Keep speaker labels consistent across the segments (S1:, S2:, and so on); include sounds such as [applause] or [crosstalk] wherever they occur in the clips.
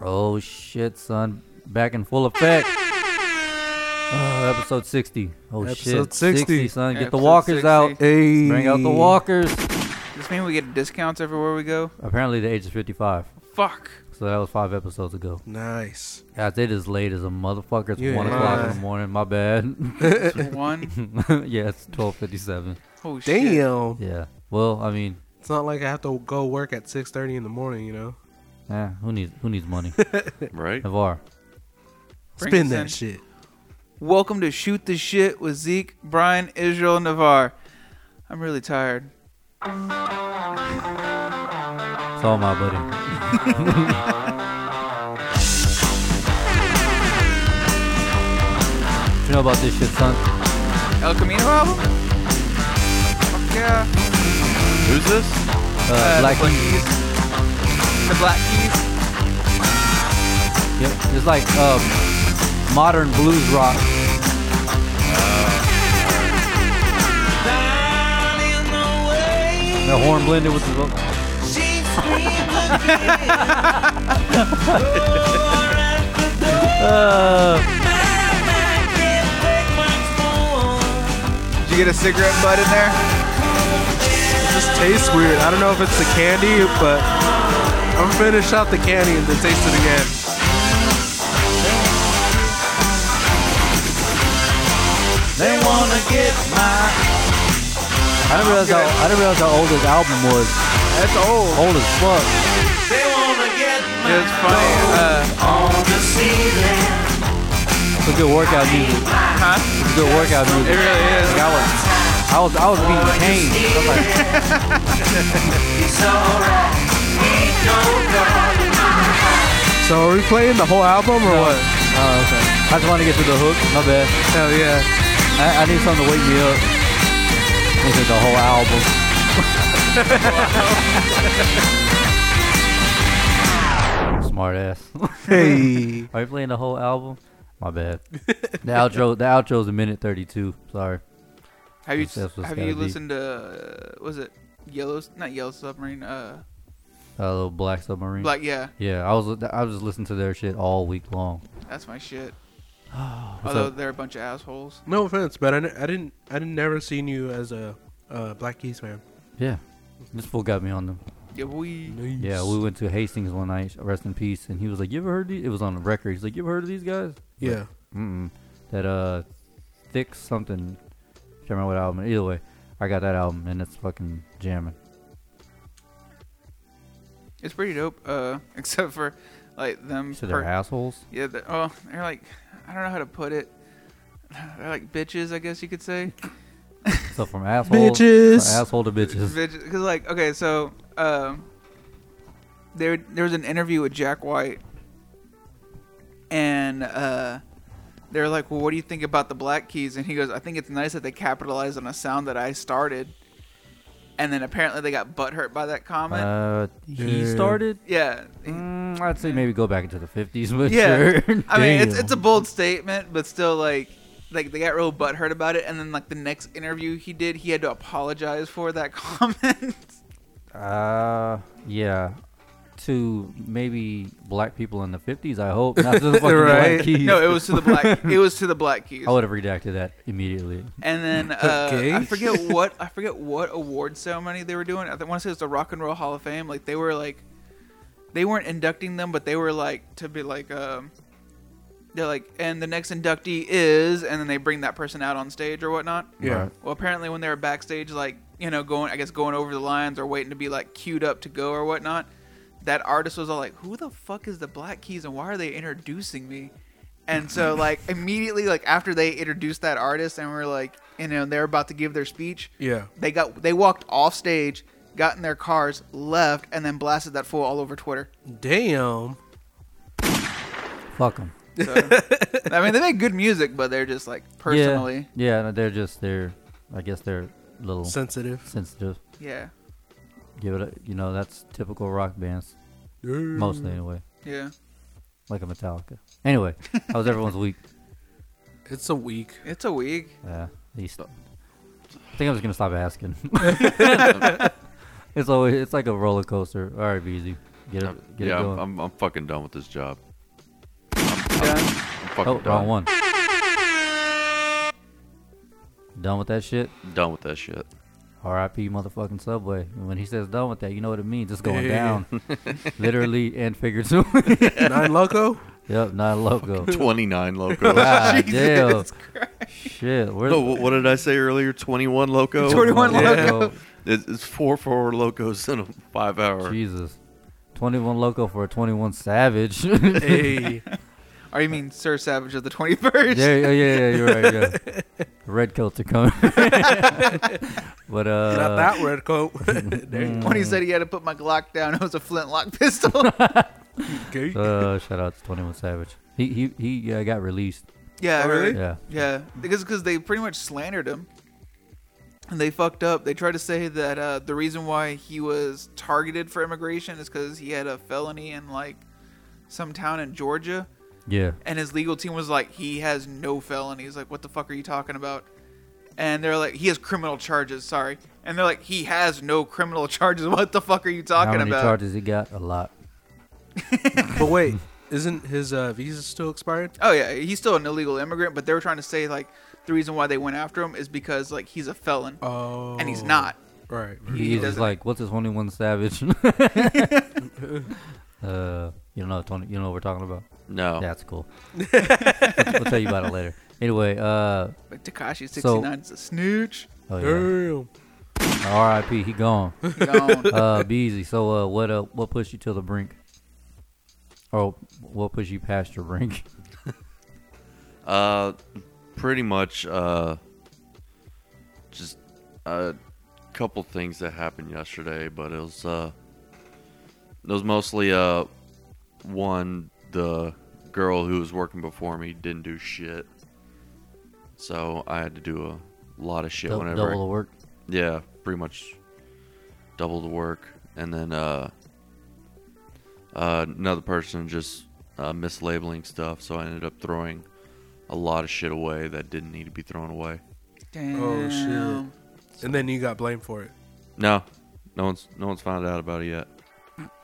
S1: Oh shit, son! Back in full effect. Uh, episode sixty. Oh
S2: Episode
S1: shit, 60.
S2: 60,
S1: son. Get the
S3: Episode
S1: walkers
S3: 60.
S1: out.
S2: Hey.
S1: Bring out the walkers.
S3: Does this mean we get discounts everywhere we go?
S1: Apparently, the age is fifty-five.
S3: Fuck.
S1: So that was five episodes ago.
S2: Nice.
S1: Guys, it is late as a motherfucker. It's
S2: You
S1: one
S2: ain't
S1: o'clock in
S2: [laughs]
S1: the
S2: lying.
S1: morning. My bad. [laughs]
S3: It's one.
S1: yeah, it's twelve fifty-seven.
S3: Oh shit.
S2: Damn.
S1: Yeah. Well, I mean,
S2: It's not like I have to go work at 6:30 in the morning, you know.
S1: eh, who needs who needs money? [laughs]
S4: Right?
S1: Navar.
S3: Bring
S2: Spin
S3: us
S2: that
S3: in.
S2: shit.
S3: Welcome to Shoot the Shit with Zeke, Brian, Israel, Navar. I'm really tired.
S1: It's all my buddy. [laughs] you know about this shit, son?
S3: El Camino album? Fuck yeah.
S4: Who's this?
S1: Uh,
S3: Uh,
S1: Black
S3: the Black
S1: Keys.
S3: Keys. The Black Keys.
S1: Yep. It's like um, modern blues rock. The horn blended with the vocal. Uh,
S3: Did you get a cigarette butt in there?
S2: It just tastes weird. I don't know if it's the candy, but I'm gonna finish out the candy and then taste it again.
S1: they wanna get my. I didn't realize how I didn't realize how old this album was.
S3: That's old.
S1: Old as fuck.
S3: Yeah, it's funny. Uh,
S1: It's a good workout music.
S3: huh?
S1: It's a good workout
S3: It
S1: music.
S3: really is.
S1: Like, I was, I was, I was being changed. I was like,
S2: So are we playing the whole album or what?
S1: oh, okay. I just want to get to the hook. My bad.
S2: Hell [laughs] yeah.
S1: I, I need something to wake me up. This is the whole album. [laughs] Smart ass.
S2: Hey.
S1: Are you playing the whole album? My bad. The outro, the outro is a minute thirty-two. Sorry.
S3: Have you
S1: That's- that's what's
S3: have
S1: gotta
S3: you
S1: be.
S3: listened to uh, was it Yellow? Not Yellow Submarine. Uh,
S1: A little black submarine.
S3: Black. Yeah,
S1: Yeah, I was, I was just listening to their shit all week long.
S3: that's my shit.
S1: What's
S3: Although
S1: up?
S3: they're a bunch of assholes.
S2: No offense, but I, n- I didn't I didn't never seen you as a uh, Black Keys fan.
S1: Yeah, this fool got me on them.
S3: Yeah, we.
S1: Yeah, we went to Hastings one night, rest in peace, and he was like, "You ever heard these?" It was on the record. He's like, "You ever heard of these guys?"
S2: Yeah.
S1: Mm-mm. That uh, thick something. Can't remember what album. Either way, I got that album and it's fucking jamming.
S3: It's pretty dope. Uh, [laughs] except for like them.
S1: So they're
S3: per-
S1: assholes.
S3: yeah, they're, oh, they're like I don't know how to put it. [sighs] They're like bitches, I guess you could say.
S1: So from assholes,
S2: Bitches.
S1: from asshole to bitches.
S3: Bitches, cause like okay, so um, there there was an interview with Jack White, and uh, they're like, well, what do you think about the Black Keys? And he goes, I think it's nice that they capitalized on a sound that I started, and then apparently they got butthurt by that comment.
S1: Uh, he
S2: Yeah.
S1: started.
S3: yeah,
S1: Mm, I'd say maybe go back into the fifties, but
S3: Yeah,
S1: sure.
S3: I mean it's
S2: Damn.
S3: it's a bold statement, but still like like they got real butthurt about it, and then like the next interview he did, he had to apologize for that [laughs] comment.
S1: Uh, yeah. To maybe black people in the fifties, I hope. Not to the
S3: [laughs]
S1: fucking
S2: Right.
S1: black keys.
S3: no, it was to the black. It was to the black keys.
S1: I would have redacted that immediately.
S3: And then uh,
S2: Okay.
S3: I forget what I forget what award ceremony they were doing. I want to say it was the Rock and Roll Hall of Fame. Like they were like, they weren't inducting them, but they were like to be like, um, they're like, and the next inductee is, and then they bring that person out on stage or whatnot.
S2: Yeah.
S1: Right.
S3: Well, apparently when they were backstage, like you know, going I guess going over the lines or waiting to be like queued up to go or whatnot, that artist was all like, "Who the fuck is the Black Keys and why are they introducing me?" And so like immediately like after they introduced that artist and were like, you know, they're about to give their speech,
S2: Yeah.
S3: they got they walked off stage, got in their cars, left, and then blasted that fool all over Twitter.
S2: Damn.
S1: Fuck them.
S3: So, I mean, they make good music, but they're just like personally,
S1: Yeah, yeah no, they're just they're I guess they're a little
S2: Sensitive.
S1: sensitive.
S3: yeah,
S1: Give it a, you know, that's typical rock bands.
S3: Mm.
S1: Mostly anyway.
S3: yeah,
S1: Like a Metallica. Anyway, how was everyone's
S3: [laughs]
S1: week?
S2: It's a week. [laughs]
S3: it's a week.
S1: Yeah. Least. I think I'm just
S3: [laughs]
S1: gonna stop asking. it's always it's like a roller coaster. All right, BZ. Get
S4: I'm-
S1: it, get
S4: yeah,
S1: it
S4: I'm,
S1: going.
S4: I'm, I'm fucking done with this job.
S3: Done.
S4: I'm fucking
S1: oh,
S4: done.
S1: wrong one. Done with that shit.
S4: Done with that shit.
S1: R.I.P. motherfucking Subway. And when he says done with that, you know what it means. It's going down, literally and figuratively.
S2: [laughs] Nine Loco?
S1: yep, not
S4: [laughs]
S1: loco.
S4: 29
S1: [laughs]
S4: loco.
S3: [laughs]
S1: God damn. Shit, where
S4: [laughs] no, wh- what did I say earlier? 21 loco.
S3: 21
S1: Yeah.
S3: loco.
S4: It's, it's four four locos in a five hour.
S1: Jesus. 21 loco for a 21 savage. [laughs] there,
S2: Hey.
S3: Or you mean Sir Savage of the 21st?
S1: yeah, yeah, yeah, you're right. Yeah. Red coats are coming. [laughs] but uh,
S2: Not that red coat. [laughs] there you
S3: [laughs] When he said he had to put my Glock down, it was a flintlock
S1: [laughs]
S3: [laughs] pistol.
S1: Oh,
S2: go.
S1: Uh, shout out to 21 Savage. He he he uh, got released.
S2: Oh,
S3: yeah, I heard-
S2: really?
S1: Yeah.
S3: Yeah, because because they pretty much slandered him, and they fucked up. They tried to say that uh, the reason why he was targeted for immigration is because he had a felony in like some town in Georgia,
S1: Yeah.
S3: and his legal team was like, he has no felonies. Like, what the fuck are you talking about? And they're like, he has criminal charges. Sorry, and they're like, he has no criminal [laughs] charges. What the fuck are you
S1: How
S3: talking
S1: many
S3: about?
S1: charges he got? A lot.
S2: But wait, isn't his uh, visa still expired?
S3: Oh yeah, he's still an illegal immigrant, but they were trying to say like the reason why they went after him is because like he's a felon,
S2: Oh.
S3: and he's not.
S2: Right.
S1: He,
S3: [clears throat] He
S1: is just
S3: doesn't-
S1: like, what's this 21 Savage?
S3: [laughs]
S1: [laughs] uh, you don't know 20, you know what we're talking about.
S3: Oh.
S4: No.
S1: That's
S3: [laughs]
S1: cool. we'll, we'll tell you about it later. Anyway, uh,
S3: But Takashi
S1: So-
S3: 69 is
S1: [laughs]
S3: a snooch.
S1: oh Uh,
S2: Damn.
S1: yeah, R.I.P. He gone.
S3: Gone.
S1: Uh, Beezy. So uh, what uh, what pushed you to the brink? Oh, what pushed you past your brink?
S4: Uh, pretty much. Uh, just a couple things that happened yesterday, but it was uh, it was mostly uh, one the girl who was working before me didn't do shit, so I had to do a lot of shit
S1: Dou-
S4: whenever.
S1: double the work.
S4: yeah, pretty much double the work, and then uh, uh, another person just uh, mislabeling stuff, so I ended up throwing a lot of shit away that didn't need to be thrown away.
S3: Damn.
S2: Oh, shit. And then you got blamed for it.
S4: No, no one's no one's found out about it yet.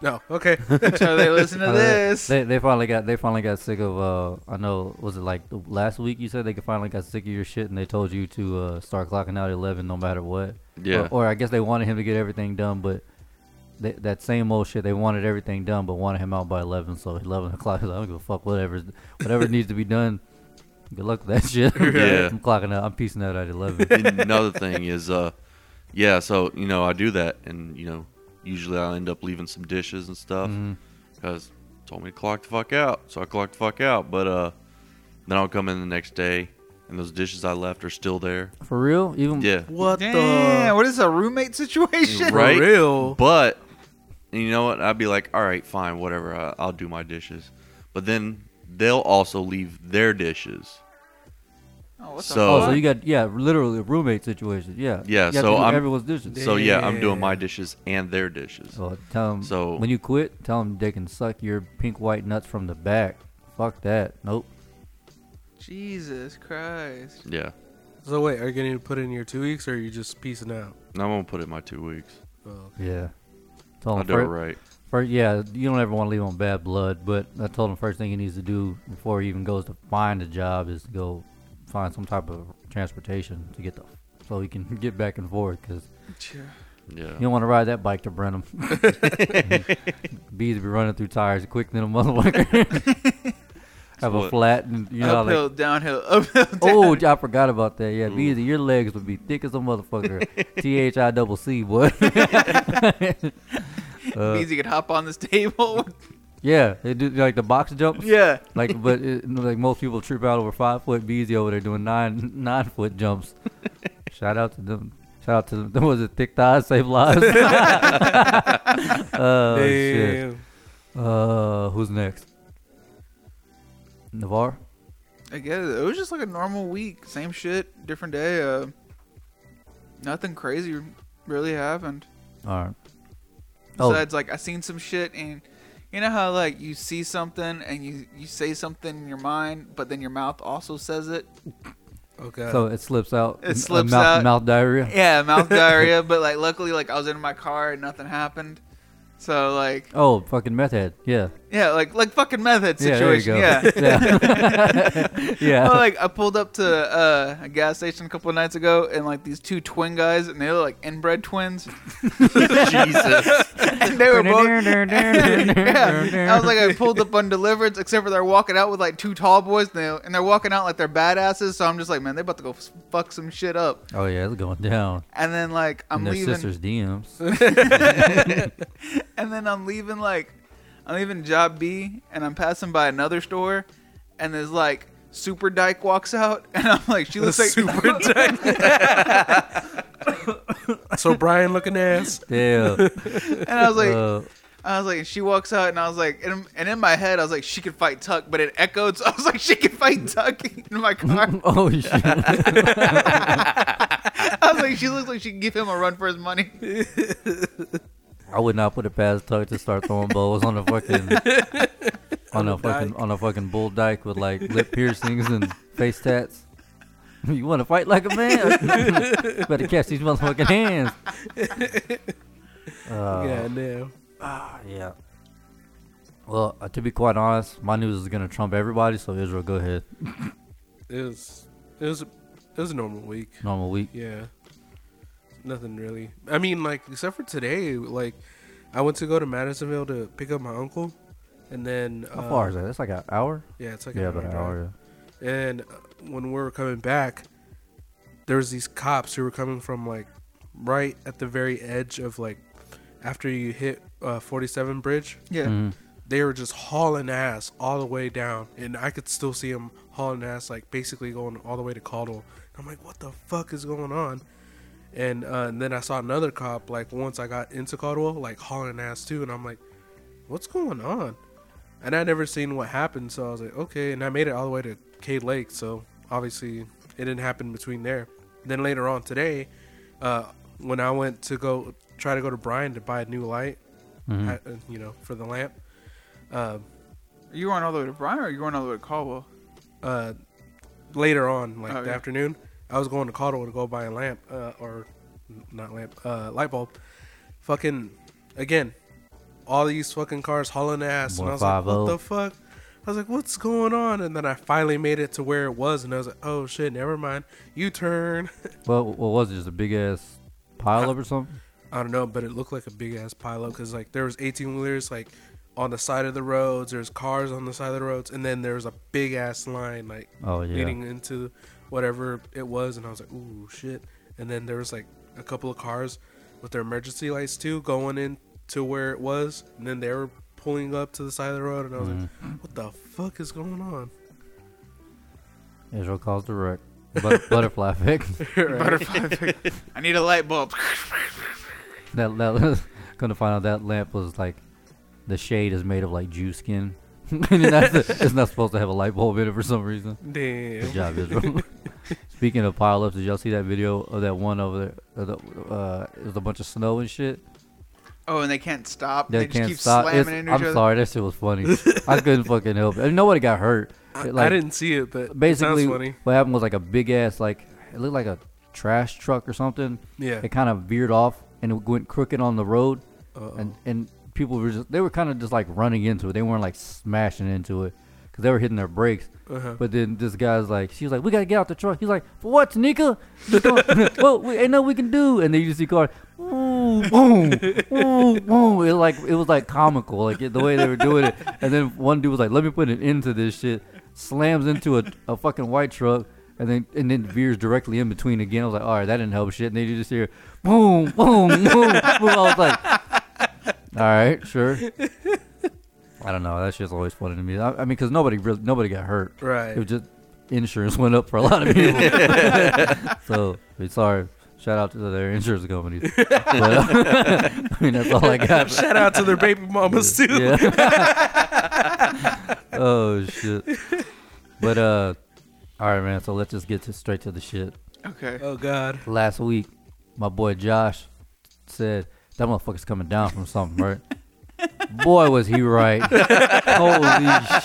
S2: No.
S1: [laughs]
S2: Okay.
S3: [laughs] So they listen to
S1: Uh,
S3: this.
S1: They, they finally got they finally got sick of uh I know was it like the last week you said they could finally got sick of your shit and they told you to uh, start clocking out at eleven no matter what.
S4: Yeah,
S1: Or, or I guess they wanted him to get everything done, but they, that same old shit they wanted everything done, but wanted him out by eleven. So eleven [laughs] o'clock. I don't give a fuck. Whatever whatever needs to be done. Good luck with that [laughs] shit.
S4: [laughs] Yeah.
S1: I'm clocking out. I'm piecing out at
S4: [laughs]
S1: eleven.
S4: [laughs] another thing is uh, yeah. So you know I do that, and you know usually I end up leaving some dishes and stuff
S1: Mhm.
S4: because told me to clock the fuck out, so I clocked the fuck out. But uh, then I'll come in the next day. And those dishes I left are still there.
S1: For real? Even [laughs]
S4: Yeah.
S2: what
S3: Damn. What is a roommate situation?
S4: Right?
S2: For real.
S4: But you know what? I'd be like, all right, fine, whatever. I- I'll do my dishes. But then they'll also leave their dishes.
S3: Oh, what the
S4: So-
S1: Oh,
S3: fuck?
S1: so you got yeah, literally a roommate situation. Yeah.
S4: Uh, Yeah,
S1: You have to
S4: so
S1: do
S4: I'm-
S1: everyone's dishes.
S4: So yeah, I'm doing my
S2: Damn.
S4: dishes and their dishes.
S1: So tell them.
S4: So-
S1: when you quit, tell them they can suck your pink white nuts from the back. Fuck that. Nope.
S3: Jesus Christ.
S4: Yeah,
S2: So wait, are you going to put in your two weeks or are you just piecing out?
S4: and I'm gonna put it in my two weeks.
S2: Oh.
S1: Yeah. Tell
S4: I'll
S1: him
S4: do it
S1: first,
S4: right.
S1: yeah, you don't ever want to leave on bad blood, but I told him first thing he needs to do before he even goes to find a job is to go find some type of transportation to get the so he can get back and forth because
S4: Yeah,
S1: you don't want to ride that bike to
S4: [laughs]
S1: Brenham. [laughs] Bees be running through tires quick than a motherfucker.
S4: [laughs]
S1: Have a
S4: What?
S1: flat and you know like
S3: uphill, downhill, uphill,
S1: Oh,
S3: [laughs] downhill.
S1: I forgot about that. Yeah,
S3: Mm.
S1: Beezy, your legs would be thick as a
S3: [laughs]
S1: motherfucker. T H I double C, boy. [laughs] uh,
S3: Means you could hop on this table. [laughs]
S1: yeah, they do like the box jumps.
S3: yeah.
S1: Like, but it, like most people trip out over five foot. Beezy over there doing nine [laughs] nine foot
S3: [laughs]
S1: jumps. Shout out to them. Shout out to them. Them was it thick thighs save
S3: [laughs]
S1: lives. [laughs] oh shit.
S2: Damn.
S1: Uh, who's next? Navarre.
S3: I guess it was just like a normal week. Same shit, different day. Uh, nothing crazy really happened.
S1: All right. Oh,
S3: Besides, like I seen some shit, and you know how like you see something and you you say something in your mind, but then your mouth also says it.
S2: Okay. [laughs]
S1: so it slips out.
S3: uh, It
S1: Uh,
S3: slips
S1: mouth,
S3: out.
S1: Mouth diarrhea. [laughs]
S3: Yeah, mouth diarrhea. But like, luckily, like I was in my car and nothing happened. So like,
S1: Oh, fucking meth head. Yeah.
S3: yeah, like like fucking meth head situation.
S1: Yeah.
S3: Yeah.
S1: There you go. Yeah. [laughs] yeah.
S3: Well, like I pulled up to uh, a gas station a couple of nights ago, and like these two twin guys, and they were like inbred twins,
S4: [laughs]
S1: [laughs]
S4: Jesus.
S3: and they were both. yeah, I was like, I pulled up on deliverance, except for they're walking out with like two tall boys, and, they, and they're walking out like they're badasses. So I'm just like, man, they about to go f- fuck some shit up.
S1: oh yeah, it's going down.
S3: And then like
S1: I'm in
S3: I'm
S1: their
S3: leaving,
S1: sister's DMs.
S3: and then I'm leaving like I'm leaving job B, and I'm passing by another store, and there's like super dyke walks out, [laughs] and I'm like, she looks like
S2: super tight. so Brian looking ass.
S1: Yeah.
S3: [laughs] and I was like.
S1: uh, [laughs]
S3: I was like, she walks out, and I was like, and, and in my head, I was like, she could fight Tuck, but it echoed, [laughs] so I was like, she could fight Tuck [laughs] in my car.
S1: oh shit.
S3: I was like, she looks like she can give him a run for
S1: [laughs]
S3: his money.
S1: I would not put it past Tuck to start throwing bows on a fucking on a fucking on a fucking bull dyke with like lip piercings and face tats. [laughs] You want to fight like a man? [laughs] Better catch these motherfucking hands. Uh, ah,
S2: Yeah, no.
S1: yeah. Well, uh, to be quite honest, my news is gonna trump everybody. So Israel, go ahead.
S2: It was it was it was a normal week.
S1: Normal week.
S2: Yeah. Nothing really. I mean, like, except for today, like, I went to go to Madisonville to pick up my uncle, and then
S1: How
S2: uh,
S1: far is that? That's like an hour.
S2: Yeah, it's like
S1: Yeah,
S2: an hour
S1: about an
S2: drive.
S1: hour.
S2: And uh, when we were coming back, there was these cops who were coming from like right at the very edge of like after you hit uh, 47 Bridge.
S1: Yeah.
S3: Yeah.
S1: Mhm.
S2: They were just hauling ass all the way down, and I could still see them hauling ass, like basically going all the way to Caudle. I'm like, what the fuck is going on? And, uh, and then I saw another cop, like once I got into Caldwell, like hauling ass too, and I'm like, what's going on? And I never seen what happened, so I was like, okay. And I made it all the way to Cade Lake, so obviously it didn't happen between there. Then later on today, uh, when I went to go try to go to Brian to buy a new light, I, uh, you know, for the lamp, uh,
S3: You were on all the way to Brian, or you were on all the way to Caldwell?
S2: uh, later on, like
S3: Oh,
S2: the
S3: yeah.
S2: afternoon, I was going to Caldwell to go buy a lamp, uh, or n- not lamp, uh, light bulb. Fucking again, all these fucking cars hauling ass, and I was like, what
S1: 150.
S2: the fuck? I was like, what's going on? And then I finally made it to where it was, and I was like, oh shit, never mind. U turn.
S1: Well, what was it? Just a big ass pile up or something?
S2: [laughs] I don't know, but it looked like a big ass pileup because like there was eighteen wheelers like on the side of the roads. There's cars on the side of the roads, and then there was a big ass line like
S1: Oh, yeah.
S2: leading into whatever it was. And I was like, ooh shit! And then there was like a couple of cars with their emergency lights too going in to where it was, and then they were pulling up to the side of the road, and I was
S1: Mm-hmm.
S2: like, what the fuck is going on?
S1: Israel calls the wreck. But- [laughs] butterfly effect.
S3: Butterfly. I need a light bulb. [laughs]
S1: That, that gonna find out that lamp was like the shade is made of like Jew skin. [laughs] And that's the- it's not supposed to have a light bulb in it for some reason. Good
S2: Damn.
S1: job, Israel. [laughs] Speaking of pileups, did y'all see that video of that one over there? of the- Uh, it was a bunch of snow and shit.
S3: Oh, and they can't stop.
S1: They,
S3: They,
S1: can't
S3: just keep
S1: stop.
S3: slamming
S1: It's-
S3: into each
S1: I'm
S3: other.
S1: sorry, that shit was funny. I
S2: [laughs]
S1: couldn't fucking help it. And nobody got hurt.
S2: I,
S1: It,
S2: I
S1: like,
S2: didn't see it, but
S1: basically
S2: it sounds funny.
S1: what happened was like a big ass like it looked like a trash truck or something
S2: Yeah.
S1: it kind of veered off and it went crooked on the road
S2: Uh-oh.
S1: and and people were just they were kind of just like running into it they weren't like smashing into it because they were hitting their brakes
S2: Uh-huh.
S1: but then this guy's like she's like we gotta get out the truck he's like for what Tanika Just go- [laughs] well we ain't nothing we can do and then you just see cars Ooh, boom, ooh, boom. It like it was like comical, like it, the way they were doing it. And then one dude was like, "Let me put an end to this shit." Slams into a, a fucking white truck, and then and then veers directly in between again. I was like, "All right, that didn't help shit." And then you just hear, "Boom, boom, boom." boom. I was like, "All right, sure." [laughs] I don't know. That shit's always funny to me. I, I mean, because nobody really nobody got hurt.
S2: Right.
S1: It was just insurance [laughs] went up for a lot of people. so we sorry. Shout out to their insurance companies. But, [laughs] I mean, that's all I
S2: [laughs]
S1: got.
S2: Shout out
S1: [laughs]
S2: to their baby mamas too.
S1: Yeah. [laughs] oh shit. But uh, all right, man. So let's just get to straight to the shit.
S3: Okay.
S2: Oh god.
S1: Last week, my boy Josh said that motherfucker's coming down from something, right? boy, was he right. Holy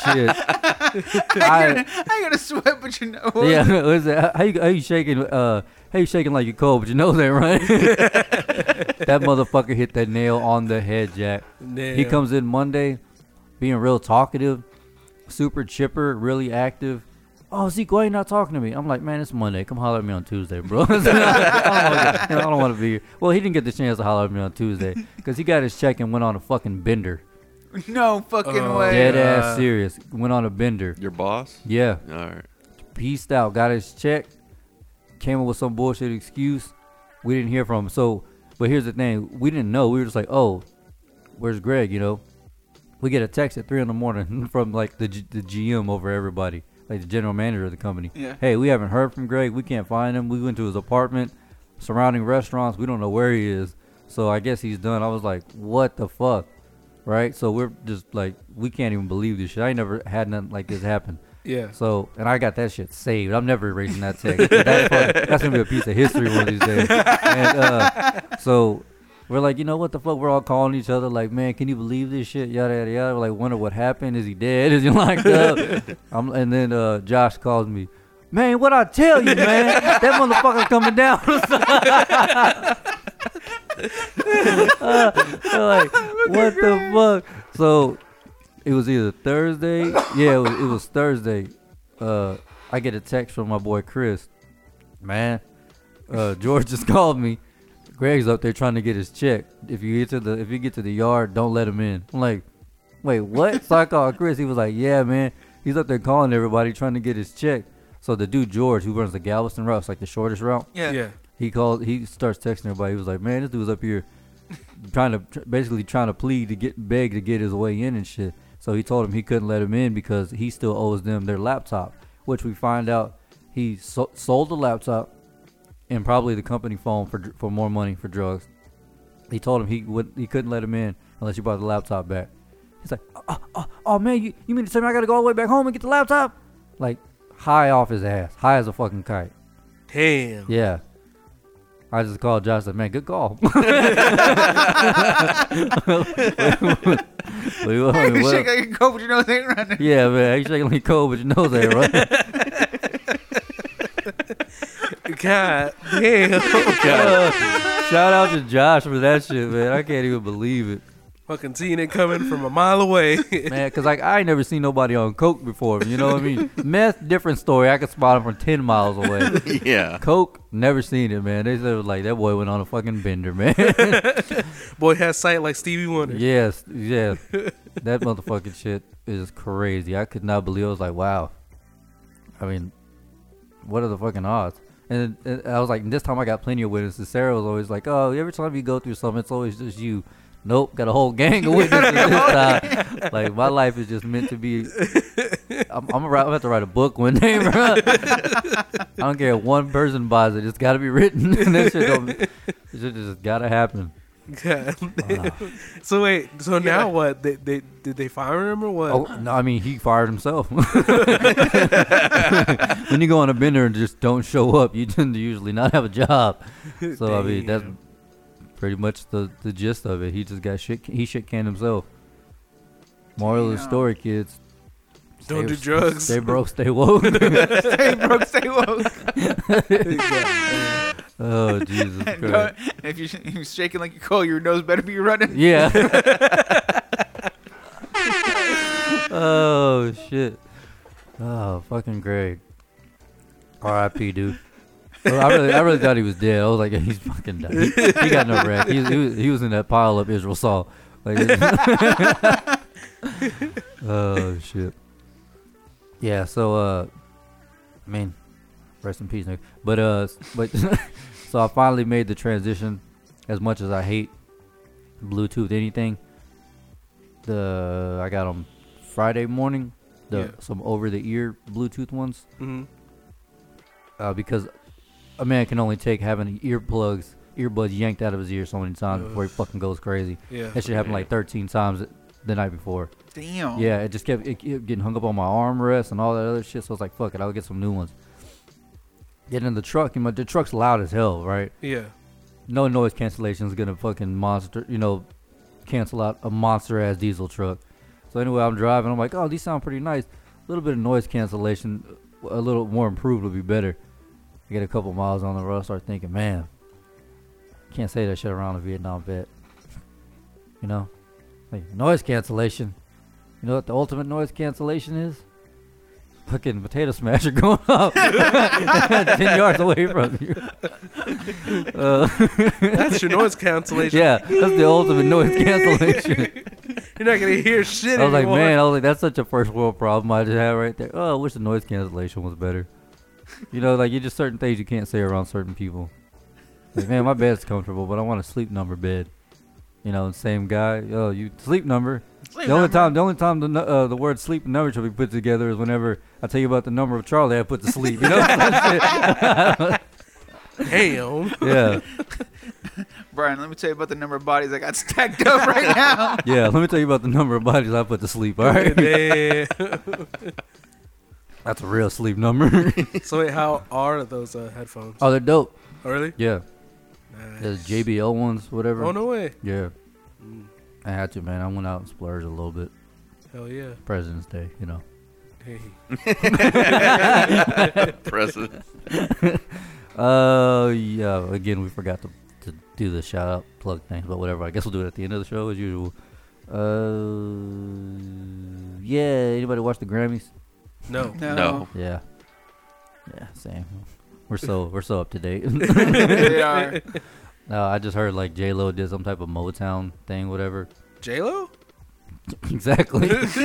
S1: shit. I-
S3: [laughs] I got a sweat, but you know
S1: [laughs]
S3: what?
S1: Yeah, what is that? How you, how you shaking? Uh, Hey, you shaking like you're cold, but you know that, right? that motherfucker hit that nail on the head, Jack.
S2: Damn.
S1: He comes in Monday, being real talkative, super chipper, really active. Oh, Zeke, why you not talking to me? I'm like, man, it's Monday. Come holler at me on Tuesday, bro. [laughs] I don't want to be here. Well, he didn't get the chance to holler at me on Tuesday because he got his check and went on a fucking bender.
S3: [laughs] No fucking
S2: Oh,
S3: way.
S1: Dead
S2: Uh,
S1: ass serious. Went on a bender.
S4: Your boss?
S1: Yeah.
S4: All right. [laughs]
S1: Peaced out. Got his check. Came up with some bullshit excuse. We didn't hear from him. So, but here's the thing. We didn't know. We were just like, oh, where's Greg? You know, we get a text at three in the morning [laughs] from like the G- the GM over everybody, like the general manager of the company.
S3: Yeah.
S1: Hey, we haven't heard from Greg. We can't find him. We went to his apartment, surrounding restaurants. We don't know where he is. So I guess he's done. I was like, what the fuck, right? So we're just like, we can't even believe this shit. I ain't never had nothing like this happen.
S2: Yeah.
S1: So, and I got that shit saved. I'm never erasing that text. But that's, fuck- that's gonna be a piece of history one of these days. And, uh, so, we're like, you know what the fuck? We're all calling each other like, man, can you believe this shit? Yada yada yada. We're like, wonder what happened? Is he dead? Is he locked up? I'm, and then uh, Josh calls me. Man, what I tell you, man? That motherfucker coming down. [laughs] Uh, we're like, what the fuck? So it was either Thursday. Yeah, it was, it was Thursday. Uh, I get a text from my boy Chris. Man, uh, George just called me. Greg's up there trying to get his check. If you get to the if you get to the yard, don't let him in. I'm like, wait, what? so I called Chris. He was like, yeah, man. He's up there calling everybody trying to get his check. So the dude George, who runs the Galveston route, it's like the shortest route.
S3: Yeah. [laughs]
S2: Yeah.
S1: He called. He starts texting everybody. He was like, "Man, this dude's up here, trying to tr- basically trying to plead to get beg to get his way in and shit." So he told him he couldn't let him in because he still owes them their laptop, which we find out he so- sold the laptop and probably the company phone for dr- for more money for drugs. He told him he would he couldn't let him in unless he brought the laptop back. He's like, "Oh, oh, oh, man, you you mean to tell me I gotta go all the way back home and get the laptop?" Like high off his ass, high as a fucking kite.
S2: Damn.
S1: Yeah. I just called Josh like, man, good call. [laughs] We were-
S3: You
S1: we were-
S3: shake like a coat, but your nose ain't running.
S1: yeah, man, you shaking like cold, but your nose ain't right.
S2: [laughs]
S1: [laughs]
S2: God damn. [laughs]
S1: [laughs] Uh, shout out to Josh for that shit, man. I can't even believe it.
S2: Fucking seeing it coming from a mile away.
S1: man. Cause like I ain't never seen nobody on coke before. You know what I mean? Meth, different story. I could spot him from ten miles away.
S4: Yeah.
S1: Coke, never seen it, man. They said like that boy went on a fucking bender, man. [laughs]
S2: Boy has sight like Stevie Wonder.
S1: yes, [laughs] yes. That motherfucking shit is crazy. I could not believe. I was like, wow. I mean, what are the fucking odds? And, then- and I was like, this time I got plenty of witnesses. Sarah was always like, oh, every time you go through something, it's always just you. Nope, got a whole gang of [laughs] witnesses this time. Like my life is just meant to [laughs] be. I'm, I'm, gonna, I'm about to write a book one day, [laughs] bro. I don't care if one person buys it; it's got to be written. [laughs] this shit, don't, this shit just gotta [laughs] happen. Uh-huh.
S2: God. So wait. So
S3: Yeah.
S2: now what? They, they did they fire him or what?
S1: Oh no! I mean, he
S2: [laughs]
S1: fired himself. [laughs] when you go on a bender and just don't show up, you [laughs] tend to usually not have
S2: [laughs]
S1: a job. Oh, So I mean, that's
S2: Damn.
S1: pretty much the the gist of it. He just got shit. He shit canned himself. Moral of the
S3: Damn.
S1: story, kids.
S2: Don't do drugs.
S1: Stay broke. Stay woke. [laughs]
S3: [laughs] Stay broke, stay woke. [laughs]
S1: oh
S2: [laughs]
S1: Jesus Christ!
S3: Don't- if you if you're shaking like a coat, your nose better be running.
S1: Yeah. oh shit. Oh fucking Greg. R.I.P. Dude. Well, I really, I really thought he was dead. I was like, he's fucking dead. He, he got no wreck. He, he, was, he was in that pile up Israel saw. Like, [laughs] it's- oh shit. Yeah. So, uh, I mean, rest in peace, nigga. But uh, but [laughs] so I finally made the transition. As much as I hate Bluetooth anything. The I got them Friday morning. The
S2: Yeah.
S1: some over the ear Bluetooth ones
S2: Mhm.
S1: uh, because a man can only take having earplugs earbuds yanked out of his ear so many times before he fucking goes crazy.
S2: Yeah.
S1: That shit happened like 13 times the night before.
S3: Damn.
S1: Yeah, it just kept, it kept getting hung up on my armrest and all that other shit. So I was like, fuck it, I'll get some new ones. Get in the truck, and my the truck's loud as hell, right?
S2: Yeah.
S1: no noise cancellation is gonna fucking monster, you know, cancel out a monster ass diesel truck. So anyway, I'm driving. I'm like, oh, these sound pretty nice. A little bit of noise cancellation, a little more improved would be better. I get a couple miles on the road, start thinking, man, can't say that shit around a Vietnam vet. [laughs] You know, like noise cancellation. You know what the ultimate noise cancellation is? Fucking potato smasher [laughs] going up ten yards away from you. [laughs] Uh, [laughs]
S2: [laughs] That's your noise cancellation.
S1: yeah, that's the ultimate noise cancellation.
S2: You're not gonna hear shit.
S1: I was like,
S2: anymore.
S1: man, I was like, that's such a first world problem I just had right there. Oh, I wish the noise cancellation was better. You know, like you just certain things you can't say around certain people. Like, man, my bed's comfortable, but I want a sleep number bed. You know, same guy. Oh, you sleep number.
S3: Sleep
S1: the only
S3: number.
S1: time, the only time the nu- uh, the word sleep and number should be put together is whenever I tell you about the number of Charlie I put to sleep. You know, [laughs]
S2: [laughs] Damn.
S1: yeah,
S3: Brian, let me tell you about the number of bodies I got stacked up
S1: [laughs]
S3: right now.
S1: yeah. Let me tell you about the number of bodies I put to sleep. All right,
S2: And [laughs] then-
S1: that's a real sleep number.
S2: [laughs] so wait, how are those uh, headphones?
S1: oh, they're dope.
S2: Oh, really?
S1: Yeah,
S2: Nice.
S1: the JBL ones, whatever.
S2: Oh no way.
S1: Yeah.
S2: Mm.
S1: I had to, man. I went out and splurged a little bit.
S2: Hell yeah.
S1: President's Day, you know.
S2: Hey.
S4: President.
S1: Uh, yeah. Again, we forgot to, to do the shout out plug thing, but whatever. I guess we'll do it at the end of the show as usual. Uh, yeah. Anybody watch the Grammys?
S2: No.
S3: [laughs] No.
S4: No.
S1: Yeah. Yeah. Same. We're so we're so up
S2: [laughs]
S1: to date. [laughs]
S3: they are.
S1: no, I just heard like J Lo did some type of Motown thing, whatever.
S2: J Lo? [laughs]
S1: exactly. Because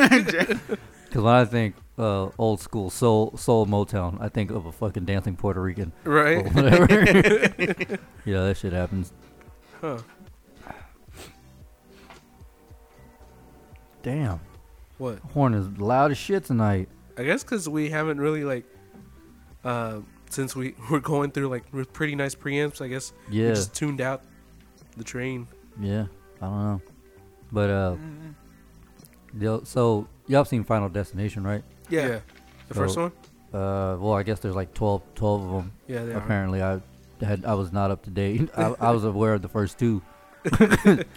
S1: when I think uh, old school soul soul Motown, I think of a fucking dancing Puerto Rican. or
S2: [laughs] Right.
S1: whatever. [laughs] you know, that shit happens.
S2: Huh.
S1: Damn.
S2: What?
S1: Horn is loud as shit tonight.
S2: I guess because we haven't really like, uh, since we [laughs] we're going through like re- pretty nice preamps. I guess we
S1: Yeah.
S2: just tuned out the train.
S1: Yeah. I don't know. But, uh,
S2: Mm-hmm.
S1: yo, so y'all seen Final Destination, right?
S2: Yeah. The first
S1: So-
S2: one.
S1: Uh, well, I guess there's like 12, 12 of them.
S2: Yeah. They are.
S1: Apparently, I had I was not up to date. [laughs] I, I was aware of the first two.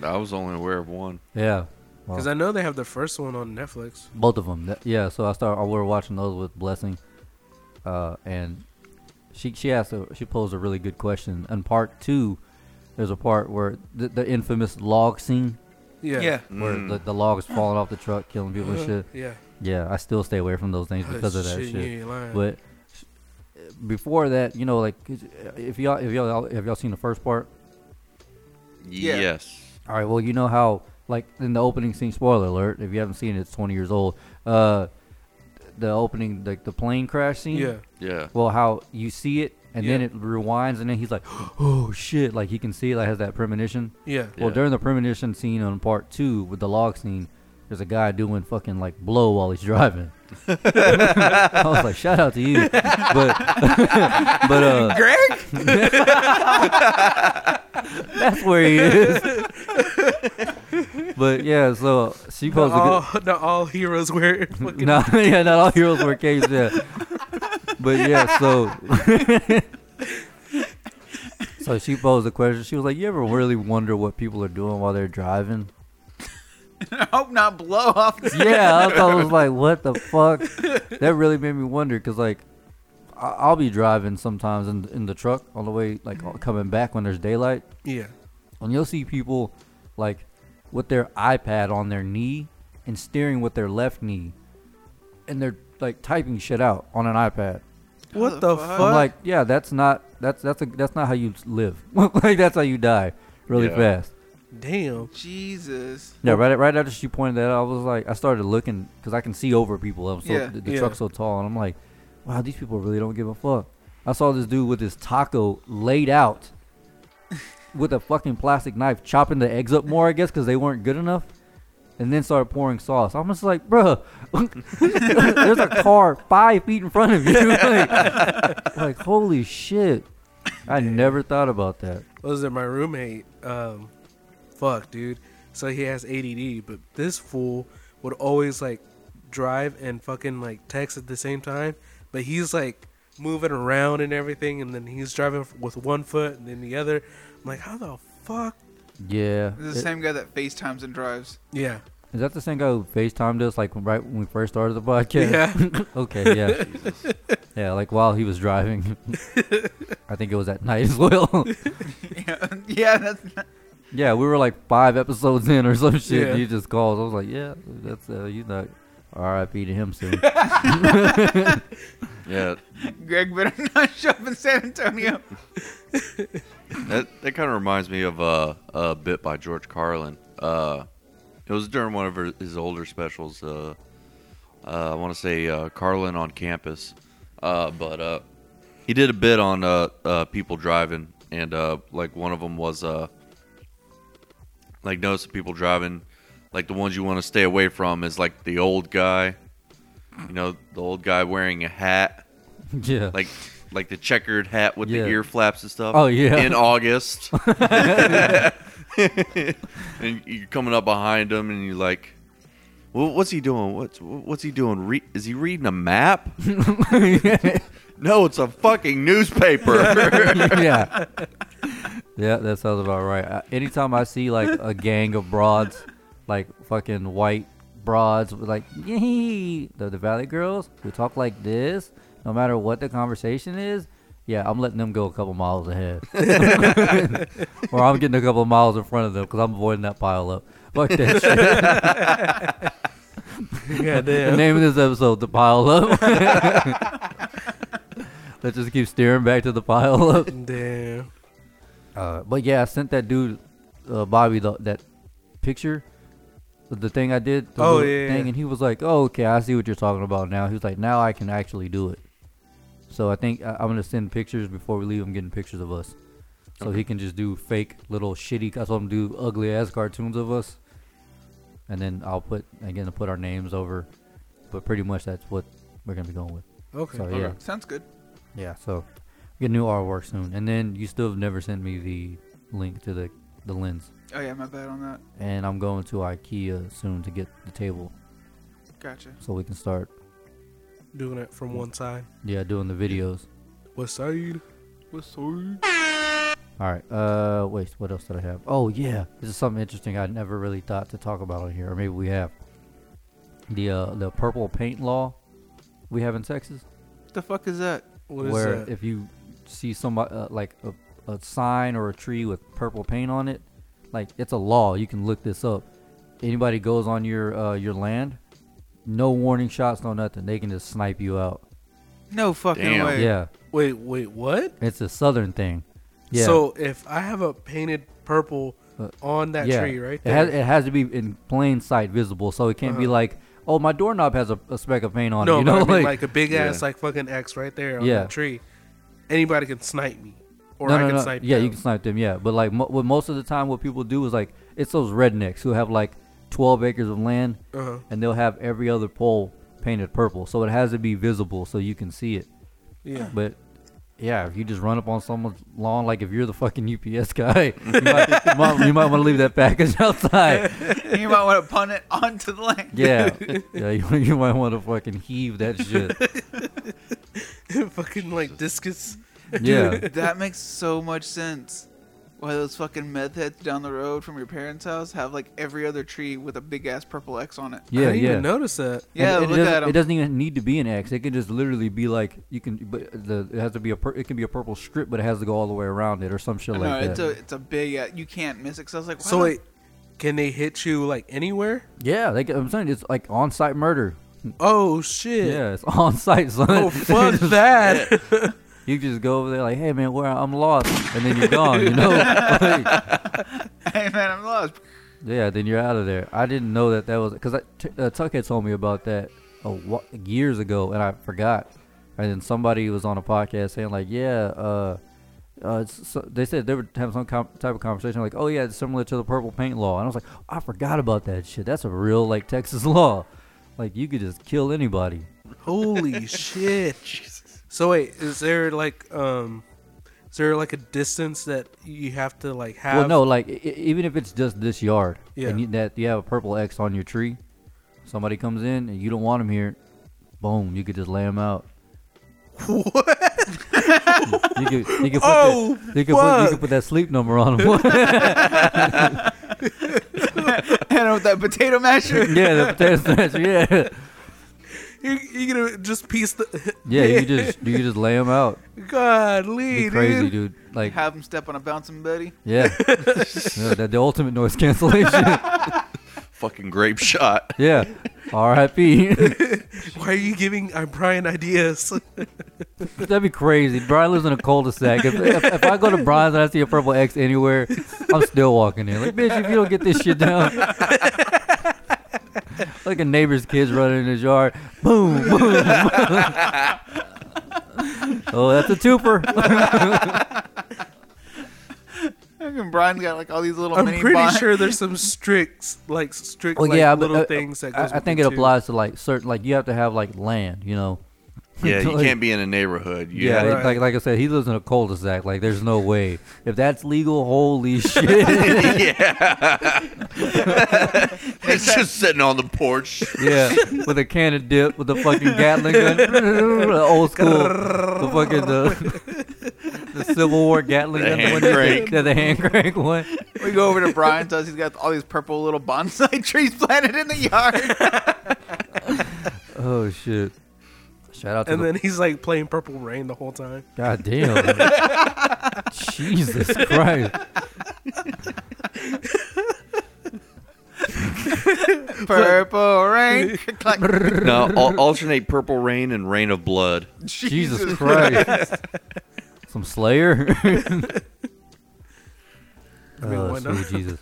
S4: I was only aware of one.
S1: Yeah. Well,
S2: Because I know they have the first one on Netflix.
S1: both of them. yeah. So I start. I were watching those with Blessing, uh, and she she asked. A, she posed a really good question. And part two, there's a part where the, the infamous log scene
S2: Yeah.
S3: yeah.
S1: where
S4: Mm.
S1: the, the logs falling off the truck, killing people
S2: Uh-huh.
S1: and shit.
S2: Yeah. Oh,
S1: Yeah, I still stay away from those things because of that shit.
S2: you ain't lying.
S1: But before that, you know, like 'cause, uh, if y'all if y'all have y'all seen the first part?
S3: Yeah.
S4: Yes.
S1: All right. Well, you know how like in the opening scene. Spoiler alert! If you haven't seen it, it's 20 years old. Uh, the opening like the plane crash scene.
S2: yeah.
S4: Yeah.
S1: Well, how you see it and then
S2: Yeah.
S1: it rewinds and then he's like, [gasps] oh shit! Like he can see it. Like has that premonition.
S2: Yeah.
S1: Well,
S4: Yeah.
S1: during the premonition scene on part two with the log scene, there's a guy doing fucking like blow while he's driving. I was like, shout out to you, but [laughs] but uh,
S3: Greg?
S1: [laughs] that's where he is. but yeah, so she
S2: Not
S1: posted. a good-
S2: all, [laughs] not all heroes
S1: [laughs]
S2: wear fucking.
S1: No, yeah, not all heroes were caves, yeah. But yeah, so So she posed a question. She was like, You ever really wonder what people are doing while they're driving?
S3: I hope not blow off. The-
S1: Yeah, I thought I was like, What the fuck? That really made me wonder because, like, I- I'll be driving sometimes in, in the truck on the way, like, coming back when there's daylight.
S2: Yeah.
S1: and you'll see people like with their iPad on their knee and steering with their left knee, and they're like typing shit out on an iPad.
S2: What the
S3: fuck?
S2: fuck?
S1: I'm like, yeah, that's not that's that's a, that's not how you live. [laughs] like that's how you die really
S4: Yeah.
S1: fast.
S2: Damn.
S3: Jesus.
S1: Yeah, right. Right after she pointed that out, I was like, I started looking because I can see over people. I'm so
S3: Yeah.
S1: the, the
S2: Yeah.
S1: truck's so tall, and I'm like, wow, these people really don't give a fuck. I saw this dude with his taco laid
S3: [laughs]
S1: out with a fucking plastic knife, chopping the eggs up more, I guess, because they weren't good enough, and then started pouring sauce. I'm just like, bruh, [laughs] there's a car five feet in front of you. [laughs] like, like, holy shit. I never thought about that.
S2: What was it my roommate? Um, fuck, dude. So he has ADD, but this fool would always like drive and fucking like text at the same time. But he's like moving around and everything, and then he's driving f- with one foot and then the other. I'm like, how the fuck?
S1: Yeah.
S3: This is
S1: It-
S3: the same guy that FaceTimes and drives. [laughs]
S2: Yeah,
S1: Is that the [laughs] same guy who FaceTimed us like right when we first started the podcast?
S2: Yeah.
S1: okay, yeah. Yeah, like while he was driving. I think it was at night as well. [laughs]
S3: yeah, yeah, that's not,
S1: yeah, we were like five episodes in or some shit.
S2: Yeah.
S1: And he just calls. I was like, yeah, that's uh, you know, R.I.P. to him soon.
S4: Yeah,
S3: Greg better not show up in San
S1: [laughs]
S3: Antonio.
S4: that that kind of reminds me of uh, a bit by George Carlin. Uh, it was during one of her, his older specials. Uh, uh, I want to say uh, Carlin on campus, uh, but uh, he did a bit on uh, uh, people driving, and uh, like one of them was uh, like notice the people driving, like the ones you want to stay away from is like the old guy, you know, the old guy wearing a hat,
S1: yeah. [laughs]
S4: like like the checkered hat with
S1: Yeah.
S4: the ear flaps and stuff.
S1: Oh, yeah. [laughs]
S4: in August, [laughs] and you're coming up behind him, and you're like, well, "What's he doing? What's what's he doing? Re- is he reading a map? [laughs] no, it's a fucking
S1: [laughs]
S4: newspaper."
S1: yeah. Yeah, that sounds about right. Uh, anytime I see like a gang of broads, like fucking white broads, with, like yee, the, the Valley girls who talk like this, no matter what the conversation is, yeah, I'm letting them go a couple miles ahead, [laughs] or I'm getting a couple of miles in front of them because I'm avoiding that pile up. Fuck that shit.
S2: [laughs] Yeah,
S1: the [laughs] name of this episode: the pile up. [laughs] Let's just keep steering back to the pile up.
S2: Damn.
S1: Uh, but yeah, I sent that dude, uh, Bobby, the, that picture, the- the thing I did. the
S2: Oh,
S1: little
S2: yeah,
S1: Thing,
S2: yeah.
S1: and he was like, "Oh, okay, I see what you're talking about now." He was like, "Now I can actually do it." So I think I, I'm gonna send pictures before we leave. I'm getting pictures of us, so he can just do fake little shitty. I told him to do ugly ass cartoons of us, and then I'll put again to put our names over. But pretty much that's what we're gonna be going with.
S2: Okay.
S1: So yeah,
S3: Sounds good.
S1: yeah, so get new artwork soon. And then you still have never sent me the link to the, the lens.
S3: Oh yeah, my bad on that.
S1: And I'm going to IKEA soon to get the table
S3: Gotcha.
S1: so we can start
S2: Doing it from one side.
S1: yeah, doing the videos.
S2: What side?
S3: What's sorry?
S1: All right. Uh wait, what else did I have? Oh yeah. This is something interesting I never really thought to talk about on here or maybe we have. The uh the purple paint law we have in Texas.
S3: The fuck is that?
S2: What is
S1: where
S2: that?
S1: if you see somebody uh, like a, a sign or a tree with purple paint on it, like it's a law. You can look this up. Anybody goes on your uh, your land, no warning shots, no nothing. They can just snipe you out.
S3: No fucking
S4: Damn.
S3: way.
S1: Yeah,
S2: wait, wait, what?
S1: it's a southern thing. Yeah.
S2: So if I have a painted purple
S1: Uh,
S2: on that
S1: yeah.
S2: tree right
S1: It has,
S2: there,
S1: it has to be in plain sight visible, so it can't be
S2: Uh-huh.
S1: like, oh, my doorknob has a, a speck of paint on it.
S2: no,
S1: You know,
S2: but I mean, like, a big
S4: Yeah.
S2: ass like fucking X right there on
S1: Yeah.
S2: that tree. Anybody can snipe me, or
S1: no,
S2: I
S1: no,
S2: can
S1: no.
S2: snipe.
S1: Yeah,
S2: them.
S1: you can snipe them. Yeah, but like mo- what most of the time, what people do is like it's those rednecks who have like 12 acres of land,
S2: Uh-huh.
S1: and they'll have every other pole painted purple, so it has to be visible so you can see it.
S2: Yeah.
S1: But yeah, if you just run up on someone's lawn, like if you're the fucking UPS guy, [laughs] you might, you might, want to leave that package [laughs] outside.
S3: you might want to punt it onto the lane. [laughs]
S1: Yeah, yeah, you, you might want to fucking heave that shit.
S2: [laughs] fucking like discus.
S1: Yeah,
S3: That makes so much sense. Why those fucking meth heads down the road from your parents' house have like every other tree with a big ass purple X on it.
S2: I
S1: yeah,
S2: didn't
S1: yeah.
S2: even notice that.
S3: Yeah,
S1: And it,
S3: look
S1: doesn't,
S3: at them.
S1: it doesn't even need to be an X. It can just literally be like you can, but the it has to be a pur- it can be a purple strip, but it has to go all the way around it or some shit
S3: no,
S1: like
S3: it's
S1: that.
S3: a it's a big. Uh, you can't miss it. 'Cause I was like, why
S2: So
S3: the-
S2: wait, can they hit you like anywhere?
S1: yeah, like I'm saying, it's like on-site murder.
S2: Oh shit!
S1: Yeah, it's [laughs] on-site, son.
S2: [laughs]
S1: [laughs]
S2: Oh fuck that!
S1: you just go over there like, hey man, where I'm lost, and then you're gone. You know? [laughs] Like,
S3: [laughs] hey man, I'm lost.
S1: yeah, then you're out of there. I didn't know that that was because t- uh, Tuck had told me about that a wh- years ago, and I forgot. And then somebody was on a podcast saying like, yeah. uh uh, it's- so they said they were having some com- type of conversation like, "Oh yeah, it's similar to the purple paint law," and I was like, "I forgot about that shit. That's a real like Texas [laughs] law. Like you could just kill anybody."
S2: Holy shit! So wait, is there like um, is there like a distance that you have to like have?
S1: Well, no, like I- even if it's just this yard,
S2: Yeah.
S1: and you, that you have a purple X on your tree, somebody comes in and you don't want them here, boom, you could just lay them out. What? you could, you could put
S2: Oh,
S1: that, you could put, you
S2: fuck.
S1: could put that sleep number on [laughs] them.
S3: And with that potato masher.
S2: [laughs]
S1: yeah, the potato snatcher. Yeah,
S2: You're, you're gonna just piece the. [laughs]
S1: Yeah, you just you just lay them out.
S2: God,
S1: Be
S2: Lee,
S1: crazy,
S2: dude.
S1: dude. Like,
S3: Have him step on a bouncing buddy.
S2: [laughs]
S1: yeah, No, that the ultimate noise cancellation. [laughs]
S4: Fucking grape shot.
S1: yeah, R.I.P. [laughs]
S2: Why are you giving uh, Brian [laughs] ideas?
S1: That'd be crazy. Brian lives in a cul-de-sac. If, if, if I go to Brian's and I see a purple X anywhere, I'm still walking in. Like, bitch, if you don't get this shit down. [laughs] like a neighbor's kids running in his yard. Boom, boom. [laughs] oh, that's a twoper.
S3: And Brian's got like all these little
S2: I'm
S3: mini
S2: pretty
S3: bon-
S2: sure there's some strict, like strict,
S1: [laughs] well,
S2: like,
S1: yeah, but,
S2: little
S1: uh,
S2: things that
S1: I,
S2: goes
S1: I
S2: with
S1: think
S2: it
S1: it
S2: too.
S1: applies to like certain, like you have to have like land, you know.
S4: Yeah, you
S1: [laughs] Like-
S4: can't be in a neighborhood. You
S1: Yeah,
S4: have-
S2: right.
S1: like like I said, he lives in a cul-de-sac. Like, there's no way if that's legal.
S2: [laughs]
S1: Holy shit!
S4: [laughs] it's just sitting on the porch.
S1: Yeah, with a can of dip, with the fucking Gatling
S2: [laughs]
S1: gun, The old school, the fucking the, the Civil War Gatling
S4: The
S1: gun,
S4: hand
S1: one that-
S4: crank.
S1: yeah, the hand crank one.
S3: [laughs] We go over to Brian's house. He's got all these purple little bonsai [laughs] trees planted in the [laughs] yard.
S1: Oh shit! Shout out to
S2: And
S1: the
S2: then he's like playing Purple Rain the whole time.
S1: goddamn. Jesus
S2: [laughs]
S1: Christ!
S3: Purple [laughs] rain. Clack.
S4: No, al- alternate purple rain and rain of blood.
S1: Jesus, Christ! Some
S2: [laughs]
S1: Slayer.
S2: I mean,
S1: [laughs] oh,
S2: why not?
S1: sweet Jesus.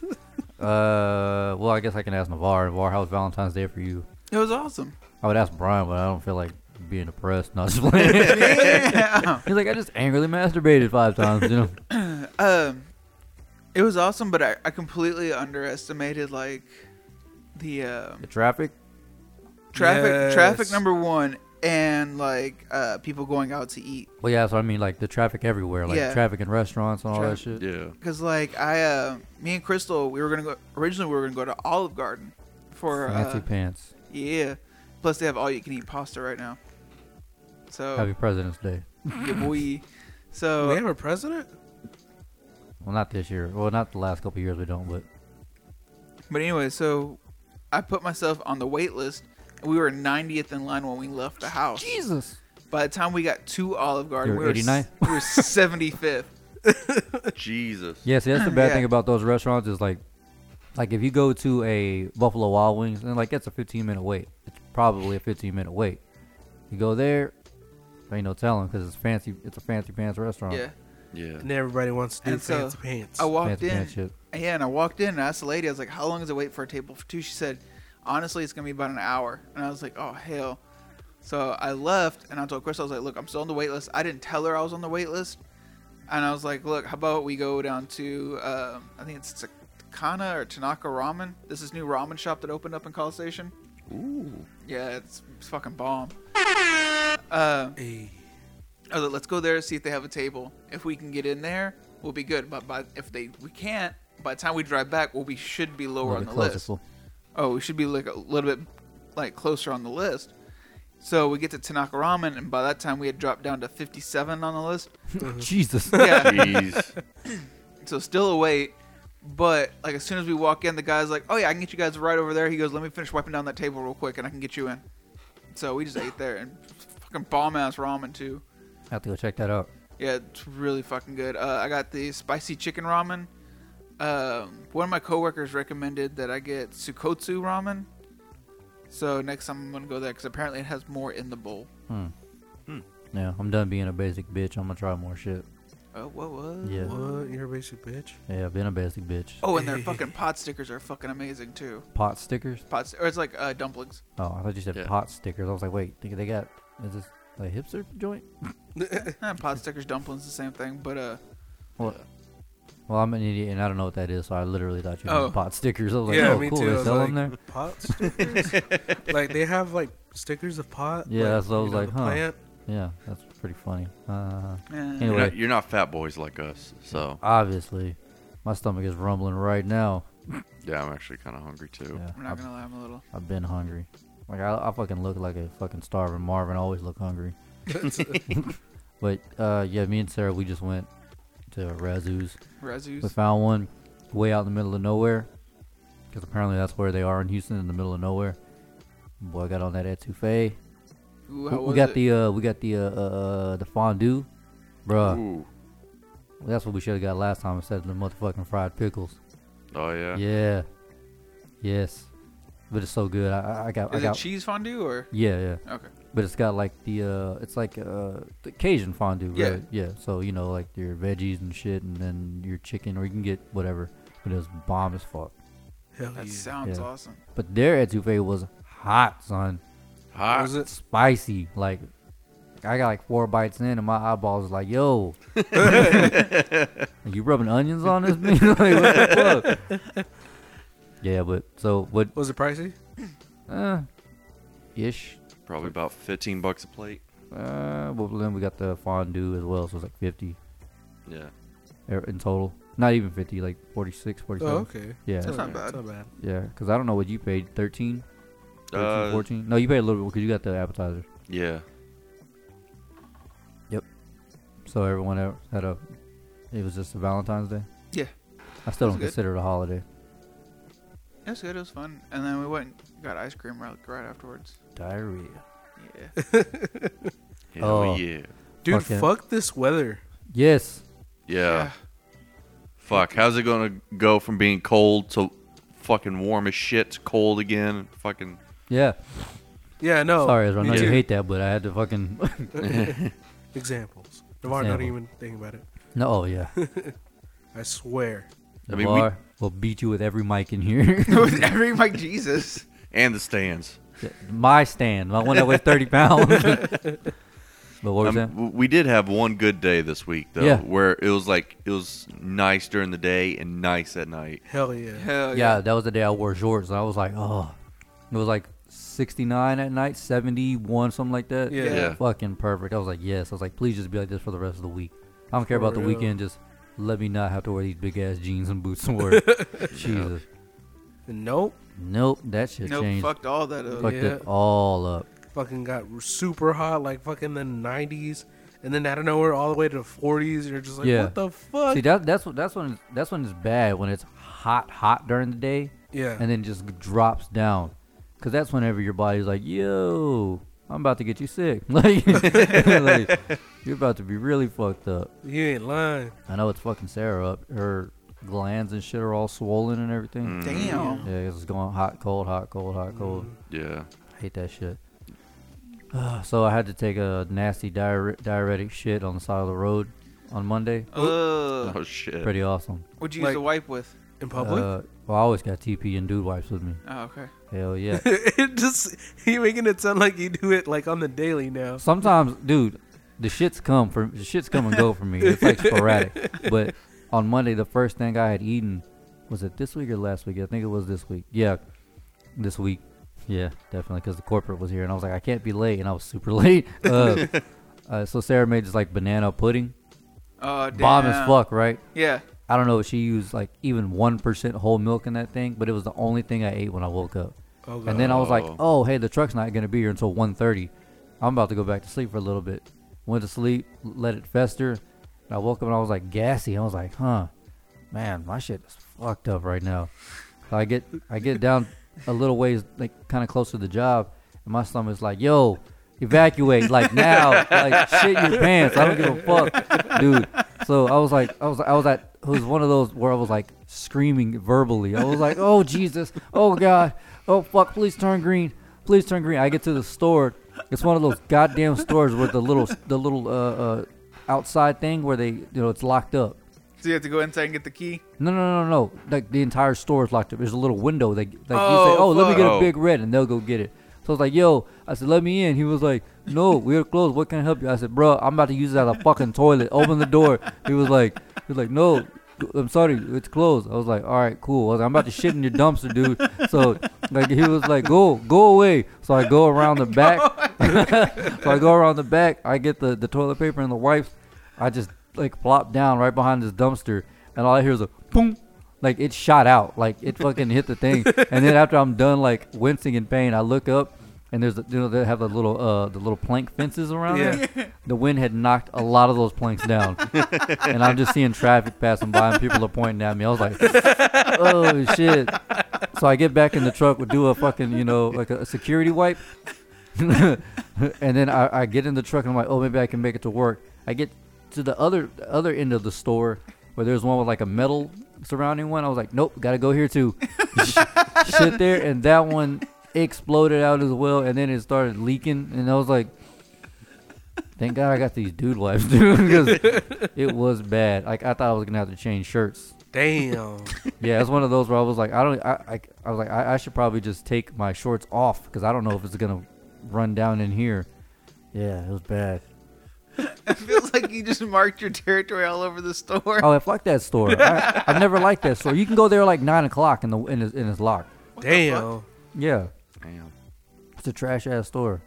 S1: Uh, well, I guess I can ask Navar. Navar, how was Valentine's Day for you?
S3: It was awesome.
S1: I would ask Brian, but I don't feel like being depressed. Not just
S2: [laughs]
S1: playing.
S3: [laughs] Yeah.
S1: He's like, I just angrily masturbated five times, you know.
S3: [laughs] Um, it was awesome, but I, I completely underestimated like the um,
S1: The traffic.
S3: traffic traffic
S2: Yes.
S3: number one and like uh people going out to eat
S1: Well, yeah, so I mean, like the traffic everywhere, like
S3: Yeah.
S1: traffic in restaurants and all that shit.
S4: Yeah.
S3: because like i uh me and crystal we were gonna go originally we were gonna go to olive garden for
S1: Fancy
S3: uh,
S1: pants.
S3: yeah plus they have all you can eat pasta right now so oh.
S1: Happy President's Day.
S3: we
S2: Do
S3: so
S2: they have a president?
S1: Well, not this year. Well, not the last couple of years we don't,
S3: [laughs]
S1: but
S3: But anyway, so I put myself on the wait list. and We were 90th in line when we left the house.
S1: Jesus.
S3: By the time we got to Olive Garden,
S1: You were
S3: we, were s-
S1: 89th?
S3: we were 75th.
S4: Jesus.
S1: Yeah, see,
S3: [laughs]
S1: that's the bad
S3: Yeah.
S1: thing about those restaurants is like, like if you go to a Buffalo Wild Wings and like that's a 15 minute wait. It's probably a 15 minute wait. You go there, ain't no telling because it's fancy. It's a fancy pants restaurant.
S3: Yeah.
S4: Yeah.
S2: And everybody wants to do
S3: And so,
S2: fancy pants.
S3: I walked
S1: Fancy
S3: in.
S1: pants shit.
S3: Yeah, and I walked in and I asked the lady, I was like, how long is it wait for a table for two? She said, honestly, it's going to be about an hour. And I was like, oh, hell. So I left and I told Crystal, I was like, look, I'm still on the wait list. I didn't tell her I was on the wait list. And I was like, look, how about we go down to, um, I think it's Takana or Tanaka Ramen. This is new ramen shop that opened up in Call Station.
S4: Ooh.
S3: Yeah, it's, it's fucking bomb. Uh,
S2: Hey.
S3: I was like, Oh, let's go there see if they have a table. If we can get in there, we'll be good. But by, if they we can't, by the time we drive back, well, we should be
S1: A
S3: lower
S1: little
S3: on
S1: bit
S3: the
S1: closer,
S3: list.
S1: fool. [laughs]
S3: Oh, we should be like a little bit like closer on the list. So we get to Tanaka Ramen, and by that time we had dropped down to 57 on the list. Mm-hmm. [laughs]
S1: Jesus. [laughs]
S3: Yeah,
S4: Jeez.
S3: so still a wait. But like as soon as we walk in, the guy's like, "Oh yeah, I can get you guys right over there." He goes, "Let me finish wiping down that table real quick, and I can get you in." So we just ate there and fucking bomb ass ramen too.
S1: I have to go check that out.
S3: Yeah, it's really fucking good. Uh, I got the spicy chicken ramen. Um, one of my coworkers recommended that I get Sukotsu ramen. So next time I'm gonna go there because apparently it has more in the bowl.
S1: Yeah, I'm done being a basic bitch. I'm gonna try more shit.
S3: Oh, whoa, whoa.
S1: Yeah.
S2: Mm-hmm. What? You're a basic bitch.
S1: Yeah, I've been a basic bitch. [laughs]
S3: Oh, and their fucking pot stickers are fucking amazing too.
S1: Pot stickers?
S3: Pot, st- or it's like uh, dumplings.
S1: Oh, I thought you said
S4: Yeah.
S1: pot stickers. I was like, wait, think they got is this a hipster joint?
S3: Eh, pot stickers, dumplings, the same thing. But uh,
S1: Well, well, I'm an idiot and I don't know what that is, so I literally thought you meant
S3: Oh.
S1: pot stickers. I was like,
S2: Yeah,
S1: oh,
S2: me
S1: cool.
S2: too. I
S1: They
S2: was
S1: sell
S2: like,
S1: them
S2: [laughs]
S1: there.
S2: Pot stickers? like they have like stickers of pot.
S1: Yeah,
S2: like,
S1: that's what I
S2: you
S1: was
S2: know,
S1: like,
S2: the
S1: huh.
S2: Plant.
S1: Yeah, that's pretty funny. Uh,
S3: eh.
S4: You're
S1: anyway,
S4: not, you're not fat boys like us, so
S1: obviously, my stomach is rumbling right now.
S4: yeah, I'm actually kind of hungry too.
S1: Yeah,
S3: I'm not gonna lie, I'm a little.
S1: I've, I've been hungry. Like I, I fucking look like a fucking starving Marvin. I always look hungry. [laughs] but uh, yeah, me and Sarah, we just went to Razoo's. We
S3: Rezus.
S1: found one way out in the middle of nowhere, because apparently that's where they are in Houston, in the middle of nowhere. Boy, I got on that etouffee,
S3: Ooh,
S1: We-
S3: how
S1: we
S3: was
S1: got
S3: it?
S1: the uh, we got the uh, uh the fondue, bruh.
S4: Ooh.
S1: That's what we should have got last time instead of the motherfucking fried pickles.
S4: Oh yeah.
S1: Yeah, yes, but it's so good. I- I, I got I
S3: Is
S1: got
S3: it cheese fondue or
S1: yeah yeah,
S3: okay?
S1: but it's got like the uh it's like uh the Cajun fondue
S3: Yeah.
S1: right? yeah. So you know like your veggies and shit, and then your chicken, or you can get whatever. But it was bomb as fuck.
S2: [laughs] Hell
S3: That
S2: yeah.
S3: sounds
S1: Yeah.
S3: awesome.
S1: But their etouffee was hot, son.
S4: Hot.
S2: Was it?
S1: Spicy. Like, I got like four bites in, and my eyeballs was
S2: [laughs]
S1: like, yo. you rubbing onions on this bitch? [laughs] like, what the fuck? Yeah, but so what?
S2: Was it pricey?
S1: Uh, ish.
S4: Probably about 15 bucks a plate.
S1: Uh, but then we got the fondue as well, so it's like 50
S4: Yeah.
S1: er- in total. Not even 50, like 46, 47.
S2: Oh, okay.
S1: Yeah,
S3: That's not
S2: It's
S3: bad.
S2: not bad.
S1: yeah. Because I don't know what you paid 13, 13
S4: Uh,
S1: 14. No, you paid a little bit because you got the appetizer.
S4: Yeah.
S1: So everyone e- had a. It was just a Valentine's Day.
S3: Yeah.
S1: I still
S3: That's
S1: don't
S3: good.
S1: consider it a holiday.
S3: It was good. It was fun. And then we went and got ice cream right, right afterwards.
S1: Diarrhea.
S3: Yeah.
S4: Hell
S1: Oh.
S4: yeah.
S2: Dude,
S1: Fuck it.
S2: fuck this weather.
S1: Yes.
S4: Yeah. Fuck. How's it gonna go from being cold to fucking warm as shit to cold again? Fucking.
S1: Yeah.
S2: Yeah, no.
S1: Sorry, Ezra. I
S2: Oh, me
S1: know you
S2: too.
S1: hate that, but I had to fucking. [laughs]
S2: examples. Navar, don't
S1: Example.
S2: even think about it.
S1: no. Oh yeah.
S2: I swear.
S4: I
S1: The
S4: mean, we-
S1: bar will beat you with every mic in here.
S3: [laughs]
S1: [laughs]
S3: With every like Jesus.
S4: And the stands.
S1: my stand, my one that weighs thirty pounds. but what was
S4: Um,
S1: that?
S4: w- we did have one good day this week though,
S1: Yeah.
S4: where it was like it was nice during the day and nice at night.
S2: Hell Oh, yeah.
S3: Hell
S1: yeah,
S3: yeah.
S1: that was the day I wore shorts. And I was like, oh, it was like sixty nine at night, seventy one, something like that.
S2: Yeah.
S4: Yeah.
S1: fucking perfect. I was like, yes. I was like, please just be like this for the rest of the week. I don't care
S2: For
S1: about the
S2: real.
S1: weekend. Just let me not have to wear these big ass jeans and boots
S2: [laughs]
S1: and work. Jesus.
S2: Nope.
S1: Nope, that shit
S3: No,
S1: changed.
S3: fucked all that up.
S1: Fucked it
S2: Yeah.
S1: all up.
S2: Fucking got super hot like fucking the 90s. And then out of nowhere, all the way to the 40s. You're just like,
S1: Yeah.
S2: what the fuck?
S1: See, that, that's what that's when that's when it's bad when it's hot, hot during the day,
S2: yeah.
S1: and then just drops down, because that's whenever your body's like, yo, I'm about to get you sick. [laughs] Like, like, you're about to be really fucked up.
S2: you ain't lying.
S1: I know it's fucking Sarah up. Her glands and shit are all swollen and
S2: Mm.
S1: everything.
S3: Damn.
S1: Yeah, it's going hot, cold, hot, cold, hot, cold.
S4: Yeah.
S1: I hate that shit. Uh, so I had to take a nasty diure- diuretic shit on the side of the road on Monday.
S3: Ugh.
S4: Oh shit.
S1: Pretty awesome.
S3: Uh, What'd you use
S2: Like-
S3: the wipe with?
S2: In public?
S1: Uh, well, I always got TP and dude wipes with me.
S3: Oh, okay.
S1: Hell yeah.
S2: [laughs] it just, you making it sound like you do it like on the daily now.
S1: Sometimes, dude, the shits come for the shits come and go for me. It's like sporadic. but on Monday, the first thing I had eaten was it this week or last week? I think it was this week. Yeah, this week. Yeah, definitely, because the corporate was here, and I was like, I can't be late, and I was super [laughs] late. Uh, uh, so Sarah made this like banana pudding,
S3: Oh, damn.
S1: bomb as fuck, right?
S3: Yeah.
S1: I don't know if she used like even one percent whole milk in that thing, but it was the only thing I ate when I woke up.
S2: Oh, God.
S1: And then I was like,
S4: Oh.
S1: oh, hey, the truck's not going to be here until 1.30. I'm about to go back to sleep for a little bit. Went to sleep, let it fester. And I woke up and I was like gassy. I was like, huh, man, my shit is fucked up right now. So I get I get down a little ways, like kind of close to the job, and my stomach's like, yo, evacuate, like now, like shit your pants. I don't give a fuck, dude. So I was like, I was I was at it was one of those where I was like screaming verbally. I was like, oh Jesus, oh God, oh fuck, please turn green, please turn green. I get to the store. It's one of those goddamn stores with the little the little uh, uh outside thing where they you know it's locked up.
S3: So you have to go inside and get the key. [laughs]
S1: No, no, no, no. Like the entire store is locked up. There's a little window. Like, like you
S3: Oh,
S1: say, oh, let me
S3: fuck.
S1: get a
S4: Oh.
S1: big red, and they'll go get it. So I was like, yo, I said, let me in. He was like, no, we're closed. What can I help you? I said, bro, I'm about to use it as a fucking toilet. Open the door. He was like, he was like, no, I'm sorry, it's closed. I was like, all right, cool. I was like, I'm about to shit in your dumpster, dude. So like he was like, go, go away. So I go around the back. [laughs]
S3: [laughs]
S1: so I go around the back. I get the the toilet paper and the wipes. I just like plop down right behind this dumpster, and all I hear is a boom. Like it shot out, like it fucking hit the thing. And then after I'm done, like wincing in pain, I look up, and there's a, you know they have the little uh the little plank fences around
S2: Yeah.
S1: there. The wind had knocked a lot of those planks down, and I'm just seeing traffic passing by, and people are pointing at me. I was like, oh shit. [laughs] So I get back in the truck, we do a fucking you know like a, a security wipe. [laughs] and then I, I get in the truck and I'm like, oh, maybe I can make it to work. I get to the other the other end of the store where there's one with like a metal surrounding one. I was like, nope, gotta go here too. [laughs] Sit there, and that one exploded out as well, and then it started leaking, and I was like. Thank God I got these dude wipes, [laughs] dude, because it was bad. Like I thought I was gonna have to change shirts.
S4: [laughs]
S2: Damn.
S1: Yeah, it's one of those where I was like, I don't, I, I, I was like, I, I should probably just take my shorts off because I don't know if it's gonna run down in here. Yeah, it was bad.
S3: It feels like you just marked your territory all over the [laughs] store.
S1: Oh, I fuck that store. I, I've never liked that store. You can go there like nine o'clock and the and it's, and it's locked.
S2: Damn.
S1: Yeah,
S4: Damn.
S1: it's a trash ass store.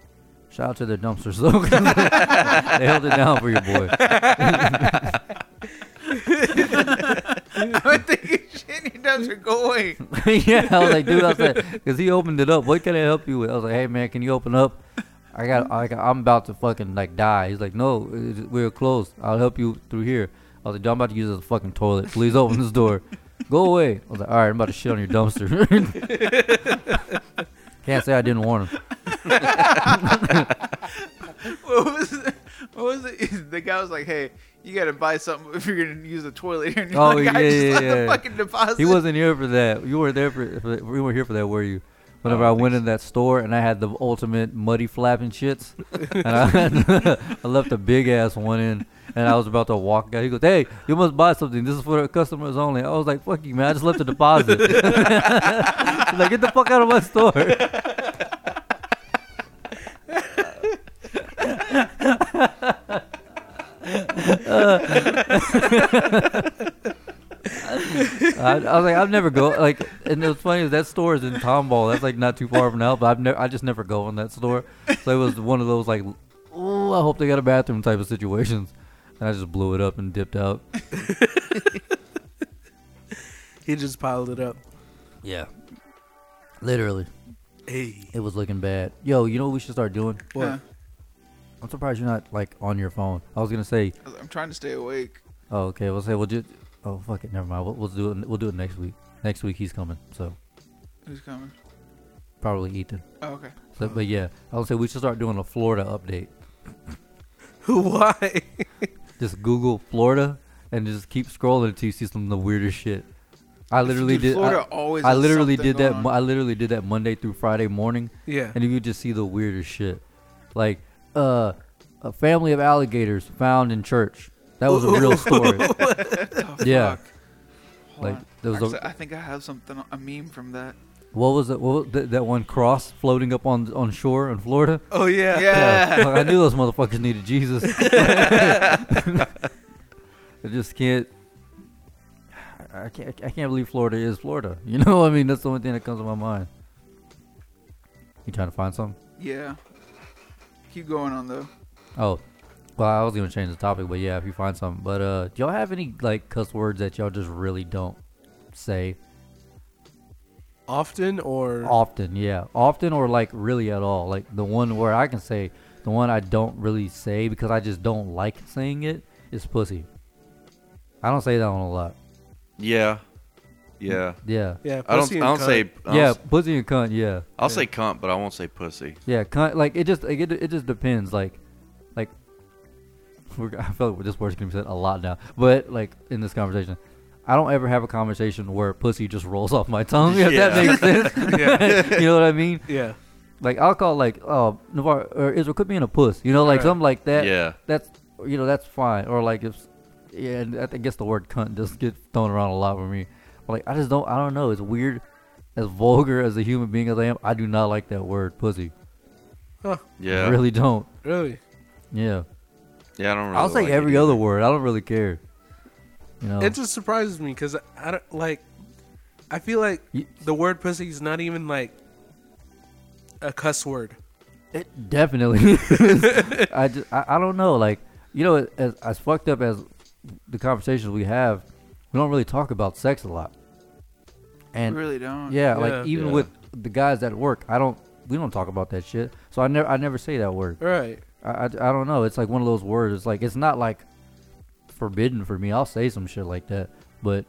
S1: Shout out to the dumpsters though. [laughs] they held it down for your boy.
S3: I'm thinking, shit, your dubs are going.
S1: [laughs] yeah, I was like, dude, I was like, because he opened it up. What can I help you with? I was like, hey man, can you open up? I got, I got I'm about to fucking like die. He's like, no, it- we're closed. I'll help you through here. I was like, dude, I'm about to use this fucking toilet. Please open this door. Go away. I was like, all right, I'm about to shit on your dumpster. [laughs] Can't say I didn't warn him.
S3: [laughs] What was it? What was it? [laughs] The guy was like, hey, you gotta buy something if you're gonna use the toilet [laughs] here. And you're
S1: Oh,
S3: like, I
S1: yeah,
S3: just
S1: yeah,
S3: left the
S1: yeah.
S3: fucking deposit.
S1: He wasn't here for that. You weren't there for, for you weren't here for that, were you? Whenever Oh, I, went in that store and I had the ultimate muddy flapping shits, and I, [laughs] I left a big ass one in, and I was about to walk out. He goes, "Hey, you must buy something. This is for customers only." I was like, "Fuck you, man! I just left a deposit." [laughs] He's like, get the fuck out of my store. I, I was like, I've never go like, and what's funny is that store is in Tomball. That's like not too far from now, but I've never, I just never go in that store. So it was one of those like, oh, I hope they got a bathroom type of situations, and I just blew it up and dipped out.
S2: He just piled it up.
S1: Yeah, literally,
S2: Hey. [laughs]
S1: it was looking bad. Yo, you know what we should start doing?
S2: What?
S3: Huh.
S1: I'm surprised you're not like on your phone. I was gonna say,
S3: I was like, I'm trying to stay awake.
S1: oh, okay, we'll say we'll do. Oh fuck it, never mind. We'll, we'll do it. We'll do it next week. Next week he's coming, so
S3: Who's coming?
S1: probably Ethan.
S3: Oh, okay.
S1: So, but yeah, I would say we should start doing a Florida update.
S2: Why? [laughs]
S1: just Google Florida and just keep scrolling until you see some of the weirdest shit. I literally
S3: Dude,
S1: did.
S3: Florida
S1: I,
S3: always.
S1: I
S3: has
S1: literally
S3: something
S1: did that.
S3: going
S1: mo-
S3: on.
S1: I literally did that Monday through Friday morning,
S2: yeah.
S1: and you could just see the weirdest shit, like uh, a family of alligators found in church. That
S3: [laughs]
S1: was a real story.
S3: Oh,
S1: yeah.
S3: fuck. Hold
S1: Like
S3: on.
S1: there was
S3: Actually,
S1: a,
S3: I think I have something, a meme from that.
S1: what was it? What was th- that one cross floating up on on shore in Florida?
S2: Oh yeah.
S3: Yeah.
S1: Yeah, I knew those motherfuckers needed Jesus. I just can't. I can't. I can't believe Florida is Florida. You know, what I mean, that's the only thing that comes to my mind. You trying to find something?
S3: Yeah. Keep going on though.
S1: Oh, well, I was gonna change the topic, but yeah, if you find something. But uh, do y'all have any like cuss words that y'all just really don't say
S2: Often or
S1: often? Yeah, often or like really at all. Like the one where I can say, the one I don't really say because I just don't like saying it is pussy. I don't say that one a lot.
S4: Yeah. Yeah.
S1: Yeah.
S2: yeah.
S4: I don't.
S2: pussy
S4: I
S2: and
S4: don't
S2: cunt.
S4: say. I don't
S1: yeah,
S4: s-
S1: pussy and cunt. Yeah,
S4: I'll say cunt, but I won't say pussy.
S1: yeah, cunt. Like it just, like, it, it just depends. Like, like, [laughs] we're, I feel like this word's gonna be said a lot now, but like in this conversation, I don't ever have a conversation where pussy just rolls off my tongue. If
S4: Yeah.
S2: [laughs]
S1: that
S4: [laughs]
S1: makes sense, [laughs] you know what I mean?
S2: Yeah.
S1: Like I'll call like, oh, Navar or Israel could be in a puss. You know, like
S2: Right.
S1: something like that.
S4: Yeah.
S1: that's you know that's fine or like if yeah and i guess the word cunt does get thrown around a lot with me but like i just don't i don't know it's weird as vulgar as a human being as i am i do not like that word pussy
S2: Huh.
S4: Yeah.
S1: really don't
S2: Really?
S1: yeah
S4: Yeah. I don't. Really
S1: i'll say
S4: like it
S1: every
S4: either.
S1: other word i don't really care you know
S2: It just surprises me because I don't like. I feel like
S1: Y-
S2: the word pussy is not even like a cuss word.
S1: It definitely is. I just, I, I don't know. Like, you know, as, as fucked up as the conversations we have, we don't really talk about sex a lot. And
S3: we really don't.
S1: yeah,
S2: Yeah.
S1: like even
S4: Yeah.
S1: with the guys at work, I don't, we don't talk about that shit. So I never, I never say that word.
S2: Right.
S1: I, I, I don't know. It's like one of those words. It's like it's not like forbidden for me. I'll say some shit like that, but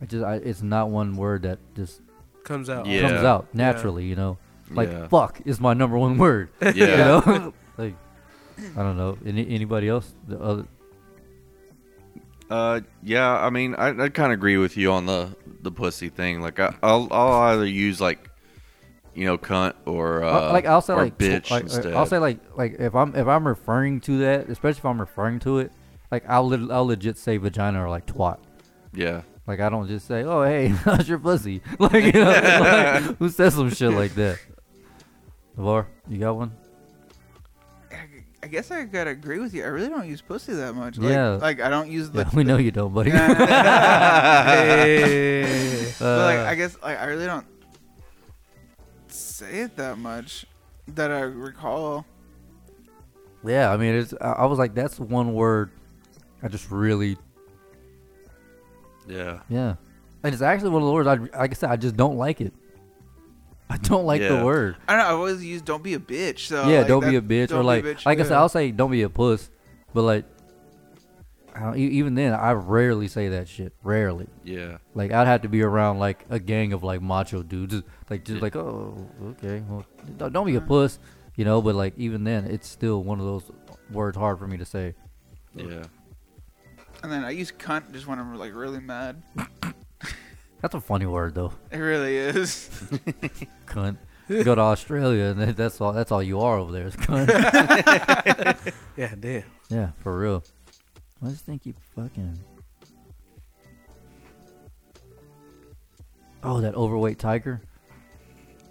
S1: I just, I, it's not one word that just
S2: Comes out. [laughs]
S4: Yeah.
S1: comes out naturally. You know, like
S4: Yeah.
S1: fuck is my number one word [laughs]
S4: Yeah.
S1: you know Like, I don't know. Any anybody else? The other
S4: Uh, yeah. I mean, I, I kind of agree with you on the the pussy thing. Like, I, I'll I'll either use like, you know, cunt or uh,
S1: like I'll say
S4: or
S1: like tw-
S4: bitch
S1: like,
S4: instead.
S1: uh, I'll say like like if I'm if I'm referring to that, especially if I'm referring to it, like I'll lit I'll legit say vagina or like twat.
S2: [laughs]
S4: yeah.
S1: Like I don't just say, oh hey, [laughs] how's your pussy? Like, you
S4: [laughs]
S1: know, like, who says some shit like that? Lavar, you got
S4: [laughs]
S1: one?
S3: I, I guess I gotta agree with you. I really don't use pussy that much. Like,
S1: Yeah.
S3: Like I don't use the.
S1: Yeah, [laughs] we know you don't,
S4: [laughs]
S1: buddy.
S3: [laughs] Nah, nah, nah,
S1: [laughs]
S3: nah,
S2: [laughs]
S3: nah.
S2: Hey.
S3: But like
S1: Uh,
S3: I guess like I really don't say it that much that I recall.
S1: Yeah, I mean, it's. I, I was like, that's one word. I just really,
S4: Yeah.
S1: yeah, and it's actually one of the words. I like I said, I just don't like it. I don't like
S4: Yeah.
S1: the word.
S3: I don't know. I've always used "don't be a bitch." So
S1: yeah,
S3: like,
S1: don't be
S3: that-
S1: a bitch, or
S3: don't be
S1: like,
S3: a bitch,
S1: like I said,
S3: yeah.
S1: I'll say don't be a puss, but like, I don't, e- even then, I rarely say that shit. Rarely.
S4: Yeah.
S1: Like I'd have to be around like a gang of like macho dudes, like just
S4: Yeah.
S1: like oh okay, well don't, don't be a puss, you know. But like even then, it's still one of those words hard for me to say.
S4: Yeah.
S3: And then I use "cunt" just when I'm like really mad.
S1: That's a funny word though,
S3: It really is. [laughs]
S1: cunt. You go to Australia and [laughs] that- that's all that's all you are over there is cunt.
S2: Yeah, damn.
S1: yeah, for real. I just think you fucking. Oh, that overweight tiger.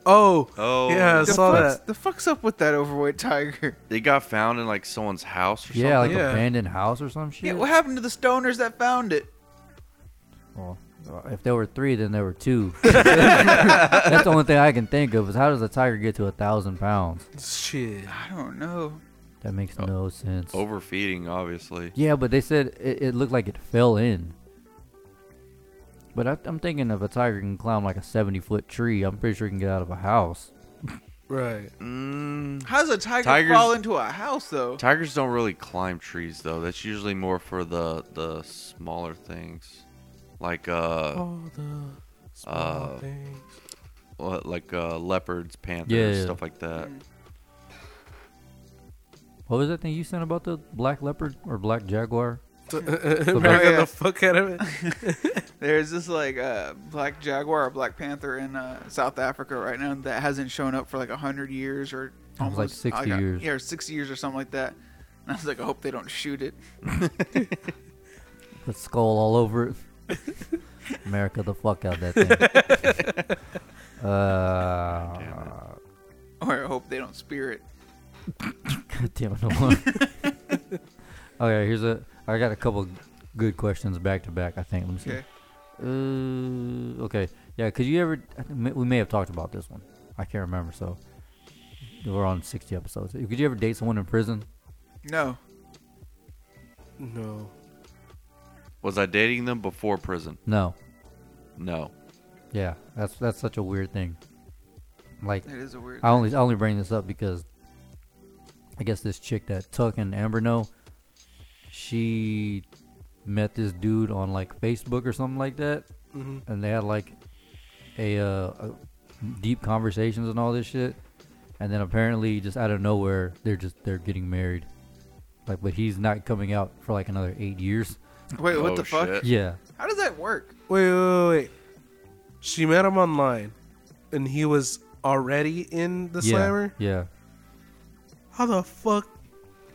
S2: Oh,
S4: Oh.
S2: Yeah, I
S3: the,
S2: saw
S3: fuck's,
S2: that.
S3: the fuck's up with that overweight tiger? [laughs]
S4: They got found in like someone's house or
S1: Yeah, like
S4: something.
S1: an
S2: Yeah.
S1: abandoned house or some shit.
S3: Yeah, what happened to the stoners that found it?
S1: Well, Uh, if there were three, then there were [laughs] two. That's the only thing I can think of is how does a tiger get to a thousand pounds?
S2: shit.
S3: I don't know.
S1: That makes
S4: Oh.
S1: no sense.
S4: Overfeeding, obviously.
S1: Yeah, but they said it, it looked like it fell in. But I, I'm thinking if a tiger can climb like a 70 foot tree, I'm pretty sure it can get out of a house.
S2: Right.
S4: Mm,
S3: How does a tiger
S4: Tigers-
S3: fall into a house though?
S4: tigers don't really climb trees though. That's usually more for the the smaller things, like uh,
S2: All the small [laughs]
S4: Uh,
S2: things.
S4: le- like uh, leopards, panthers,
S1: Yeah, yeah.
S4: stuff like that.
S3: Mm.
S1: What was that thing you sent about the black leopard or black jaguar?
S2: Remember
S3: yeah.
S2: the fuck out [laughs] of it?
S3: There's this like uh, black jaguar or black panther in uh, South Africa right now that hasn't shown up for like hundred years or
S1: It was, like, 60
S3: uh,
S1: years.
S3: Yeah, or sixty years or something like that. And I was like, I hope they don't shoot it. [laughs]
S1: With skull all over it. America, the fuck out that thing. uh,
S3: Or I hope they don't spear it.
S1: God damn it, Alon. [laughs] okay, here's a. I got a couple good questions back to back. I think. Let me see.
S3: Okay.
S1: Uh, okay. Yeah. Could you ever? I think ma- We may have talked about this one. I can't remember. So we're on 60 episodes. Could you ever date someone in prison?
S3: No.
S2: No.
S4: Was I dating them before prison?
S1: No.
S4: No.
S1: Yeah. That's that's such a weird thing. Like
S3: That is a weird
S1: I only I only bring this up because I guess this chick that Tuck and Amber know, she met this dude on like Facebook or something like that,
S2: Mhm.
S1: and they had like a, uh, a deep conversations and all this shit, and then apparently just out of nowhere they're just they're getting married, like but he's not coming out for like another eight years.
S3: Wait, what
S4: Oh,
S3: the fuck?
S4: shit.
S1: Yeah,
S3: How does that work?
S2: Wait, wait, wait, wait. She met him online, and he was already in the
S1: yeah,
S2: slammer.
S1: yeah.
S2: How the fuck?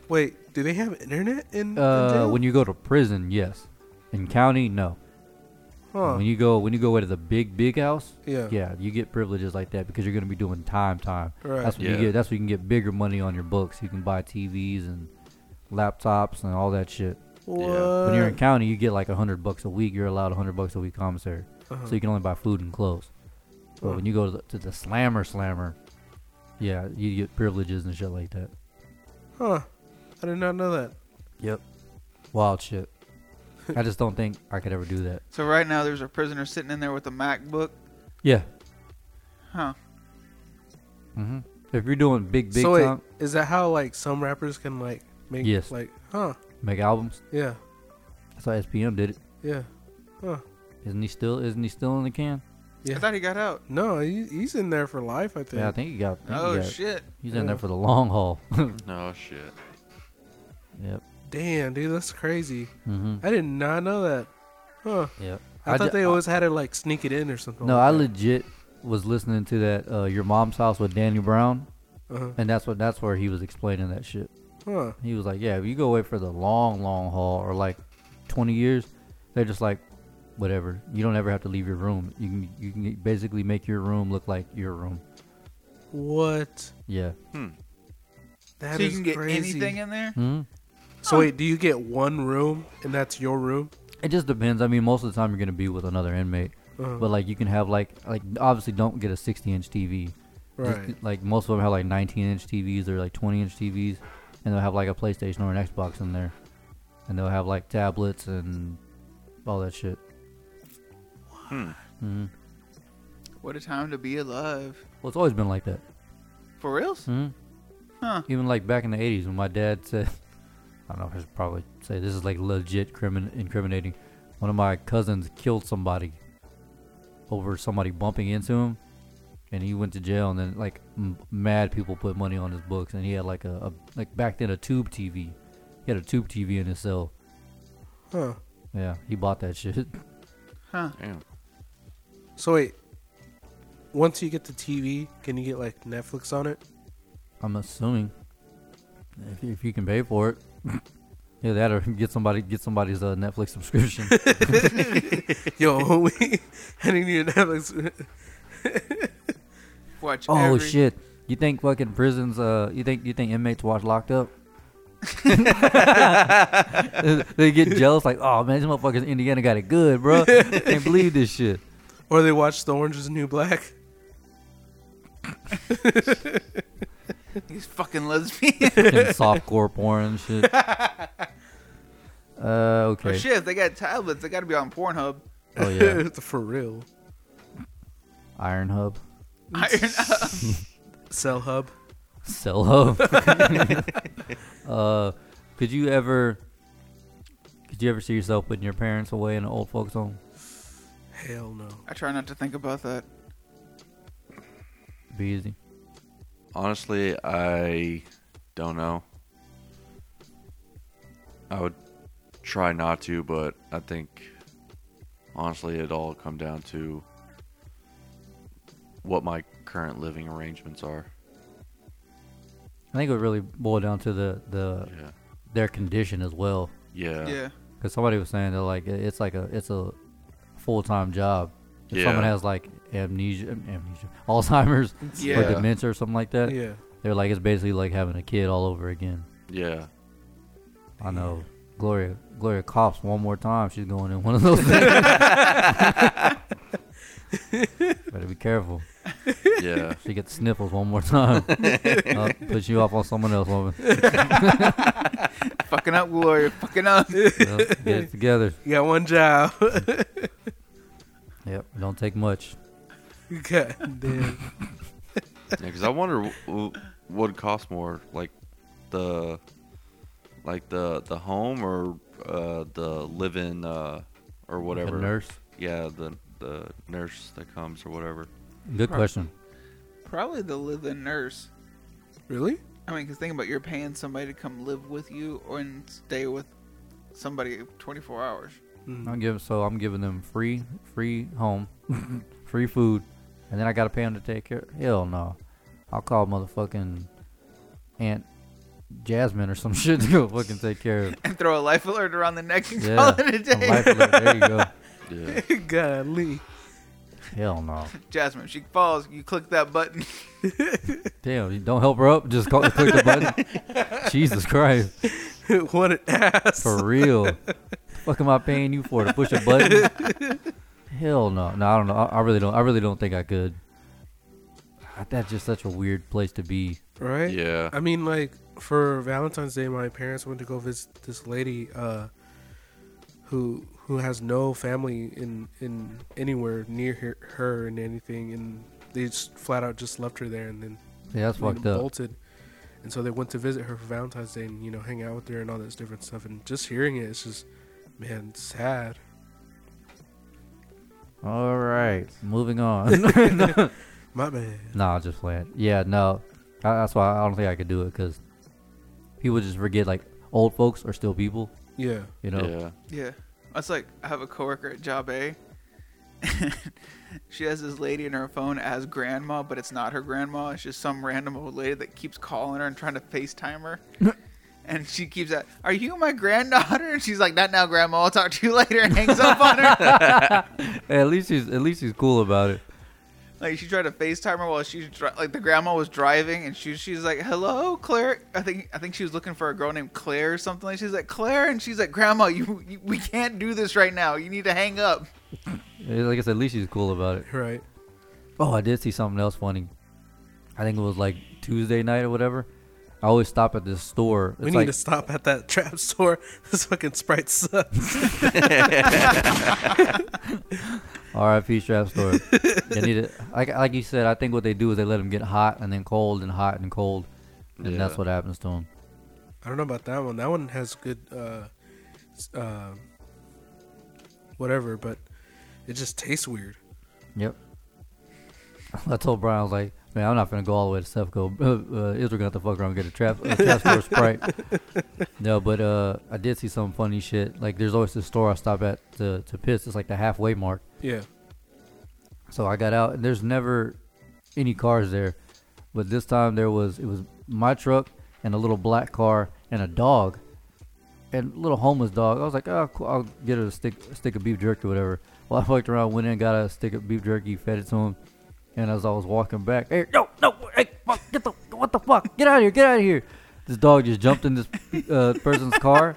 S2: Wait, do they have internet in? in
S1: Uh,
S2: jail?
S1: when you go to prison, yes. In county, no.
S2: Huh.
S1: When you go when you go away to the big big house,
S2: Yeah.
S1: yeah, you get privileges like that because you're gonna be doing time time.
S2: Right.
S1: That's what you
S4: Yeah.
S1: get. That's what you can get bigger money on your books. You can buy TVs and laptops and all that shit.
S2: what?
S1: When
S2: Uh,
S1: you're in county, you get like a hundred bucks a week. You're allowed a hundred bucks a week commissary, so you can only buy food and clothes. But
S2: Uh-huh. Huh.
S1: when you go to the, to the slammer slammer, yeah, you get privileges and shit like that.
S2: huh? I did not know that.
S1: Yep. Wild shit. I just don't think I could ever do that.
S3: So right now there's a prisoner sitting in there with a MacBook.
S1: Yeah.
S3: Huh.
S1: hmm If you're doing big big
S2: so wait,
S1: time,
S2: is that how like some rappers can like make
S1: Yes.
S2: like huh?
S1: make albums.
S2: Yeah,
S1: That's how SPM did it.
S2: yeah, huh?
S1: Isn't he still? Isn't he still in the can?
S2: Yeah.
S3: I thought he got out.
S2: No, he, he's in there for life. I think.
S1: Yeah, I think he got. I think he
S3: Oh
S1: got-
S3: shit!
S1: He's
S2: Yeah.
S1: in there for the long haul. [laughs]
S4: No shit.
S1: yep.
S2: Damn, dude, that's crazy.
S1: hmm
S2: I did not know that. Huh?
S1: Yep.
S2: I,
S1: I
S2: thought
S1: ju-
S2: they always had to like sneak it in or something.
S1: No, I
S2: like
S1: legit was listening to that uh, Your Mom's House with Danny Brown,
S2: that. Uh-huh.
S1: and that's what that's where he was explaining that shit.
S2: Huh?
S1: He was like, "Yeah, if you go away for the long, long haul, or like 20 years, they're just like, whatever. You don't ever have to leave your room. You can you can basically make your room look like your room.
S2: What?
S1: Yeah.
S2: That is
S3: so you can get
S2: crazy.
S3: anything in there.
S1: hmm
S2: So wait, do you get one room and that's your room?
S1: It just depends. I mean, most of the time you're gonna be with another inmate,
S2: Uh-huh.
S1: but like you can have like like obviously don't get a 60 inch TV. Just,
S2: right.
S1: like most of them have like 19 inch TVs or like 20 inch TVs, and they'll have like a PlayStation or an Xbox in there, and they'll have like tablets and all that shit. hmm
S3: What a time to be alive.
S1: Well, it's always been like that.
S3: For reals?
S1: hmm
S3: Huh.
S1: Even like back in the 80s when my dad said, I don't know, I should probably say this is like legit crimin- incriminating. One of my cousins killed somebody over somebody bumping into him, and he went to jail. And then like m- mad people put money on his books, and he had like a, a like back then a tube TV. He had a tube TV in his cell.
S2: Huh.
S1: Yeah, he bought that shit. [laughs]
S3: Huh.
S4: Damn.
S2: So wait, once you get the TV, can you get like Netflix on it?
S1: I'm assuming if you, if you can pay for it. [laughs] Yeah, that or get somebody get somebody's uh, Netflix subscription.
S2: [laughs] Yo, we, [laughs] I didn't need a Netflix.
S3: Watch.
S1: Oh
S3: every-
S1: shit! You think fucking prisons? Uh, you think you think inmates watch Locked
S3: [laughs]
S1: Up? they get jealous, like, oh man, these motherfuckers in Indiana got it good, bro. Can't believe this shit.
S2: or they watch The Orange Is the New Black.
S3: These fucking lesbians.
S1: Fucking softcore porn and shit. Uh,
S3: Oh
S1: okay.
S3: [laughs] shit! if They got tablets. They got to be
S2: [laughs]
S3: on Pornhub.
S1: Oh yeah,
S2: For real.
S1: Iron Hub,
S3: Iron up.
S2: Cell Hub.
S1: Cell Hub. [laughs] uh, could you ever? Could you ever see yourself putting your parents away in an old folks home?
S2: Hell
S1: [laughs]
S2: no.
S3: I try not to think about that.
S1: Be easy.
S4: Honestly, I don't know. I would try not to, but I think honestly it all come down to what my current living arrangements are.
S1: I think it would really boil down to the the
S4: Yeah.
S1: their condition as well.
S4: Yeah.
S3: Yeah.
S1: Because somebody was saying that like it- it's like a it's a full time job. If
S4: Yeah.
S1: someone has like amnesia, am- amnesia, [laughs] Alzheimer's
S3: Yeah.
S1: or dementia or something like that,
S2: Yeah.
S1: they're like it's basically like having a kid all over again.
S3: [laughs]
S4: Yeah.
S1: I know Gloria Gloria cops one more time. She's going in one of those. things. Better be careful.
S4: Yeah.
S1: She gets sniffles one more time. I'll put you off on someone else, woman.
S3: fucking up, Gloria. Fucking up. [laughs]
S1: Yeah, get it together.
S2: You got one job. [laughs]
S1: Yep. Don't take much.
S2: God damn.
S1: [laughs]
S4: Because I wonder w- w- what would cost more, like the like the the home or uh, the live-in uh, or
S1: A
S4: whatever.
S1: nurse.
S4: Yeah, the the nurse that comes or whatever.
S1: Good
S3: Right.
S1: question.
S3: Probably the live-in nurse.
S2: Really?
S3: I mean, because think about you're paying somebody to come live with you or and stay with somebody 24 hours.
S1: I'm giving so I'm giving them free free home, free food, and then I gotta pay them to take care. Hell no, I'll call motherfucking Aunt Jasmine or some [laughs] shit to go fucking take care
S3: [laughs]
S1: of.
S3: And throw a life alert around the neck and
S1: Yeah,
S3: call it
S1: a
S3: a
S1: life
S3: day.
S1: alert, there you go.
S4: Yeah.
S2: [laughs] Golly. [laughs]
S1: Hell no.
S3: [laughs] Jasmine, if she falls, you click that button.
S1: Damn, you don't help her up. Just call, click the button. Jesus Christ,
S2: what an ass.
S1: for real. Fuck am I paying you for to push a button? Hell no. No, I don't know. I, I really don't. I really don't think I could. I- That's just such a weird place to be.
S3: [laughs]
S2: right?
S4: Yeah.
S2: I mean, like for Valentine's Day, my parents went to go visit this lady uh, who who has no family in in anywhere near her, her and anything, and they just flat out just left her there and then
S1: Yeah, that's
S2: you know,
S1: fucked up.
S2: bolted. And so they went to visit her for Valentine's Day and you know hang out with her and all this different stuff. And just hearing it, it's just man, it's sad.
S1: All right, moving [laughs] on.
S2: My bad.
S1: No, I was just playing. Yeah, no, I, that's why I don't think I could do it because people just forget like old folks are still people.
S2: Yeah.
S1: You know,
S4: Yeah.
S3: Yeah. That's like I have a coworker at job A. [laughs] she has this lady in her phone as grandma, but it's not her grandma. It's just some random old lady that keeps calling her and trying to FaceTime her. and she keeps at, "Are you my granddaughter?" And she's like, "Not now, grandma. I'll talk to you [laughs] later." And hangs up on her.
S1: at least he's at least he's cool about it.
S3: like she tried to FaceTime her while she's dri- like the grandma was driving, and she she's like, "Hello, Claire." I think I think she was looking for a girl named Claire or something. Like she's like Claire, and she's like, "Grandma, you, you we can't do this right now. You need to hang up."
S1: Eh, Like I said, at least he's cool about it.
S2: Right.
S1: Oh, I did see something else funny. I think it was like Tuesday night or whatever. I always stop at this store. It's
S2: we need
S1: like,
S2: to stop at that [laughs] trap store. This fucking Sprite sucks.
S1: RIP strap [laughs] store. they need it. Like, like you said, I think what they do is they let them get hot and then cold and hot and cold, and
S4: Yeah.
S1: that's what happens to them.
S2: I don't know about that one. That one has good, uh, s- uh, whatever, but it just tastes weird.
S1: Yep. I told Brian, I was like, man, I'm not gonna go all the way to Sefco. [laughs] Uh, uh, Israel gonna have to fuck around and get a trap, a trap store Sprite. No, but uh, I did see some funny shit. Like, there's always this store I stop at to to piss. It's like the halfway mark.
S2: Yeah.
S1: So I got out, and there's never any cars there, but this time there was. It was my truck and a little black car and a dog, and a little homeless dog. I was like, oh, cool. I'll get her a stick, a stick of beef jerky, or whatever. Well, I fucked around, went in, got a stick of beef jerky, fed it to him, and as I was walking back, hey, no, no, hey, fuck, get the, what the fuck, get out of here, get out of here. This dog just jumped in this uh, person's car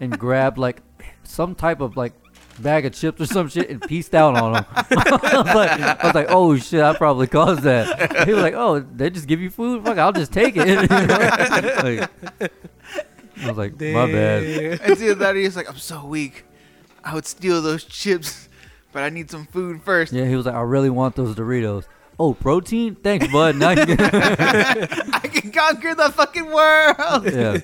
S1: and grabbed like some type of like bag of chips or some shit and pieced out on him. [laughs] I, was like, I was like, oh shit, I probably caused that. He was like, oh, they just give you food? Fuck, I'll just take it. [laughs] You know? Like, I was like, my bad.
S2: Damn.
S3: And see that he's like, I'm so weak. I would steal those chips, but I need some food first.
S1: Yeah, he was like, I really want those Doritos. Oh, protein? Thanks, bud. Now you can- [laughs]
S3: I can conquer the fucking world.
S1: yeah,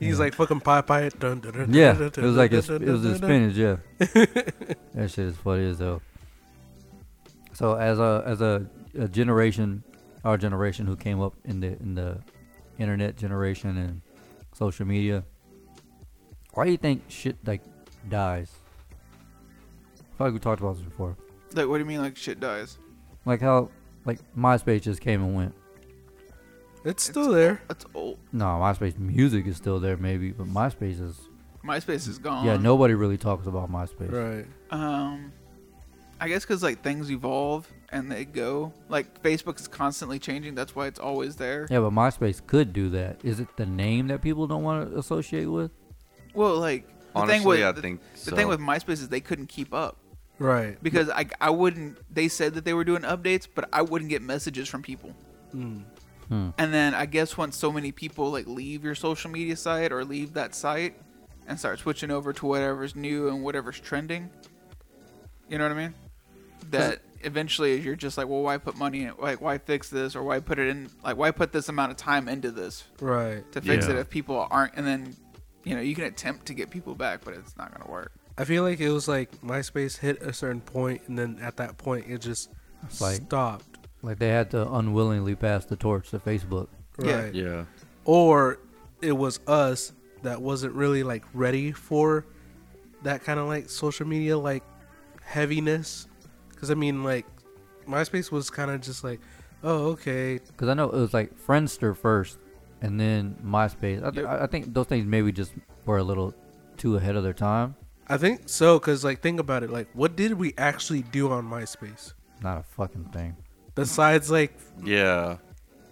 S2: He's like fucking pie pie. Dun, dun, dun, [laughs]
S1: yeah.
S2: dun,
S1: It
S2: dun,
S1: was like a,
S2: dun,
S1: it
S2: dun, [laughs]
S1: was a
S2: dun, dun,
S1: spinach. Yeah, that shit is funny as hell. So as a as a, a generation, our generation who came up in the in the internet generation and social media, why do you think shit like dies? I feel like we talked about this before.
S3: Like, what do you mean, like, shit dies?
S1: Like how like MySpace just came and went.
S2: dun. It's still there.
S3: That's old.
S1: No, MySpace music is still there maybe, but MySpace is
S3: MySpace is gone.
S1: yeah. Nobody really talks about MySpace.
S2: Right.
S3: Um, I guess because, like, things evolve and they go. Like, Facebook is constantly changing. That's why it's always there.
S1: Yeah, but MySpace could do that. Is it the name that people don't want to associate with?
S3: Well, like, the thing
S4: Honestly,
S3: with,
S4: I
S3: the,
S4: think
S3: the
S4: so.
S3: thing with MySpace is they couldn't keep up.
S2: Right.
S3: Because I, I wouldn't. They said that they were doing updates, but I wouldn't get messages from people.
S2: Mm.
S3: And then I guess once so many people like leave your social media site or leave that site and start switching over to whatever's new and whatever's trending, you know what I mean? That eventually you're just like, well, why put money in? Like, why fix this or why put it in? Like, why put this amount of time into this
S2: Right.
S3: to fix it
S4: Yeah.
S3: if people aren't? And then, you know, you can attempt to get people back, but it's not gonna work.
S2: I feel like it was like MySpace hit a certain point, and then at that point, it just
S1: like-
S2: stopped.
S1: Like they had to unwillingly pass the torch to Facebook.
S3: Yeah.
S2: Right.
S4: Yeah.
S2: Or it was us that wasn't really like ready for that kind of like social media like heaviness. Because I mean, like MySpace was kind of just like, oh okay,
S1: Because I know it was like Friendster first, and then MySpace. I, th-
S3: Yeah.
S1: I think those things maybe just were a little too ahead of their time.
S2: I think so. Because like think about it, like what did we actually do on MySpace
S1: Not a fucking thing.
S2: besides like
S4: Yeah.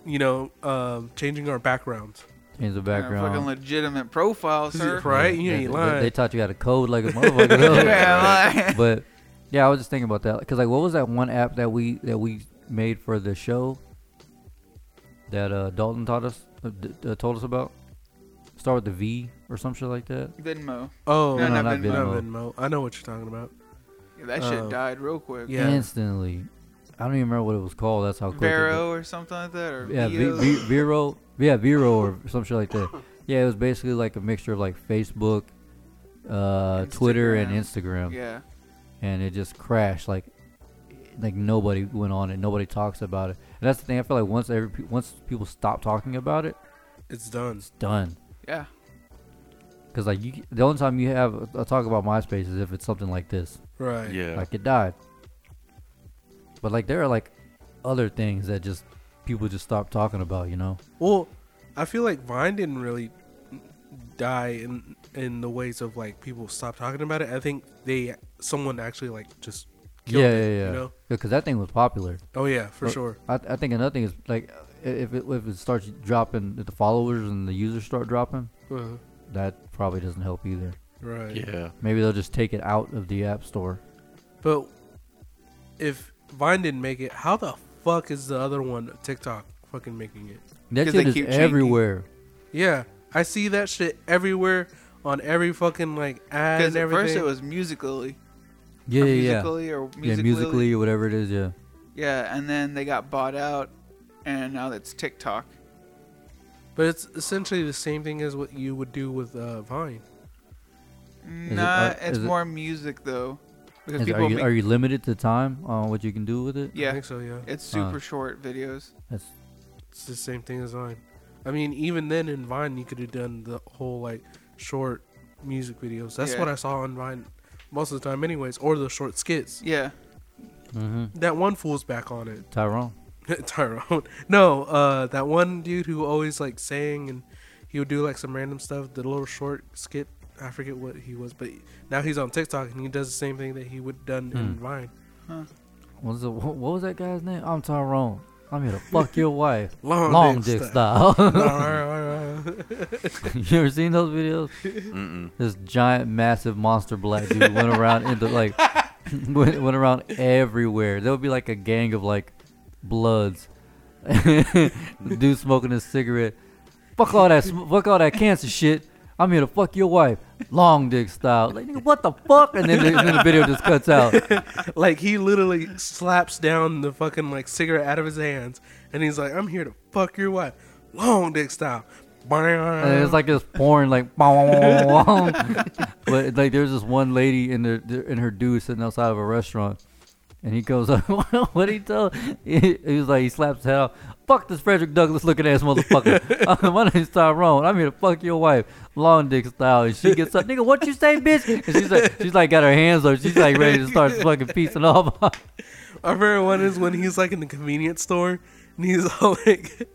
S2: you know um, changing our backgrounds?
S1: Change the
S3: You know,
S1: background.
S3: fucking legitimate profile, sir.
S2: Right? You
S1: Yeah,
S2: ain't
S1: they-
S2: lying.
S1: They, taught you how to code like
S2: [laughs]
S1: a motherfucker. [laughs]
S3: [laughs] Yeah, [laughs] like-
S1: but yeah, I was just thinking about that because like, what was that one app that we that we made for the show that uh, Dalton taught us uh, d- uh, told us about? Start with the V or some shit like that.
S3: Venmo.
S2: oh,
S3: No,
S2: no,
S3: no,
S2: no,
S3: not
S1: Venmo.
S2: Venmo. I know what you're talking about.
S3: Yeah, that shit
S1: Uh,
S2: Um,
S3: died real quick.
S2: Yeah.
S1: Instantly, I don't even remember what it was called. That's how quick.
S3: Vero or something like that, or
S1: It, yeah, v,
S3: Vio.
S1: v,
S3: [laughs]
S1: Vero. Yeah, Vero or some shit like that. Yeah, it was basically like a mixture of like Facebook, uh, Twitter, and Instagram.
S3: Yeah.
S1: and it just crashed like like nobody went on it nobody talks about it and that's the thing i feel like once every pe- once people stop talking about it
S2: It's done.
S1: it's done
S3: Yeah.
S1: because like you the only time you have a a talk about myspace is if it's something like this
S2: Right.
S4: Yeah.
S1: like it died but like there are like other things that just people just stop talking about you know
S2: Well, I feel like Vine didn't really die in in the ways of like people stop talking about it. I think they someone actually like just killed
S1: yeah
S2: it,
S1: yeah yeah
S2: You know?
S1: because that thing was popular
S2: Oh yeah, for
S1: Uh,
S2: sure.
S1: I, I think another thing is like if it, if it starts dropping if the followers and the users start dropping
S3: uh-huh.
S2: Uh,
S1: that probably doesn't help either
S2: right.
S3: [laughs]
S4: Yeah.
S1: maybe they'll just take it out of the app store
S2: But if Vine didn't make it, how the fuck is the other one TikTok fucking making it?
S1: that
S3: 'Cause they
S1: shit is
S3: keep changing.
S1: everywhere
S2: Yeah, I see that shit everywhere on every fucking like ad
S3: Because
S2: and
S3: at
S2: everything.
S3: first it was musically.
S1: yeah yeah yeah
S3: or musically or musically.
S1: yeah musically or whatever it is yeah
S3: Yeah, and then they got bought out, and now that's TikTok.
S2: but it's essentially the same thing as what you would do with uh, Vine.
S1: it-
S3: Nah,
S1: uh,
S3: it's
S1: is it-
S3: more music though, because
S1: Is-
S3: people
S1: are you
S3: make,
S1: are you limited to time on what you can do with it
S2: I
S3: yeah,
S2: think so. Yeah,
S3: it's
S1: Uh.
S3: super short videos.
S1: that's
S2: it's the same thing as Vine. I mean, even then in Vine, you could have done the whole like short music videos. That's
S3: Yeah.
S2: what I saw on Vine most of the time, anyways, or the short skits.
S3: Yeah,
S1: mm-hmm.
S2: That one fool's back on it. [laughs]
S1: Tyrone
S2: Tyrone. No, uh, that one dude who always like sang and he would do like some random stuff. The little short skit. I forget what he was, but now he's on TikTok and he does the same thing that he would done in
S1: Hmm.
S2: Vine.
S1: what was, it, what was that guy's name I'm Tyrone I'm here to fuck your
S3: [laughs]
S1: wife
S2: Long,
S1: long dick
S2: [laughs]
S1: style [laughs]
S2: stuff.
S1: you ever seen those videos
S4: Mm-mm.
S1: this giant, massive monster black dude went around into like [laughs] went, went around everywhere. There would be like a gang of like bloods. [laughs] dude smoking a cigarette. Fuck all that. sm- Fuck all that cancer shit. I'm here to fuck your wife, long dick style. Like nigga, what the fuck? And then, the, and then the video just cuts out.
S2: like he literally slaps down the fucking like cigarette out of his hands and he's like, "I'm here to fuck your wife, long dick style."
S1: And it's like this porn, like, [laughs] but like there's this one lady and the and her dude sitting outside of a restaurant, and he goes up. [laughs] what did he tell? He, he was like, he slaps his head off. Fuck this Frederick Douglass looking ass motherfucker. [laughs] Uh, My name's Tyrone. I'm here to fuck your wife, long dick style. And she gets up, nigga. What you say, bitch? And she's like, she's like got her hands up. She's like ready to start fucking piecing off. [laughs]
S2: My favorite one is when he's like in the convenience store and he's [laughs] all like,